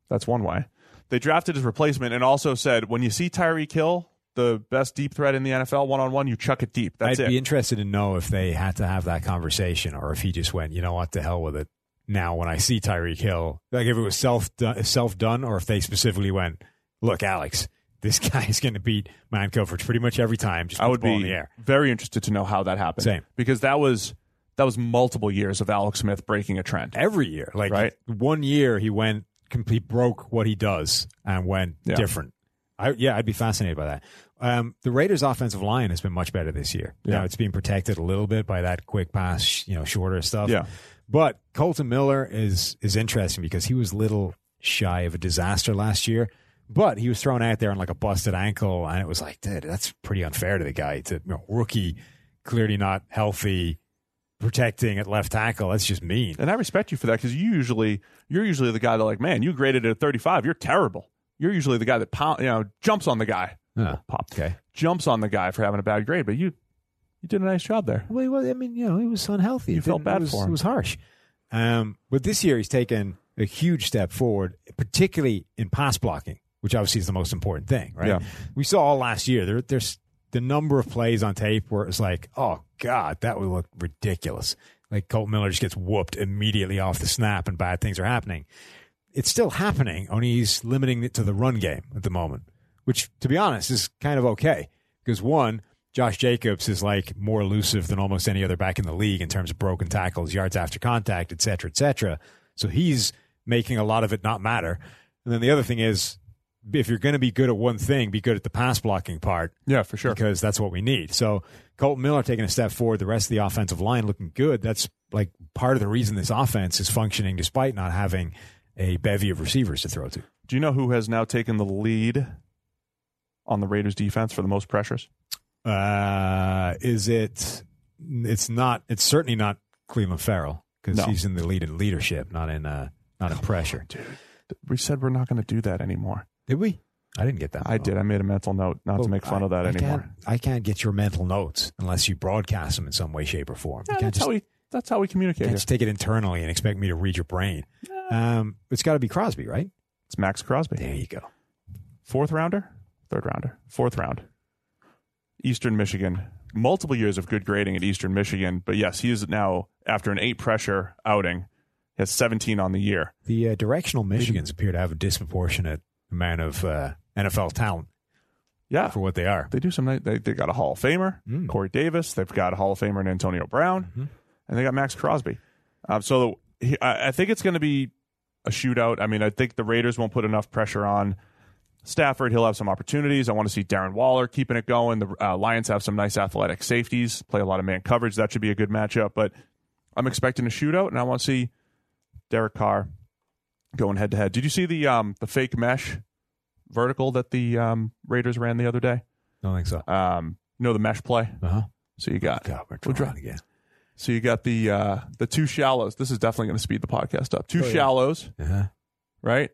Speaker 1: That's one way. They drafted his replacement and also said when you see Tyreek Hill, the best deep threat in the NFL, one on one, you chuck it deep. That's
Speaker 2: I'd
Speaker 1: it.
Speaker 2: be interested to know if they had to have that conversation or if he just went, you know what, to hell with it. Now, when I see Tyreek Hill, like if it was self self done, or if they specifically went, look, Alex, this guy is going to beat man coverage pretty much every time. Just
Speaker 1: I
Speaker 2: put
Speaker 1: would
Speaker 2: the ball in
Speaker 1: be
Speaker 2: the air.
Speaker 1: very interested to know how that happened.
Speaker 2: Same.
Speaker 1: Because that was that was multiple years of Alex Smith breaking a trend.
Speaker 2: every year. Like
Speaker 1: Right.
Speaker 2: one year, he went complete broke what he does and went
Speaker 1: Yeah.
Speaker 2: different. I, yeah, I'd be fascinated by that. Um, the Raiders' offensive line has been much better this year.
Speaker 1: Yeah.
Speaker 2: Now it's being protected a little bit by that quick pass, sh- you know, shorter stuff.
Speaker 1: Yeah.
Speaker 2: But Colton Miller is is interesting because he was little shy of a disaster last year, but he was thrown out there on like a busted ankle, and it was like, dude, that's pretty unfair to the guy. To you know, rookie, clearly not healthy, protecting at left tackle. That's just mean.
Speaker 1: And I respect you for that because you usually you're usually the guy that like, man, you graded it at 35. You're terrible. You're usually the guy that pound, you know jumps on the guy,
Speaker 2: Huh.
Speaker 1: pop,
Speaker 2: Okay.
Speaker 1: jumps on the guy for having a bad grade. But you you did a nice job there.
Speaker 2: Well, he was, I mean, you know, he was unhealthy.
Speaker 1: You
Speaker 2: It
Speaker 1: felt
Speaker 2: didn't-
Speaker 1: bad
Speaker 2: it was,
Speaker 1: for him.
Speaker 2: It was harsh. Um, but this year, he's taken a huge step forward, particularly in pass blocking, which obviously is the most important thing, right?
Speaker 1: Yeah.
Speaker 2: We saw all last year. There, there's the number of plays on tape where it's like, oh god, that would look ridiculous. Like Colt Miller just gets whooped immediately off the snap, and bad things are happening. It's still happening, only he's limiting it to the run game at the moment, which, to be honest, is kind of okay because one, Josh Jacobs is like more elusive than almost any other back in the league in terms of broken tackles, yards after contact, et cetera, et cetera. So he's making a lot of it not matter. And then the other thing is, if you're going to be good at one thing, be good at the pass blocking part
Speaker 1: Yeah, for sure.
Speaker 2: because that's what we need. So Colton Miller taking a step forward, the rest of the offensive line looking good. That's like part of the reason this offense is functioning despite not having a bevy of receivers to throw to.
Speaker 1: Do you know who has now taken the lead on the Raiders defense for the most pressures?
Speaker 2: Uh, is it? It's not. It's certainly not Cleveland Farrell because
Speaker 1: No.
Speaker 2: he's in the lead in leadership, not in uh, not in pressure.
Speaker 1: We said we're not going to do that anymore.
Speaker 2: Did we? I didn't get that.
Speaker 1: I did. I made a mental note not to
Speaker 2: Well,
Speaker 1: make fun
Speaker 2: Oh. I-
Speaker 1: of that
Speaker 2: I
Speaker 1: anymore.
Speaker 2: Can't, I can't get your mental notes unless you broadcast them in some way, shape, or form.
Speaker 1: Yeah,
Speaker 2: you can't
Speaker 1: that's
Speaker 2: just
Speaker 1: how we that's how we communicate.
Speaker 2: can't
Speaker 1: here. Ah.
Speaker 2: just take it internally and expect me to read your brain. Um, it's got to be Crosby, right?
Speaker 1: It's Max Crosby.
Speaker 2: There you go.
Speaker 1: Fourth rounder? Third rounder? Fourth round. Eastern Michigan. Multiple years of good grading at Eastern Michigan. But yes, he is now, after an eight pressure outing, he has 17 on the year.
Speaker 2: The uh, directional Michigans appear to have a disproportionate amount of uh, NFL talent
Speaker 1: Yeah.
Speaker 2: for what they are.
Speaker 1: They do some. nice- They they got a Hall of Famer,
Speaker 2: Mm.
Speaker 1: Corey Davis. They've got a Hall of Famer in Antonio Brown,
Speaker 2: Mhm.
Speaker 1: and they got Max Crosby. Um, so he, I, I think it's going to be a shootout. I mean, I think the Raiders won't put enough pressure on Stafford. He'll have some opportunities. I want to see Darren Waller keeping it going. The uh, Lions have some nice athletic safeties, play a lot of man coverage. That should be a good matchup. But I'm expecting a shootout, and I want to see Derek Carr going head to head. Did you see the um the fake mesh vertical that the um, Raiders ran the other day?
Speaker 2: Don't think so.
Speaker 1: um, you know the mesh play.
Speaker 2: Uh huh.
Speaker 1: So you got
Speaker 2: God, we're
Speaker 1: Uh-huh. We'll
Speaker 2: drawing
Speaker 1: draw-
Speaker 2: again.
Speaker 1: so you got the uh, the two shallows. This is definitely going to speed the podcast up. Two
Speaker 2: yeah.
Speaker 1: shallows,
Speaker 2: Uh huh.
Speaker 1: right?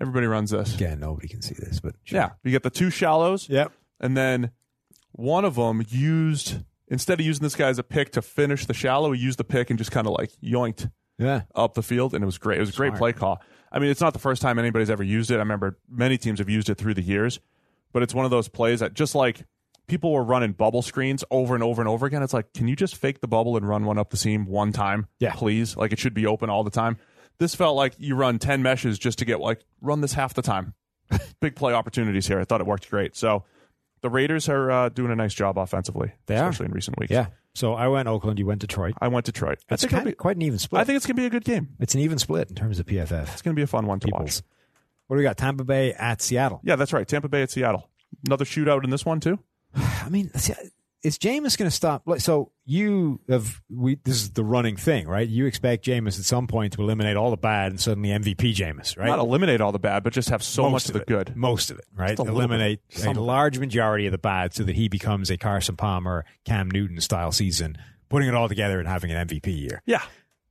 Speaker 1: Everybody runs this.
Speaker 2: Again, nobody can see this, but sure.
Speaker 1: Yeah, you get the two shallows,
Speaker 2: Yep.
Speaker 1: and then one of them used instead of using this guy as a pick to finish the shallow, he used the pick and just kind of like yoinked
Speaker 2: Yeah.
Speaker 1: up the field, and it was great. It was a great
Speaker 2: Smart.
Speaker 1: play call. I mean, it's not the first time anybody's ever used it. I remember many teams have used it through the years, but it's one of those plays that just like people were running bubble screens over and over and over again. It's like, can you just fake the bubble and run one up the seam one time,
Speaker 2: Yeah.
Speaker 1: please? Like it should be open all the time. This felt like you run ten meshes just to get like run this half the time. Big play opportunities here. I thought it worked great. So the Raiders are uh, doing a nice job offensively,
Speaker 2: They are.
Speaker 1: especially in recent weeks.
Speaker 2: Yeah. So I went Oakland. You went Detroit.
Speaker 1: I went Detroit. I
Speaker 2: It's
Speaker 1: think, it'll
Speaker 2: kind
Speaker 1: be,
Speaker 2: of quite an even split.
Speaker 1: I think it's gonna be a good game.
Speaker 2: it's an even split in terms of PFF.
Speaker 1: It's gonna be a fun one to watch.
Speaker 2: Peoples. What do we got? Tampa Bay at Seattle.
Speaker 1: Yeah, that's right. Tampa Bay at Seattle. Another shootout in this one too.
Speaker 2: I mean, see, is Jameis going to stop? like, So you have we. This is the running thing, right? You expect Jameis at some point to eliminate all the bad and suddenly MVP Jameis, right?
Speaker 1: Not eliminate all the bad, but just have so
Speaker 2: Most
Speaker 1: much of the
Speaker 2: it.
Speaker 1: good.
Speaker 2: Most of it, right?
Speaker 1: Just a little
Speaker 2: Eliminate
Speaker 1: bit.
Speaker 2: a
Speaker 1: Some-
Speaker 2: large majority of the bad so that he becomes a Carson Palmer, Cam Newton style season, putting it all together and having an MVP year.
Speaker 1: Yeah,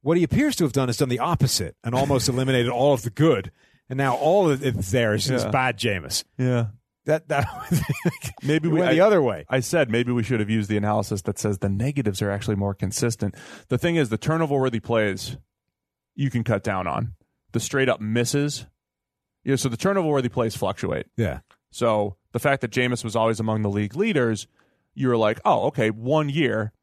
Speaker 2: What he appears to have done is done the opposite and almost eliminated all of the good. And now all of it's there is is
Speaker 1: Yeah.
Speaker 2: bad Jameis.
Speaker 1: yeah.
Speaker 2: That, that
Speaker 1: Maybe
Speaker 2: we
Speaker 1: we.
Speaker 2: went the
Speaker 1: I,
Speaker 2: other way.
Speaker 1: I said maybe we should have used the analysis that says the negatives are actually more consistent. The thing is, the turnover-worthy plays you can cut down on. The straight-up misses. Yeah, so the turnover-worthy plays fluctuate.
Speaker 2: Yeah.
Speaker 1: So the fact that Jameis was always among the league leaders, you were like, oh, okay, one year,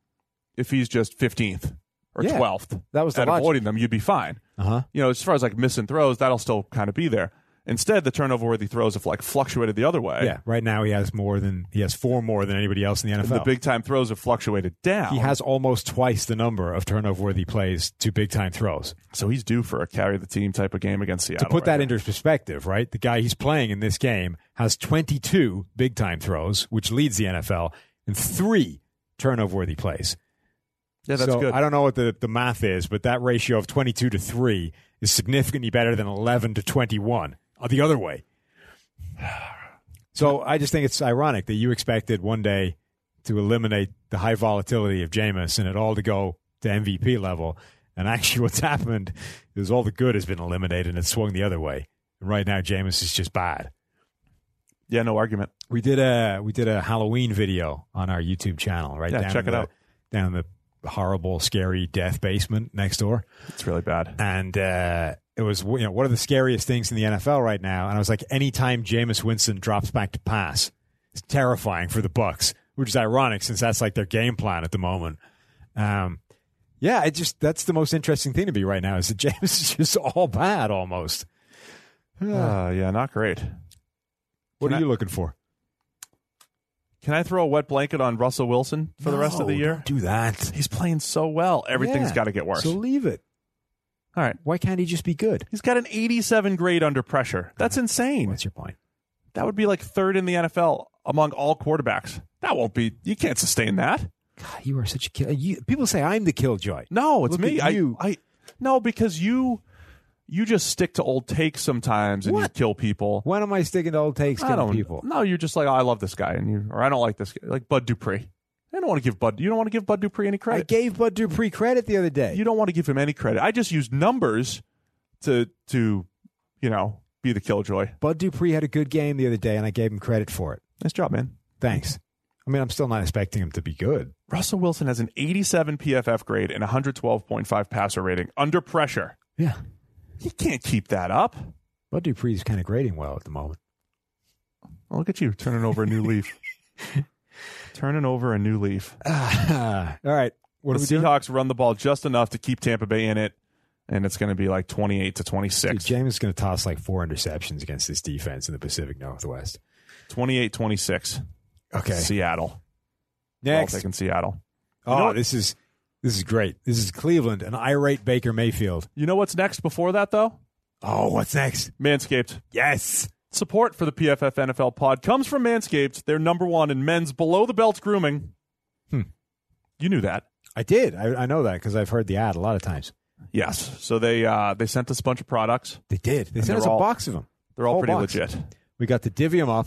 Speaker 1: if he's just 15th or
Speaker 2: Yeah.
Speaker 1: 12th
Speaker 2: That was the
Speaker 1: at
Speaker 2: logic.
Speaker 1: avoiding them, you'd be fine.
Speaker 2: Uh huh.
Speaker 1: you know, as far as like missing throws, that'll still kind of be there. Instead, the turnover worthy throws have like fluctuated the other way.
Speaker 2: Yeah. Right now he has more than he has four more than anybody else in the NFL.
Speaker 1: The big time throws have fluctuated down.
Speaker 2: he has almost twice the number of turnover worthy plays to big time throws.
Speaker 1: so he's due for a carry the team type of game against Seattle.
Speaker 2: to put
Speaker 1: right
Speaker 2: that
Speaker 1: now.
Speaker 2: into perspective, right? The guy he's playing in this game has 22 big time throws, which leads the NFL, and three turnover worthy plays.
Speaker 1: yeah, that's
Speaker 2: so
Speaker 1: good.
Speaker 2: I don't know what the, the math is, but that ratio of 22 to 3 is significantly better than 11 to 21 uh, the other way. So I just think it's ironic that you expected one day to eliminate the high volatility of Jameis and it all to go to MVP level. And actually, what's happened is all the good has been eliminated and it's swung the other way. And right now, Jameis is just bad.
Speaker 1: yeah, no argument.
Speaker 2: We did a we did a Halloween video on our YouTube channel, right?
Speaker 1: Yeah,
Speaker 2: down
Speaker 1: check
Speaker 2: in
Speaker 1: it
Speaker 2: the-
Speaker 1: out.
Speaker 2: Down in the horrible, scary death basement next door,
Speaker 1: It's really bad.
Speaker 2: and uh, it was you know one of the scariest things in the NFL right now. And I was like, anytime Jameis Winston drops back to pass, it's terrifying for the Bucks, which is ironic since that's like their game plan at the moment. Um, yeah, it just that's the most interesting thing to be right now is that Jameis is just all bad almost.
Speaker 1: Uh, yeah, not great.
Speaker 2: What
Speaker 1: Can
Speaker 2: are
Speaker 1: I-
Speaker 2: you looking for
Speaker 1: Can I throw a wet blanket on Russell Wilson for the rest of the
Speaker 2: No,
Speaker 1: year?
Speaker 2: don't do that.
Speaker 1: He's playing so well. Everything's
Speaker 2: Yeah.
Speaker 1: got to get worse.
Speaker 2: So leave it.
Speaker 1: All right.
Speaker 2: Why can't he just be good?
Speaker 1: He's got an 87 grade under pressure. That's
Speaker 2: Uh-huh.
Speaker 1: insane.
Speaker 2: What's your point?
Speaker 1: That would be like third in the NFL among all quarterbacks. That won't be. You can't sustain that.
Speaker 2: God, you are such a kill. You, people say I'm the killjoy.
Speaker 1: No, it's
Speaker 2: Look
Speaker 1: me.
Speaker 2: at
Speaker 1: I,
Speaker 2: you.
Speaker 1: I no because you you just stick to old takes sometimes and you
Speaker 2: What?
Speaker 1: kill people.
Speaker 2: When am I sticking to old takes?
Speaker 1: I
Speaker 2: Killing
Speaker 1: don't.
Speaker 2: people.
Speaker 1: No, you're just like oh, I love this guy and you or I don't like this guy. Like Bud Dupree. I don't want to give Bud. You don't want to give Bud Dupree any
Speaker 2: I
Speaker 1: credit.
Speaker 2: gave Bud Dupree credit the other day.
Speaker 1: you don't want to give him any credit. I just use numbers to to you know be the killjoy.
Speaker 2: Bud Dupree had a good game the other day, and I gave him credit for it.
Speaker 1: Nice job, man.
Speaker 2: Thanks. I mean, I'm still not expecting him to be good.
Speaker 1: Russell Wilson has an 87 PFF grade and 112.5 passer rating under pressure.
Speaker 2: Yeah.
Speaker 1: He can't keep that up.
Speaker 2: Bud Dupree's kind of grading well at the moment.
Speaker 1: Well, Oh, look at you turning over a new leaf. turning over a new leaf.
Speaker 2: Ah, all right. What
Speaker 1: the
Speaker 2: are we doing?
Speaker 1: Seahawks run the ball just enough to keep Tampa Bay in it, and it's going to be like 28 to
Speaker 2: Dude,
Speaker 1: 26.
Speaker 2: James is going to toss like four interceptions against this defense in the Pacific Northwest.
Speaker 1: 28 26.
Speaker 2: Okay.
Speaker 1: Seattle.
Speaker 2: Next.
Speaker 1: Well taken, Seattle.
Speaker 2: oh,
Speaker 1: know what-
Speaker 2: this is this is great. This is Cleveland, an irate Baker Mayfield.
Speaker 1: You know what's next before that, though?
Speaker 2: Oh, what's next?
Speaker 1: Manscaped.
Speaker 2: Yes.
Speaker 1: Support for the PFF NFL pod comes from Manscaped. They're number one in men's below the belt grooming.
Speaker 2: Hmm.
Speaker 1: You knew that.
Speaker 2: I did. I, I know that because I've heard the ad a lot of times.
Speaker 1: Yes. So they uh, they sent us a bunch of products.
Speaker 2: They did. They
Speaker 1: And
Speaker 2: sent us
Speaker 1: they're all-
Speaker 2: a box of them.
Speaker 1: They're all
Speaker 2: Whole
Speaker 1: pretty
Speaker 2: box.
Speaker 1: legit.
Speaker 2: We got to divvy them up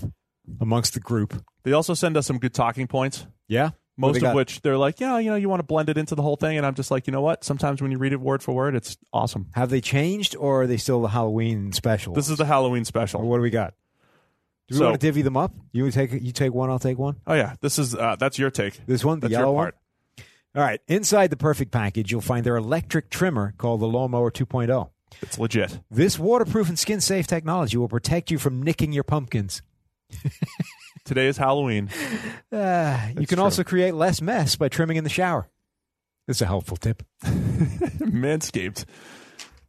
Speaker 2: amongst the group.
Speaker 1: They also send us some good talking points.
Speaker 2: Yeah. What
Speaker 1: Most
Speaker 2: they
Speaker 1: of
Speaker 2: got?
Speaker 1: which they're like, yeah, you know, you want to blend it into the whole thing, and I'm just like, you know what? Sometimes when you read it word for word, it's awesome.
Speaker 2: Have they changed or are they still the Halloween special?
Speaker 1: This is the Halloween
Speaker 2: or
Speaker 1: special.
Speaker 2: what do we got? Do we
Speaker 1: So-
Speaker 2: want to divvy them up? You take you take one, I'll take one.
Speaker 1: Oh yeah, this is uh, that's your take.
Speaker 2: This one, the
Speaker 1: That's
Speaker 2: yellow
Speaker 1: your part.
Speaker 2: one. All right. Inside the perfect package, you'll find their electric trimmer called the Lawnmower 2.0.
Speaker 1: It's legit.
Speaker 2: This waterproof and skin safe technology will protect you from nicking your pumpkins.
Speaker 1: Today is Halloween.
Speaker 2: Ah, you
Speaker 1: That's
Speaker 2: can
Speaker 1: true.
Speaker 2: also create less mess by trimming in the shower. That's a helpful tip.
Speaker 1: Manscaped.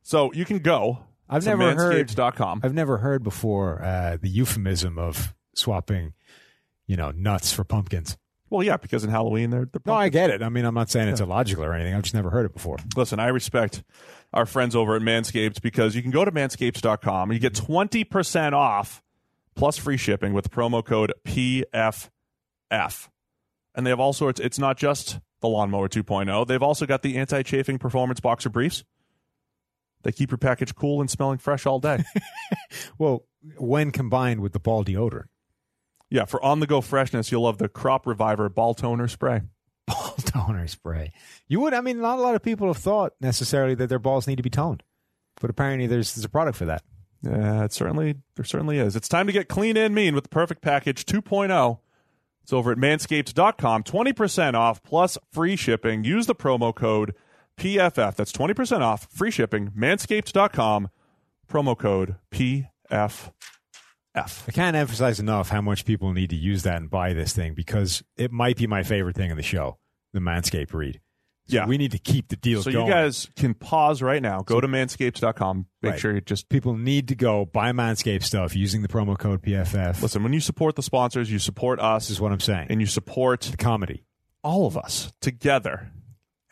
Speaker 1: So you can go.
Speaker 2: I've
Speaker 1: to
Speaker 2: never heard-
Speaker 1: manscaped.com.
Speaker 2: I've never heard before uh, the euphemism of swapping, you know, nuts for pumpkins.
Speaker 1: Well, yeah, because in Halloween they're, they're
Speaker 2: No, I get it. I mean, I'm not saying it's illogical or anything. I've just never heard it before.
Speaker 1: Listen, I respect our friends over at Manscaped because you can go to manscaped.com and you get 20% off plus free shipping with the promo code PFF. And they have all sorts. It's not just the Lawnmower 2.0, they've also got the anti chafing performance boxer briefs. They keep your package cool and smelling fresh all day.
Speaker 2: Well, when combined with the ball deodorant,
Speaker 1: yeah, for on the go freshness, you'll love the Crop Reviver Ball Toner Spray.
Speaker 2: ball toner spray. You would, I mean, not a lot of people have thought necessarily that their balls need to be toned, but apparently there's, there's a product for that.
Speaker 1: Yeah, Uh, it certainly there certainly is. It's time to get clean and mean with the perfect package 2.0. It's over at manscaped.com, 20% off plus free shipping. Use the promo code PFF. That's 20% off, free shipping, manscaped.com, promo code PFF.
Speaker 2: I can't emphasize enough how much people need to use that and buy this thing because it might be my favorite thing in the show, the Manscaped read. So
Speaker 1: Yeah.
Speaker 2: we need to keep the deals
Speaker 1: So
Speaker 2: going.
Speaker 1: you guys can pause right now. Go to manscaped.com. Make
Speaker 2: Right.
Speaker 1: sure you just
Speaker 2: people need to go buy Manscaped stuff using the promo code PFF.
Speaker 1: listen. When you support the sponsors, you support
Speaker 2: This
Speaker 1: us
Speaker 2: is what I'm saying.
Speaker 1: and you support
Speaker 2: The comedy,
Speaker 1: all of us together.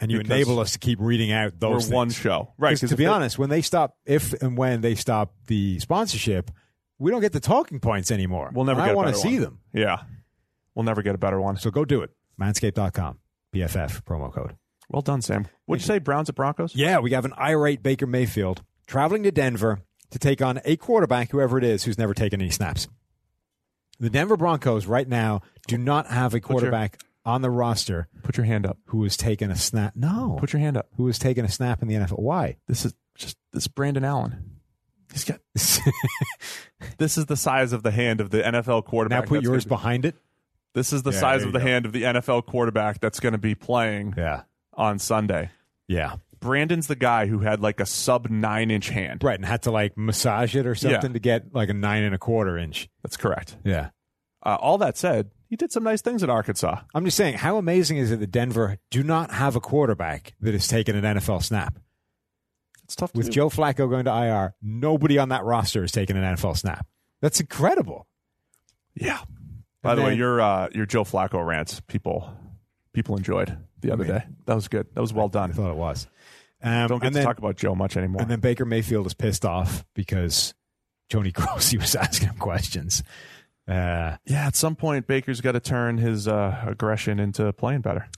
Speaker 2: and you
Speaker 1: Because
Speaker 2: enable us to keep reading out
Speaker 1: We're
Speaker 2: those.
Speaker 1: one
Speaker 2: things.
Speaker 1: show. Right.
Speaker 2: 'Cause
Speaker 1: Because
Speaker 2: to be honest, when they stop, if and when they stop the sponsorship, we don't get the talking points anymore.
Speaker 1: We'll never
Speaker 2: And
Speaker 1: get
Speaker 2: I
Speaker 1: a
Speaker 2: want to
Speaker 1: better
Speaker 2: see
Speaker 1: one.
Speaker 2: them.
Speaker 1: Yeah. We'll never get a better one.
Speaker 2: So go do it. Manscaped.com, PFF promo code.
Speaker 1: Well done, Sam. What'd you say, Browns at Broncos?
Speaker 2: Yeah, we have an irate Baker Mayfield traveling to Denver to take on a quarterback, whoever it is, who's never taken any snaps. The Denver Broncos right now do not have a quarterback on the roster
Speaker 1: Put your hand up.
Speaker 2: who has taken a snap. No,
Speaker 1: Put your hand up.
Speaker 2: who has taken a snap in the NFL? Why?
Speaker 1: This is just this is Brandon Allen. He's got this is the size of the hand of the NFL
Speaker 2: now
Speaker 1: quarterback.
Speaker 2: put
Speaker 1: that's
Speaker 2: yours
Speaker 1: gonna
Speaker 2: behind it.
Speaker 1: be- This is the size
Speaker 2: Yeah, there
Speaker 1: of
Speaker 2: you
Speaker 1: the
Speaker 2: go.
Speaker 1: hand of the NFL quarterback that's going to be playing
Speaker 2: Yeah,
Speaker 1: on Sunday.
Speaker 2: yeah,
Speaker 1: Brandon's the guy who had like a sub nine inch hand.
Speaker 2: right. And had to like massage it or something to get like a nine and a quarter inch.
Speaker 1: That's correct.
Speaker 2: Yeah,
Speaker 1: Uh, all that said, he did some nice things at Arkansas.
Speaker 2: I'm just saying, how amazing is it that Denver do not have a quarterback that has taken an NFL snap?
Speaker 1: It's tough to
Speaker 2: With
Speaker 1: do.
Speaker 2: Joe Flacco going to IR, nobody on that roster has taken an NFL snap. That's incredible.
Speaker 1: Yeah. By
Speaker 2: And
Speaker 1: the way,
Speaker 2: then-
Speaker 1: your uh, your Joe Flacco rants, people people enjoyed the other day. That was good. That was well
Speaker 2: I
Speaker 1: done.
Speaker 2: thought it was. Um,
Speaker 1: Don't get
Speaker 2: and
Speaker 1: to
Speaker 2: then,
Speaker 1: talk about Joe much anymore.
Speaker 2: And then Baker Mayfield is pissed off because Tony Grossi was asking him questions. Uh,
Speaker 1: yeah, at some point Baker's got to turn his uh, aggression into playing better.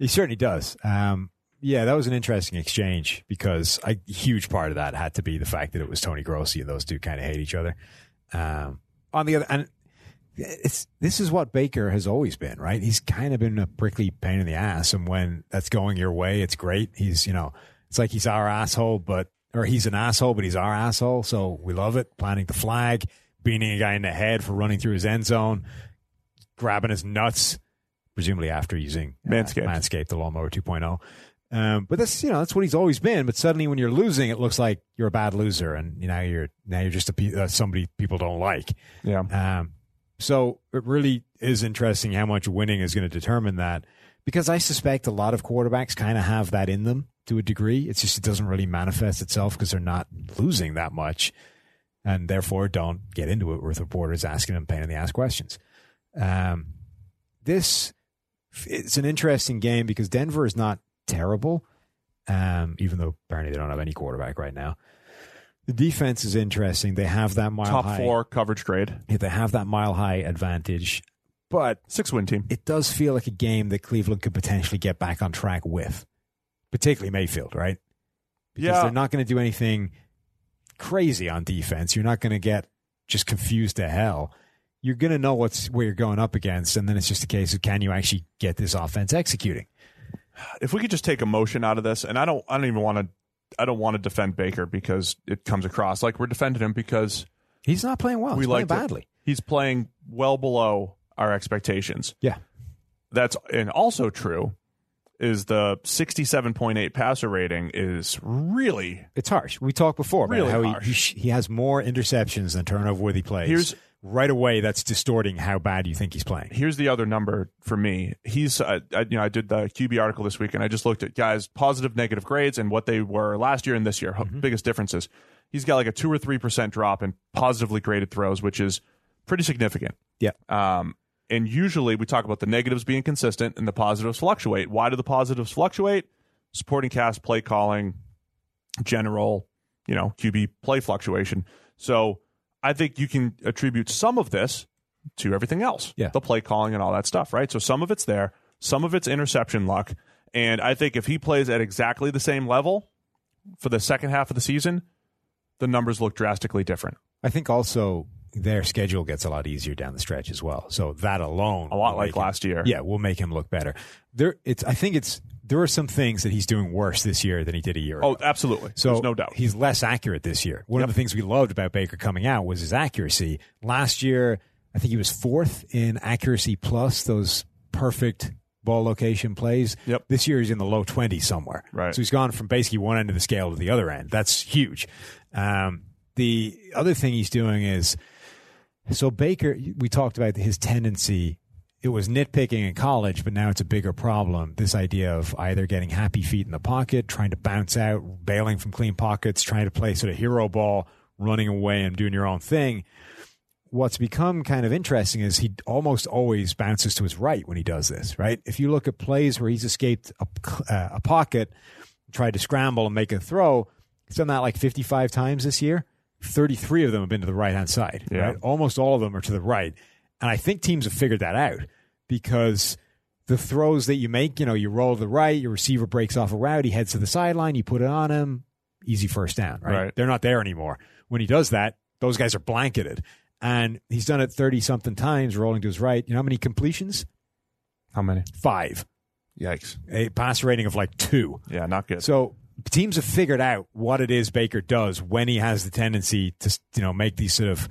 Speaker 2: he certainly does. Um, yeah, that was an interesting exchange because a huge part of that had to be the fact that it was Tony Grossi and those two kind of hate each other. Um, on the other, and it's this is what Baker has always been, right? He's kind of been a prickly pain in the ass, and when that's going your way, it's great. He's you know, it's like he's our asshole, but or he's an asshole, but he's our asshole, so we love it. Planting the flag, beating a guy in the head for running through his end zone, grabbing his nuts, presumably after using uh,
Speaker 1: Manscaped.
Speaker 2: Manscaped, the lawnmower 2.0. Um, but that's you know that's what he's always been. But suddenly, when you're losing, it looks like you're a bad loser, and you know you're now you're just a pe- uh, somebody people don't like.
Speaker 1: Yeah.
Speaker 2: Um, so it really is interesting how much winning is going to determine that, because I suspect a lot of quarterbacks kind of have that in them to a degree. It's just it doesn't really manifest itself because they're not losing that much, and therefore don't get into it with reporters asking them pain in the ass questions. Um, this it's an interesting game because Denver is not terrible, um, even though apparently they don't have any quarterback right now. The defense is interesting. They have that mile
Speaker 1: Top
Speaker 2: high
Speaker 1: four coverage grade.
Speaker 2: if they have that mile high advantage, but
Speaker 1: Six win team.
Speaker 2: it does feel like a game that Cleveland could potentially get back on track with, particularly Mayfield, right? Because
Speaker 1: Yeah.
Speaker 2: they're not going to do anything crazy on defense. You're not going to get just confused to hell. You're going to know what's where you're going up against, and then it's just a case of can you actually get this offense executing?
Speaker 1: If we could just take emotion out of this, and I don't I don't even want to I don't want to defend Baker because it comes across like we're defending him because
Speaker 2: He's not playing well.
Speaker 1: We
Speaker 2: Oh, He's playing
Speaker 1: liked it.
Speaker 2: badly.
Speaker 1: he's playing well below our expectations.
Speaker 2: Yeah.
Speaker 1: that's and also true is the 67.8 passer rating is really
Speaker 2: It's harsh. We talked before about
Speaker 1: Really
Speaker 2: how he-
Speaker 1: harsh.
Speaker 2: he, sh- he has more interceptions than turnover worthy plays.
Speaker 1: Here's-
Speaker 2: right away that's distorting how bad you think he's playing.
Speaker 1: here's the other number for me he's uh, I, you know i did the qb article this week and i just looked at guys positive negative grades and what they were last year and this year h- biggest differences he's got like a 2 or 3% drop in positively graded throws which is pretty significant
Speaker 2: Yeah.
Speaker 1: um and usually we talk about the negatives being consistent and the positives fluctuate why do the positives fluctuate supporting cast play calling general, you know, QB play fluctuation. So I think you can attribute some of this to everything else.
Speaker 2: Yeah.
Speaker 1: The play calling and all that stuff, right? So some of it's there, some of it's interception luck. And I think if he plays at exactly the same level for the second half of the season, the numbers look drastically different.
Speaker 2: I think also their schedule gets a lot easier down the stretch as well. So that alone,
Speaker 1: A lot
Speaker 2: will
Speaker 1: like
Speaker 2: make him-
Speaker 1: last year.
Speaker 2: yeah, will make him look better. There, it's. I think it's. There are some things that he's doing worse this year than he did a year
Speaker 1: Oh,
Speaker 2: ago.
Speaker 1: absolutely.
Speaker 2: So
Speaker 1: There's no doubt.
Speaker 2: he's less accurate this year. One of the things we loved about Baker coming out was his accuracy. Last year, I think he was fourth in accuracy plus those perfect ball location plays.
Speaker 1: Yep.
Speaker 2: This year he's in the low 20s somewhere.
Speaker 1: Right.
Speaker 2: So he's gone from basically one end of the scale to the other end. That's huge. Um, the other thing he's doing is so Baker, we talked about his tendency. It was nitpicking in college, but now it's a bigger problem. This idea of either getting happy feet in the pocket, trying to bounce out, bailing from clean pockets, trying to play sort of hero ball, running away and doing your own thing. What's become kind of interesting is he almost always bounces to his right when he does this, right? If you look at plays where he's escaped a, uh, a pocket, tried to scramble and make a throw, he's done that like 55 times this year. 33 of them have been to the right hand side,
Speaker 1: Yeah.
Speaker 2: right? almost all of them are to the right. And I think teams have figured that out because the throws that you make, you know, you roll to the right, your receiver breaks off a route, he heads to the sideline, you put it on him, easy first down, right?
Speaker 1: Right.
Speaker 2: They're not there anymore. When he does that, those guys are blanketed. And he's done it 30 something times, rolling to his right. You know how many completions?
Speaker 1: How many?
Speaker 2: Five.
Speaker 1: Yikes.
Speaker 2: A pass rating of like two.
Speaker 1: Yeah, not good.
Speaker 2: So teams have figured out what it is Baker does when he has the tendency to you know make these sort of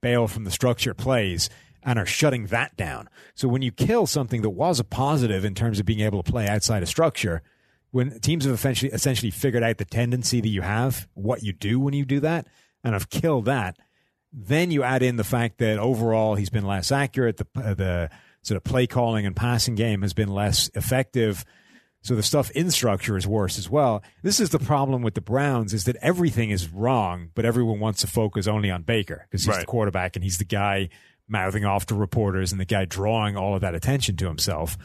Speaker 2: bail from the structure plays and are shutting that down. So when you kill something that was a positive in terms of being able to play outside of structure, when teams have essentially essentially figured out the tendency that you have, what you do when you do that, and have killed that, then you add in the fact that overall he's been less accurate. The uh, the sort of play calling and passing game has been less effective. So the stuff in structure is worse as well. This is the problem with the Browns is that everything is wrong, but everyone wants to focus only on Baker because he's
Speaker 1: Right.
Speaker 2: the quarterback and he's the guy mouthing off to reporters and the guy drawing all of that attention to himself.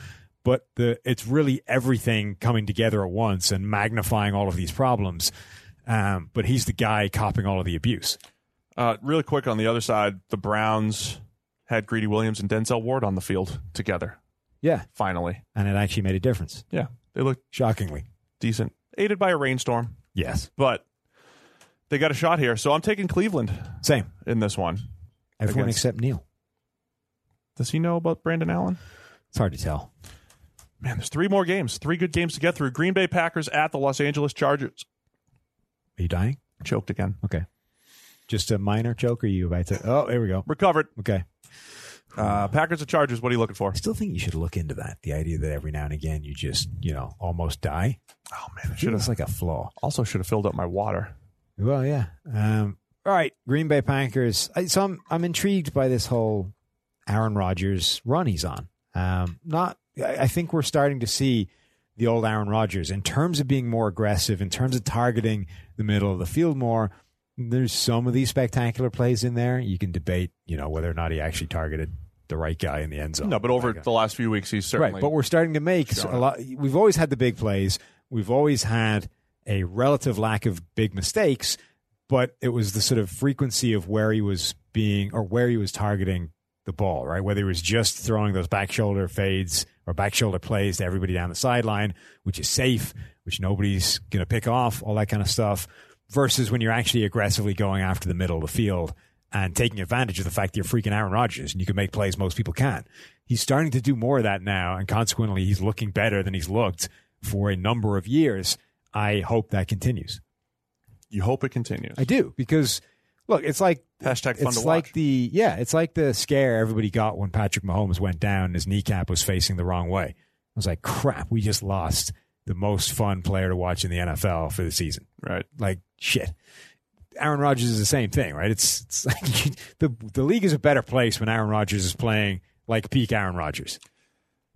Speaker 2: But the it's really everything coming together at once and magnifying all of these problems. Um, but he's the guy copping all of the abuse.
Speaker 1: Uh, really quick on the other side, the Browns had Greedy Williams and Denzel Ward on the field together,
Speaker 2: Yeah,
Speaker 1: finally.
Speaker 2: and it actually made a difference,
Speaker 1: Yeah. They looked
Speaker 2: shockingly.
Speaker 1: decent, aided by a rainstorm,
Speaker 2: Yes,
Speaker 1: but they got a shot here. So I'm taking Cleveland
Speaker 2: same.
Speaker 1: in this one.
Speaker 2: Everyone
Speaker 1: Against-
Speaker 2: except Neil.
Speaker 1: Does he know about Brandon Allen?
Speaker 2: It's hard to tell.
Speaker 1: Man, there's three more games, three good games to get through. Green Bay Packers at the Los Angeles Chargers.
Speaker 2: Are you dying?
Speaker 1: Choked again.
Speaker 2: Okay. Just a minor joke. Or are you about to? Oh, there we go.
Speaker 1: Recovered.
Speaker 2: Okay.
Speaker 1: Uh, Packers or Chargers? What are you looking for?
Speaker 2: I still think you should look into that. The idea that every now and again you just, you know, almost die.
Speaker 1: Oh man, I
Speaker 2: Sure,
Speaker 1: should have
Speaker 2: that's like a flaw.
Speaker 1: also should have filled up my water.
Speaker 2: Well, yeah. Um, all right, Green Bay Packers. I, so I'm I'm intrigued by this whole Aaron Rodgers run he's on. Um, not, I I think we're starting to see the old Aaron Rodgers in terms of being more aggressive, in terms of targeting the middle of the field more. There's some of these spectacular plays in there. You can debate, you know, whether or not he actually targeted the right guy in the end zone.
Speaker 1: No, but over the last few weeks, he's certainly
Speaker 2: Right, but we're starting to make
Speaker 1: Showing
Speaker 2: a lot. We've always had the big plays. We've always had a relative lack of big mistakes, but it was the sort of frequency of where he was being or where he was targeting the ball, right? Whether he was just throwing those back shoulder fades or back shoulder plays to everybody down the sideline, which is safe, which nobody's going to pick off, all that kind of stuff, versus when you're actually aggressively going after the middle of the field and taking advantage of the fact that you're freaking Aaron Rodgers and you can make plays most people can't. He's starting to do more of that now, and consequently, he's looking better than he's looked for a number of years. I hope that continues.
Speaker 1: you hope it continues.
Speaker 2: I do because look, it's like
Speaker 1: Hashtag fun
Speaker 2: it's
Speaker 1: to
Speaker 2: like
Speaker 1: watch.
Speaker 2: the yeah, it's like the scare everybody got when Patrick Mahomes went down. and His kneecap was facing the wrong way. I was like, crap, we just lost the most fun player to watch in the NFL for the season
Speaker 1: right.
Speaker 2: like shit. Aaron Rodgers is the same thing, right? It's, it's like you, the the league is a better place when Aaron Rodgers is playing like peak Aaron Rodgers.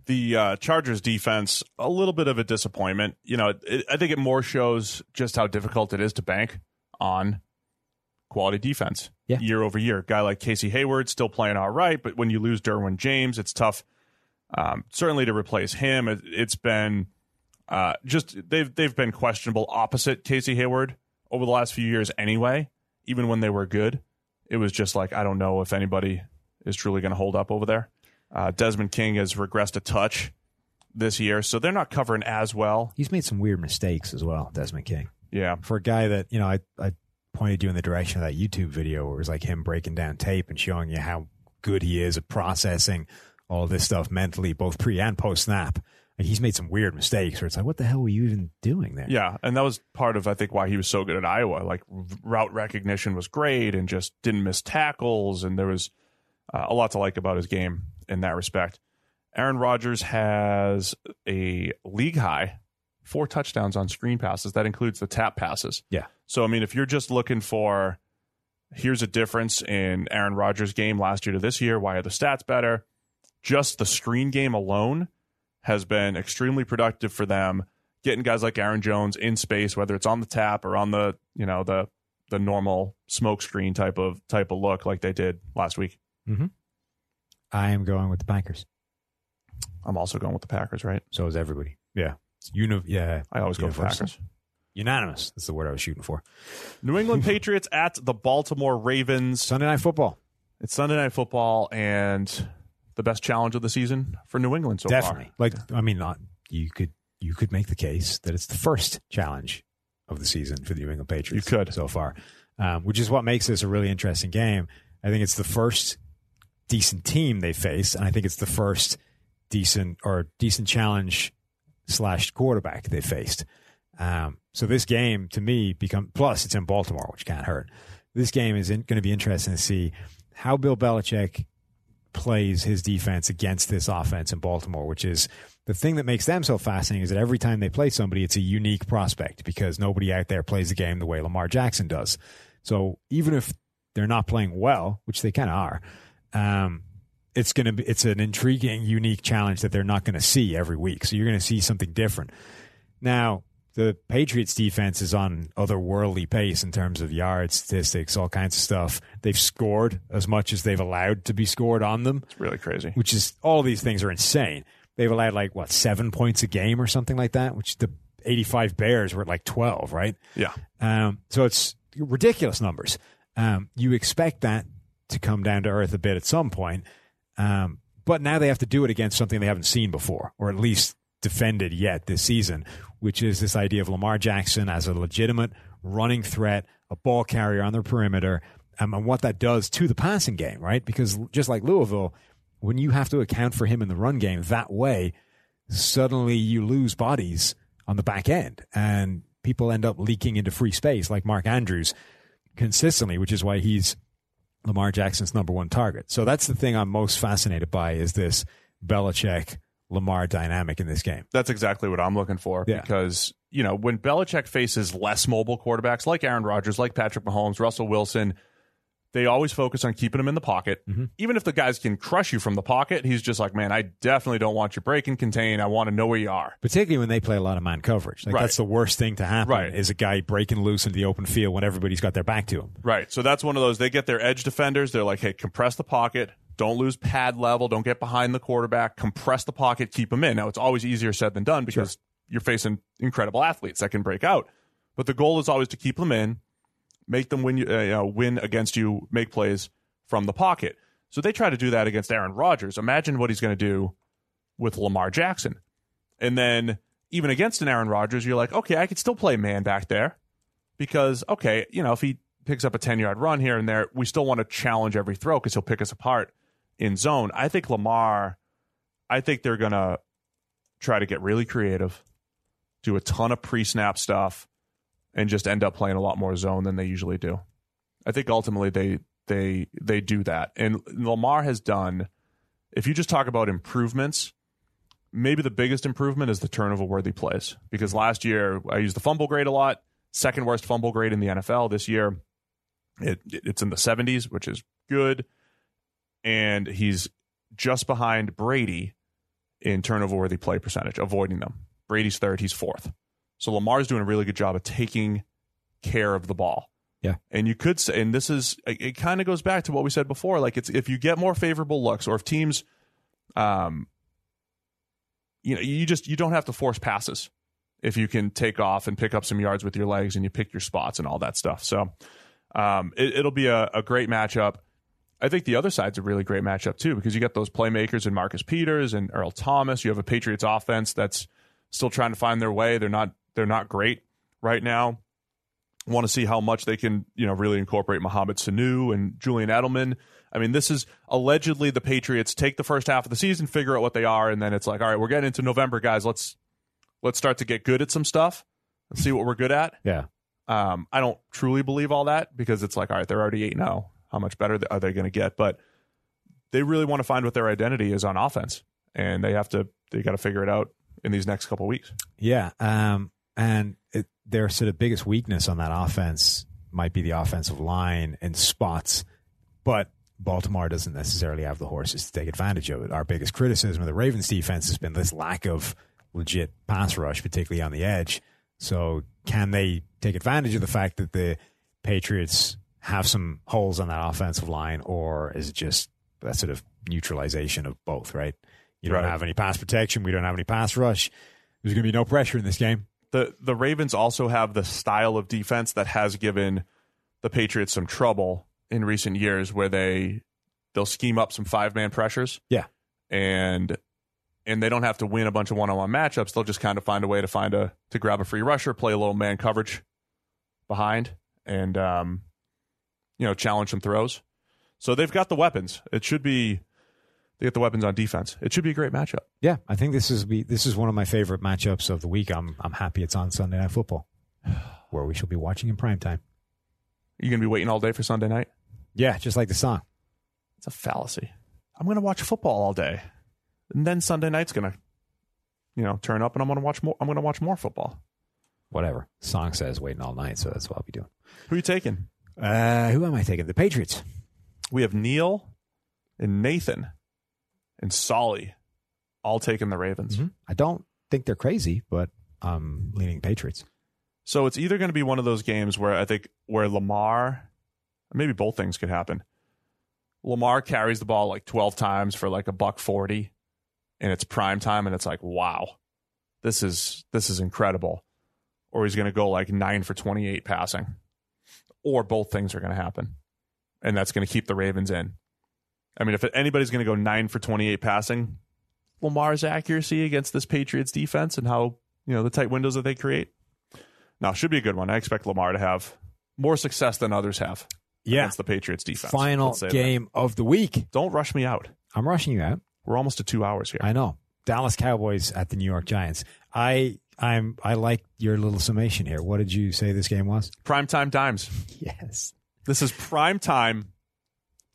Speaker 1: the uh, Chargers defense a little bit of a disappointment. You know, it, I think it more shows just how difficult it is to bank on quality defense
Speaker 2: Yeah.
Speaker 1: year over year. Guy like Casey Hayward still playing all right, but when you lose Derwin James, it's tough. Um, certainly to replace him, it, it's been uh, just they've they've been questionable opposite Casey Hayward over the last few years anyway. Even when they were good, it was just like I don't know if anybody is truly going to hold up over there. Uh, Desmond King has regressed a touch this year, so they're not covering as well.
Speaker 2: He's made some weird mistakes as well, Desmond King.
Speaker 1: Yeah,
Speaker 2: For a guy that, you know, I, I pointed you in the direction of that YouTube video where it was like him breaking down tape and showing you how good he is at processing all this stuff mentally, both pre and post snap. And he's made some weird mistakes where it's like, what the hell were you even doing there?
Speaker 1: yeah, and that was part of I think why he was so good at Iowa. Like r- route recognition was great, and just didn't miss tackles, and there was uh, a lot to like about his game in that respect. Aaron Rodgers has a league high four touchdowns on screen passes. That includes the tap passes.
Speaker 2: Yeah.
Speaker 1: So I mean, if you're just looking for here's a difference in Aaron Rodgers' game last year to this year, why are the stats better? Just the screen game alone has been extremely productive for them. Getting guys like Aaron Jones in space, whether it's on the tap or on the you know the the normal smoke screen type of type of look, like they did last week.
Speaker 2: I am going with the Packers.
Speaker 1: I'm also going with the Packers, right?
Speaker 2: So is everybody. Yeah. It's uni- yeah.
Speaker 1: I always go with the
Speaker 2: Universal.
Speaker 1: Packers.
Speaker 2: Unanimous. That's the word I was shooting for.
Speaker 1: New England Patriots at the Baltimore Ravens.
Speaker 2: Sunday night football.
Speaker 1: It's Sunday night football and the best challenge of the season for New England so
Speaker 2: Definitely. Like I mean not you could you could make the case that it's the first challenge of the season for the New England Patriots.
Speaker 1: You could.
Speaker 2: so far. Um, which is what makes this a really interesting game. I think it's the first decent team they face, and I think it's the first decent or decent challenge slash quarterback they faced. Um, so this game to me become plus it's in Baltimore, which can't hurt. This game is going to be interesting to see how Bill Belichick plays his defense against this offense in Baltimore, which is the thing that makes them so fascinating is that every time they play somebody, it's a unique prospect because nobody out there plays the game the way Lamar Jackson does. So even if they're not playing well, which they kind of are, um, it's going to be it's an intriguing, unique challenge that they're not going to see every week. So you're going to see something different. Now, the Patriots defense is on otherworldly pace in terms of yards, statistics, all kinds of stuff. They've scored as much as they've allowed to be scored on them,
Speaker 1: far. It's really crazy.
Speaker 2: which is all these things are insane. They've allowed like what seven points a game or something like that, which the eighty-five Bears were at like twelve, right?
Speaker 1: Yeah.
Speaker 2: Um, so it's ridiculous numbers. Um, you expect that to come down to earth a bit at some point. Um, but now they have to do it against something they haven't seen before, or at least defended yet this season, which is this idea of Lamar Jackson as a legitimate running threat, a ball carrier on their perimeter, um, and what that does to the passing game, right? Because just like Louisville, when you have to account for him in the run game that way, suddenly you lose bodies on the back end and people end up leaking into free space like Mark Andrews consistently, which is why he's Lamar Jackson's number one target. So that's the thing I'm most fascinated by is this Belichick Lamar dynamic in this game.
Speaker 1: That's exactly what I'm looking for
Speaker 2: Yeah.
Speaker 1: because, you know, when Belichick faces less mobile quarterbacks like Aaron Rodgers, like Patrick Mahomes, Russell Wilson, they always focus on keeping him in the pocket. Even if the guys can crush you from the pocket, he's just like, man, I definitely don't want you break and contain. I want to know where you are.
Speaker 2: Particularly when they play a lot of man coverage. Like
Speaker 1: Right.
Speaker 2: that's the worst thing to happen
Speaker 1: Right.
Speaker 2: is a guy breaking loose into the open field when everybody's got their back to him.
Speaker 1: Right. So that's one of those. They get their edge defenders. They're like, hey, compress the pocket. Don't lose pad level. Don't get behind the quarterback. Compress the pocket. Keep them in. Now, it's always easier said than done because you're facing incredible athletes that can break out. But the goal is always to keep them in, make them win, you uh, you know, win against you, make plays from the pocket. So they try to do that against Aaron Rodgers. Imagine what he's going to do with Lamar Jackson. And then even against an Aaron Rodgers, you're like, okay, I could still play man back there because okay, you know, if he picks up a 10 yard run here and there, we still want to challenge every throw because he'll pick us apart in zone. I think Lamar, I think they're gonna try to get really creative, do a ton of pre snap stuff, and just end up playing a lot more zone than they usually do. I think ultimately they they they do that. And Lamar has done if you just talk about improvements, maybe the biggest improvement is the turnover worthy plays. Because last year I used the fumble grade a lot second worst fumble grade in the NFL this year. It, it's in the 70s, which is good, and he's just behind Brady in turnover worthy play percentage, avoiding them. Brady's third, he's fourth. So Lamar's doing a really good job of taking care of the ball.
Speaker 2: Yeah.
Speaker 1: And you could say, and this is, it, it kind of goes back to what we said before. Like, it's if you get more favorable looks or if teams, um, you know, you just, you don't have to force passes if you can take off and pick up some yards with your legs and you pick your spots and all that stuff. So um, it, it'll be a, a great matchup. I think the other side's a really great matchup too because you got those playmakers and Marcus Peters and Earl Thomas. You have a Patriots offense that's still trying to find their way. They're not they're not great right now. Want to see how much they can you know really incorporate Mohamed Sanu and Julian Edelman. I mean, this is allegedly the Patriots take the first half of the season, figure out what they are, and then it's like, all right, we're getting into November, guys. Let's let's start to get good at some stuff and see what we're good at.
Speaker 2: Yeah.
Speaker 1: Um, I don't truly believe all that because it's like, all right, they're already 8 0. How much better th- are they going to get? But they really want to find what their identity is on offense. And they have to, they got to figure it out in these next couple weeks.
Speaker 2: Yeah. Um, and it, their sort of biggest weakness on that offense might be the offensive line and spots, but Baltimore doesn't necessarily have the horses to take advantage of it. Our biggest criticism of the Ravens defense has been this lack of legit pass rush, particularly on the edge. So can they take advantage of the fact that the Patriots have some holes on that offensive line, or is it just that sort of neutralization of both, right? You don't
Speaker 1: Right.
Speaker 2: have any pass protection. We don't have any pass rush. There's going to be no pressure in this game.
Speaker 1: The, the Ravens also have the style of defense that has given the Patriots some trouble in recent years where they, they'll scheme up some five man pressures.
Speaker 2: Yeah.
Speaker 1: And, and they don't have to win a bunch of one-on-one matchups. They'll just kind of find a way to find a to grab a free rusher, play a little man coverage behind, and um, you know challenge some throws. So they've got the weapons. It should be they get the weapons on defense. It should be a great matchup.
Speaker 2: Yeah, I think this is be, this is one of my favorite matchups of the week. I'm I'm happy it's on Sunday Night Football, where we shall be watching in prime time.
Speaker 1: You're gonna be waiting all day for Sunday night.
Speaker 2: Yeah, just like the song.
Speaker 1: It's a fallacy. I'm gonna watch football all day, and then Sunday night's gonna you know turn up, and I'm gonna watch more. I'm gonna watch more football.
Speaker 2: Whatever song says, waiting all night. So that's what I'll be doing.
Speaker 1: Who you taking?
Speaker 2: Uh, who am I taking? The Patriots.
Speaker 1: We have Neil and Nathan and Solly all taking the Ravens.
Speaker 2: I don't think they're crazy, but I'm leaning Patriots.
Speaker 1: So it's either going to be one of those games where I think where Lamar, maybe both things could happen. Lamar carries the ball like 12 times for like a buck 40 and it's prime time and it's like wow. This is this is incredible. Or he's going to go like 9 for 28 passing. Or both things are going to happen. And that's going to keep the Ravens in. I mean if anybody's going to go 9 for 28 passing, Lamar's accuracy against this Patriots defense and how, you know, the tight windows that they create now, should be a good one. I expect Lamar to have more success than others have against the Patriots defense.
Speaker 2: Final
Speaker 1: Let's say
Speaker 2: game of the week.
Speaker 1: that. Don't rush me out.
Speaker 2: I'm rushing you out.
Speaker 1: We're almost to two hours here.
Speaker 2: I know. Dallas Cowboys at the New York Giants. I I'm I like your little summation here. What did you say this game was?
Speaker 1: Primetime dimes.
Speaker 2: Yes.
Speaker 1: This is prime time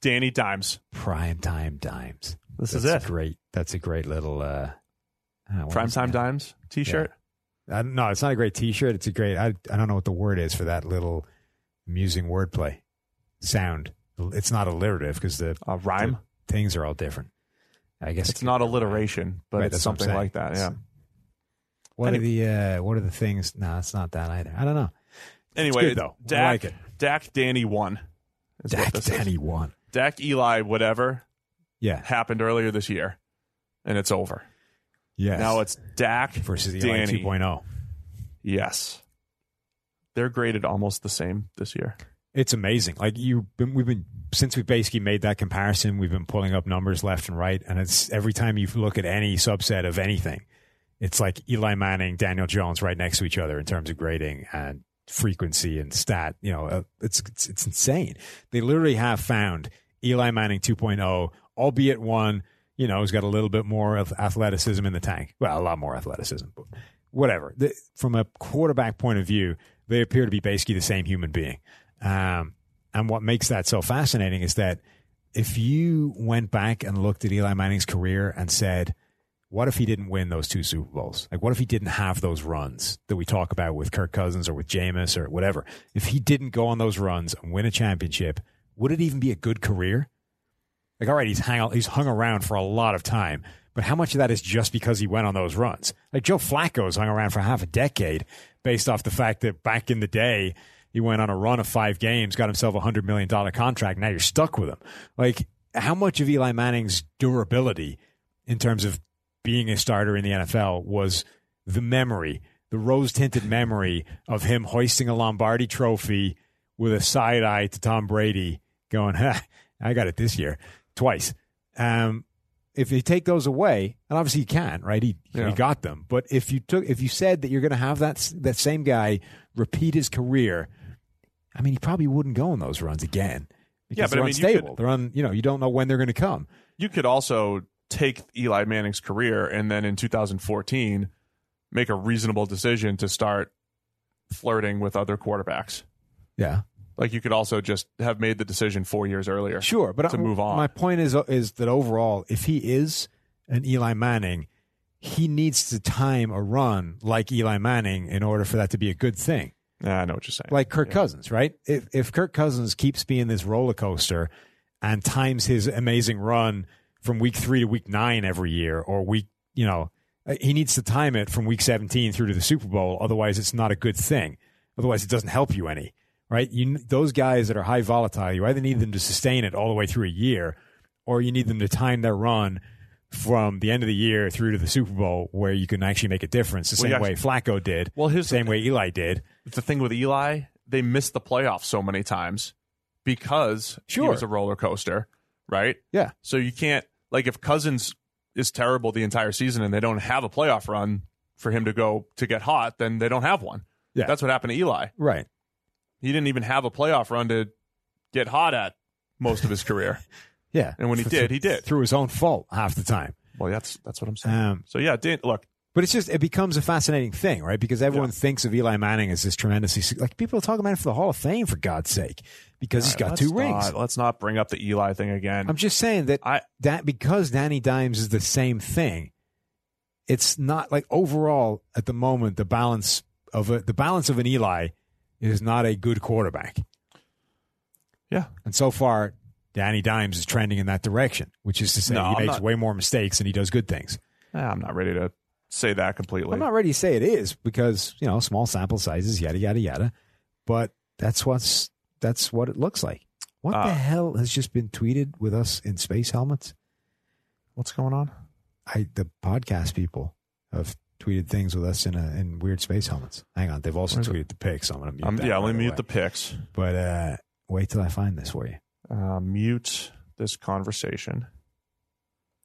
Speaker 1: Danny Dimes.
Speaker 2: Prime time dimes.
Speaker 3: This is
Speaker 2: that's
Speaker 3: it.
Speaker 2: A great. That's a great little. uh uh, what
Speaker 1: Prime
Speaker 2: is
Speaker 1: Time
Speaker 2: that?
Speaker 1: Dimes t shirt.
Speaker 2: I, don't- no, it's not a great T-shirt. It's a great. I I don't know what the word is for that little amusing wordplay sound. It's not alliterative because the
Speaker 1: A rhyme.
Speaker 2: the things are all different. I guess
Speaker 1: It's not alliteration, but
Speaker 2: Right,
Speaker 1: it's
Speaker 2: that's what I'm
Speaker 1: something
Speaker 2: saying.
Speaker 1: like that. Yeah.
Speaker 2: What are the uh, What are the things? No, it's not that either. I don't know.
Speaker 1: Anyway,
Speaker 2: good, though. I
Speaker 1: Dak,
Speaker 2: like it.
Speaker 1: Dak Danny one. is what
Speaker 2: Dak
Speaker 1: this is.
Speaker 2: Danny one.
Speaker 1: Dak Eli whatever
Speaker 2: Yeah.
Speaker 1: happened earlier this year, and it's over.
Speaker 2: Yes.
Speaker 1: Now it's Dak
Speaker 2: versus the Eli oh.
Speaker 1: Danny.
Speaker 2: 2.0.
Speaker 1: Yes, they're graded almost the same this year.
Speaker 2: It's amazing. Like you, been, we've been since we basically made that comparison, we've been pulling up numbers left and right, and it's every time you look at any subset of anything, it's like Eli Manning, Daniel Jones, right next to each other in terms of grading and frequency and stat. You know, uh, it's it's, it's insane. They literally have found Eli Manning 2.0, albeit one. You know, who's got a little bit more of athleticism in the tank. Well, a lot more athleticism, but whatever. The, from a quarterback point of view, they appear to be basically the same human being. Um, and what makes that so fascinating is that if you went back and looked at Eli Manning's career and said, what if he didn't win those two Super Bowls? Like, what if he didn't have those runs that we talk about with Kirk Cousins or with Jameis or whatever? If he didn't go on those runs and win a championship, would it even be a good career? Like, all right, he's hang he's hung around for a lot of time, but how much of that is just because he went on those runs? Like Joe Flacco's hung around for half a decade based off the fact that back in the day he went on a run of five games, got himself a hundred million dollar contract. Now you're stuck with him. Like, how much of Eli Manning's durability in terms of being a starter in the NFL was the memory, the rose tinted memory of him hoisting a Lombardi trophy with a side eye to Tom Brady, going, ha, I got it this year twice. Um, if you take those away, and obviously you can, right? He,
Speaker 1: Yeah.
Speaker 2: he got them. But if you took, if you said that you're going to have that s- that same guy repeat his career, I mean, he probably wouldn't go on those runs again. Because
Speaker 1: Yeah, but
Speaker 2: they're
Speaker 1: I mean, you could-
Speaker 2: unstable. they're on. You know, you don't know when they're going to come.
Speaker 1: You could also take Eli Manning's career and then in 2014 make a reasonable decision to start flirting with other quarterbacks.
Speaker 2: Yeah.
Speaker 1: Like you could also just have made the decision four years earlier.
Speaker 2: Sure, but
Speaker 1: to
Speaker 2: I-
Speaker 1: move on.
Speaker 2: My point is uh, is that overall, if he is an Eli Manning, he needs to time a run like Eli Manning in order for that to be a good thing.
Speaker 1: Yeah, I know what you're saying.
Speaker 2: Like Kirk Cousins, right? If if Kirk Cousins keeps being this roller coaster and times his amazing run from week three to week nine every year, or week, you know, uh, he needs to time it from week 17 through to the Super Bowl. Otherwise, it's not a good thing. Otherwise, it doesn't help you any, right? You those guys that are high volatile, you either need them to sustain it all the way through a year, or you need them to time their run from the end of the year through to the Super Bowl, where you can actually make a difference. The
Speaker 1: Well, you
Speaker 2: same way Flacco did.
Speaker 1: Well, here's the
Speaker 2: same way Eli did.
Speaker 1: the thing with Eli, they missed the playoffs so many times because he
Speaker 2: Sure.
Speaker 1: was a roller coaster, right?
Speaker 2: Yeah.
Speaker 1: So you can't like if Cousins is terrible the entire season and they don't have a playoff run for him to go to get hot, then they don't have one.
Speaker 2: Yeah.
Speaker 1: That's what happened to Eli.
Speaker 2: Right.
Speaker 1: He didn't even have a playoff run to get hot at most of his career.
Speaker 2: Yeah.
Speaker 1: And when he
Speaker 2: Th-
Speaker 1: did,
Speaker 2: th-
Speaker 1: he did.
Speaker 2: Through his own fault half the time.
Speaker 1: well, that's that's what I'm saying.
Speaker 2: Um,
Speaker 1: so yeah, Dan, look,
Speaker 2: but it's just, it becomes a fascinating thing, right? Because everyone thinks of Eli Manning as this tremendously, su- like people are talking about him for the Hall of Fame, for God's sake, because he's got
Speaker 1: let's
Speaker 2: two rings.
Speaker 1: not- let's not bring up the Eli thing again.
Speaker 2: I'm just saying that,
Speaker 1: I-
Speaker 2: that because Danny Dimes is the same thing, it's not like overall at the moment, the balance of a, the balance of an Eli is not a good quarterback.
Speaker 1: yeah,
Speaker 2: And so far, Danny Dimes is trending in that direction, which is to say
Speaker 1: No,
Speaker 2: he
Speaker 1: I'm
Speaker 2: makes
Speaker 1: not-
Speaker 2: way more mistakes than he does good things.
Speaker 1: Eh, I'm not ready to say that completely.
Speaker 2: I'm not ready to say it is because you know small sample sizes, yada yada yada. But that's what's that's what it looks like. What
Speaker 1: Uh,
Speaker 2: the hell has just been tweeted with us in space helmets?
Speaker 1: What's going on?
Speaker 2: I the podcast people have tweeted things with us in a, in weird space helmets. Hang on, they've also
Speaker 1: Where's it?
Speaker 2: tweeted the pics. So I'm gonna mute
Speaker 1: Um,
Speaker 2: that
Speaker 1: yeah, let
Speaker 2: right
Speaker 1: me mute
Speaker 2: away.
Speaker 1: the pics.
Speaker 2: But uh, wait till I find this for you.
Speaker 1: Uh, mute this conversation.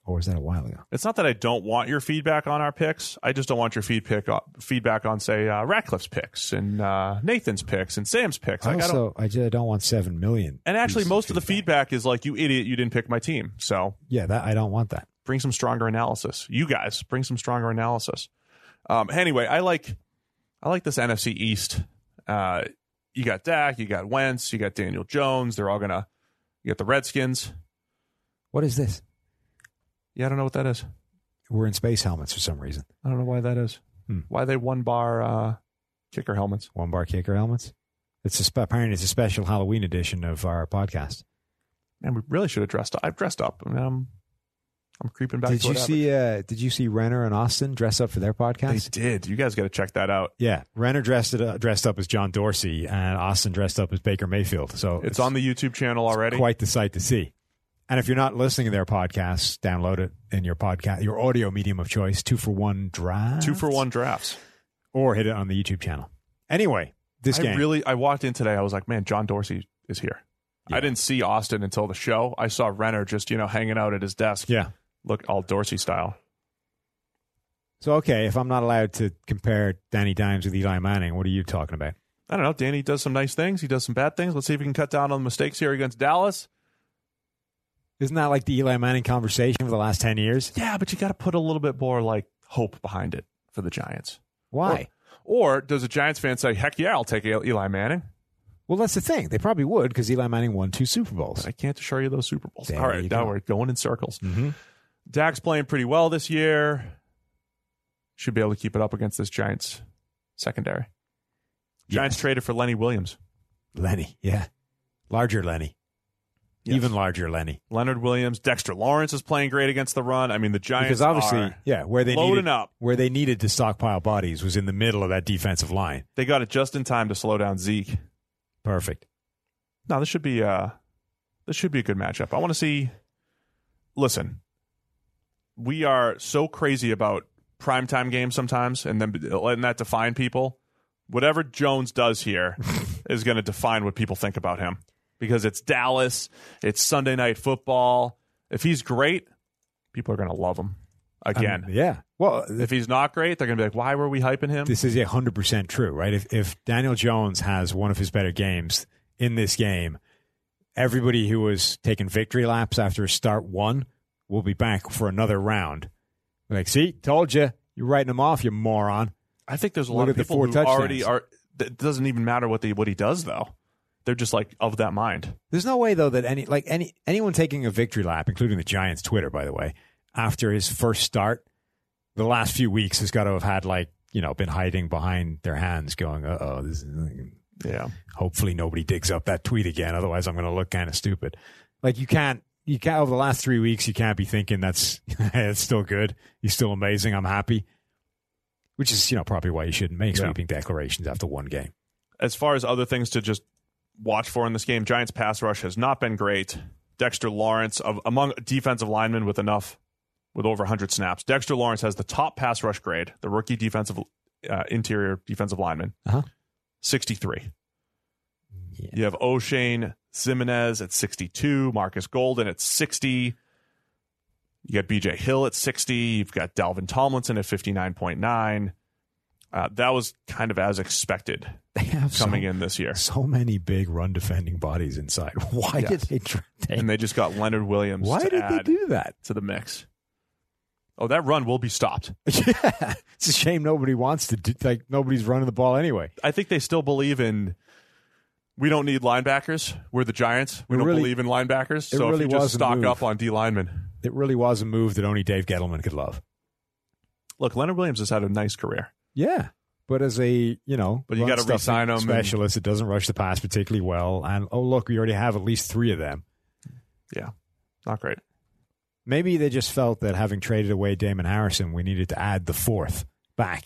Speaker 2: Or was that a while ago?
Speaker 1: It's not that I don't want your feedback on our picks. I just don't want your feed pick feedback on, say, uh, Ratcliffe's picks and uh, Nathan's picks and Sam's picks. Like, I don't,
Speaker 2: also, I, just, don't want seven million.
Speaker 1: and actually,
Speaker 2: pieces
Speaker 1: most of the feedback is like, "You idiot, you didn't pick my team." So
Speaker 2: Yeah, that I don't want that.
Speaker 1: bring some stronger analysis. You guys bring some stronger analysis. Um, anyway, I like I like this NFC East. Uh, you got Dak, you got Wentz, you got Daniel Jones. They're all gonna You got the Redskins.
Speaker 2: What is this?
Speaker 1: Yeah, I don't know what that is.
Speaker 2: We're in space helmets for some reason.
Speaker 1: I don't know why that is.
Speaker 2: Hmm.
Speaker 1: Why they one bar uh, kicker helmets?
Speaker 2: One bar kicker helmets. It's a spe- apparently it's a special Halloween edition of our podcast.
Speaker 1: Man, we really should have dressed up. I've dressed up. I mean, I'm, I'm creeping back.
Speaker 2: Did
Speaker 1: to
Speaker 2: you
Speaker 1: what
Speaker 2: see? Uh, did you see Renner and Austin dress up for their
Speaker 1: happened.
Speaker 2: podcast?
Speaker 1: They did. You guys got to check that out.
Speaker 2: Yeah, Renner dressed it up, dressed up as John Dorsey, and Austin dressed up as Baker Mayfield. So
Speaker 1: It's, on the YouTube channel already.
Speaker 2: quite the sight to see. And if you're not listening to their podcast, download it in your podcast, your audio medium of choice, two for one draft,
Speaker 1: Two for one drafts.
Speaker 2: or hit it on the YouTube channel. Anyway, this
Speaker 1: I
Speaker 2: game,
Speaker 1: really. I walked in today. I was like, man, John Dorsey is here. I
Speaker 2: Yeah.
Speaker 1: didn't see Austin until the show. I saw Renner just you know hanging out at his desk.
Speaker 2: yeah.
Speaker 1: Look all Dorsey style.
Speaker 2: So okay, if I'm not allowed to compare Danny Dimes with Eli Manning, what are you talking about?
Speaker 1: I don't know. Danny does some nice things. He does some bad things. Let's see if he can cut down on the mistakes here against Dallas.
Speaker 2: Isn't that like the Eli Manning conversation for the last ten years?
Speaker 1: Yeah, but you got to put a little bit more like hope behind it for the Giants.
Speaker 2: Why?
Speaker 1: Or does a Giants fan say, "Heck yeah, I'll take E-, Eli Manning"?
Speaker 2: Well, that's the thing. They probably would because Eli Manning won two Super Bowls.
Speaker 1: I can't show you those Super Bowls.
Speaker 2: There
Speaker 1: All right,
Speaker 2: you
Speaker 1: now
Speaker 2: go.
Speaker 1: we're going in circles.
Speaker 2: Mm-hmm.
Speaker 1: Dak's playing pretty well this year. Should be able to keep it up against this Giants secondary. Giants traded for Lenny Williams.
Speaker 2: Lenny, yeah, larger Lenny,
Speaker 1: Yes.
Speaker 2: even larger Lenny.
Speaker 1: Leonard Williams, Dexter Lawrence is playing great against the run. I mean, the Giants
Speaker 2: because obviously,
Speaker 1: are
Speaker 2: yeah, where they
Speaker 1: loading
Speaker 2: needed,
Speaker 1: up.
Speaker 2: where they needed to stockpile bodies was in the middle of that defensive line.
Speaker 1: They got it just in time to slow down Zeke.
Speaker 2: Perfect.
Speaker 1: No, this should be uh this should be a good matchup. I want to see listen. We are so crazy about primetime games sometimes and then letting that define people. Whatever Jones does here is going to define what people think about him because it's Dallas, it's Sunday night football. If he's great, people are going to love him again.
Speaker 2: Um, yeah. Well, th-
Speaker 1: if he's not great, they're going to be like, "Why were we hyping him?"
Speaker 2: this is hundred percent true, right? If if Daniel Jones has one of his better games in this game, everybody who was taking victory laps after start one will be back for another round. Like, see, told you, you're writing them off, you moron.
Speaker 1: I think there's a
Speaker 2: Look
Speaker 1: lot of
Speaker 2: at the
Speaker 1: people
Speaker 2: four
Speaker 1: who
Speaker 2: touchdowns.
Speaker 1: already are. It doesn't even matter what they what he does though. They're just like of that mind.
Speaker 2: There's no way though that any like any anyone taking a victory lap, including the Giants Twitter, by the way, after his first start, the last few weeks has got to have had like you know been hiding behind their hands, going, "Uh oh, this is."
Speaker 1: Yeah,
Speaker 2: Hopefully nobody digs up that tweet again. Otherwise, I'm going to look kind of stupid. Like you can't, you can't over the last three weeks, you can't be thinking that's that's still good. He's still amazing. I'm happy. Which is you know probably why you shouldn't make
Speaker 1: Yeah.
Speaker 2: sweeping declarations after one game.
Speaker 1: as far as other things to just watch for in this game, Giants pass rush has not been great. Dexter Lawrence of among defensive linemen with enough with over 100 snaps, Dexter Lawrence has the top pass rush grade, the rookie defensive uh, interior defensive lineman,
Speaker 2: Uh-huh.
Speaker 1: 63.
Speaker 2: Yeah.
Speaker 1: You have O'Shane Zimenez at 62, Marcus Golden at 60. You got BJ Hill at 60. You've got Dalvin Tomlinson at 59.9. Uh, that was kind of as expected
Speaker 2: They have so
Speaker 1: coming in this year.
Speaker 2: so many big run defending bodies inside. Why
Speaker 1: Yes.
Speaker 2: did they tra- take?
Speaker 1: And they just got Leonard Williams
Speaker 2: Why
Speaker 1: to
Speaker 2: did they
Speaker 1: add
Speaker 2: do that?
Speaker 1: to the mix. Oh, that run will be stopped.
Speaker 2: Yeah, it's a shame nobody wants to. Do, like nobody's running the ball anyway.
Speaker 1: I think they still believe in we don't need linebackers. We're the Giants. We
Speaker 2: It
Speaker 1: don't
Speaker 2: really-
Speaker 1: believe in linebackers. So
Speaker 2: really
Speaker 1: if you just
Speaker 2: was a
Speaker 1: stock
Speaker 2: move.
Speaker 1: up on D linemen.
Speaker 2: It really was a move that only Dave Gettleman could love.
Speaker 1: Look, Leonard Williams has had a nice career.
Speaker 2: Yeah, but as a you know,
Speaker 1: But you
Speaker 2: run
Speaker 1: gotta
Speaker 2: stuffing
Speaker 1: re-sign 'em and-
Speaker 2: specialist. It doesn't rush the pass particularly well, and oh look, we already have at least three of them.
Speaker 1: Not great.
Speaker 2: Maybe they just felt that having traded away Damon Harrison, we needed to add the fourth back.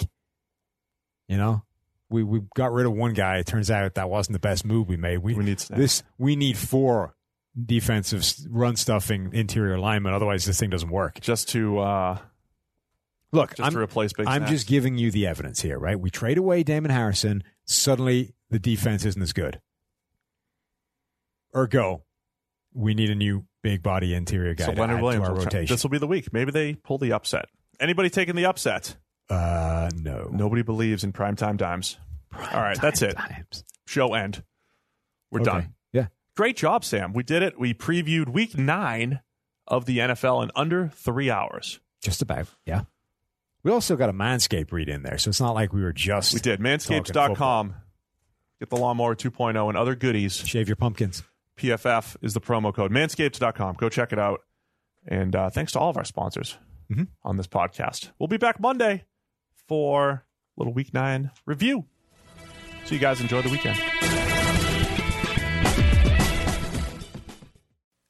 Speaker 2: You know, we we got rid of one guy. It turns out that wasn't the best move we made.
Speaker 1: We need snaps.
Speaker 2: This we need four defensive s- run stuffing interior linemen. Otherwise, this thing doesn't work.
Speaker 1: just to uh,
Speaker 2: Look,
Speaker 1: just
Speaker 2: I'm,
Speaker 1: to replace big.
Speaker 2: I'm
Speaker 1: snaps.
Speaker 2: just giving you the evidence here, right? We trade away Damon Harrison. Suddenly, the defense isn't as good. Ergo, we need a new big body interior guy
Speaker 1: so
Speaker 2: to
Speaker 1: Leonard
Speaker 2: add
Speaker 1: Williams.
Speaker 2: to our
Speaker 1: will try-
Speaker 2: rotation.
Speaker 1: This will be the week. Maybe they pull the upset. Anybody taking the upset?
Speaker 2: uh, no,
Speaker 1: Nobody believes in primetime dimes. All right, that's it.
Speaker 2: Times.
Speaker 1: Show end. We're
Speaker 2: Okay.
Speaker 1: done.
Speaker 2: Yeah,
Speaker 1: Great job, Sam. We did it. We previewed week nine of the NFL in under three hours.
Speaker 2: just about. Yeah. We also got a manscape read in there, so it's not like we were just
Speaker 1: We did.
Speaker 2: talking football.
Speaker 1: Manscapes.com. Get the lawnmower 2.0 and other goodies.
Speaker 2: shave your pumpkins.
Speaker 1: PFF is the promo code. Manscaped.com. Go check it out. And uh, thanks to all of our sponsors
Speaker 2: Mhm.
Speaker 1: on this podcast. We'll be back Monday for a little week nine review. So you guys enjoy the weekend.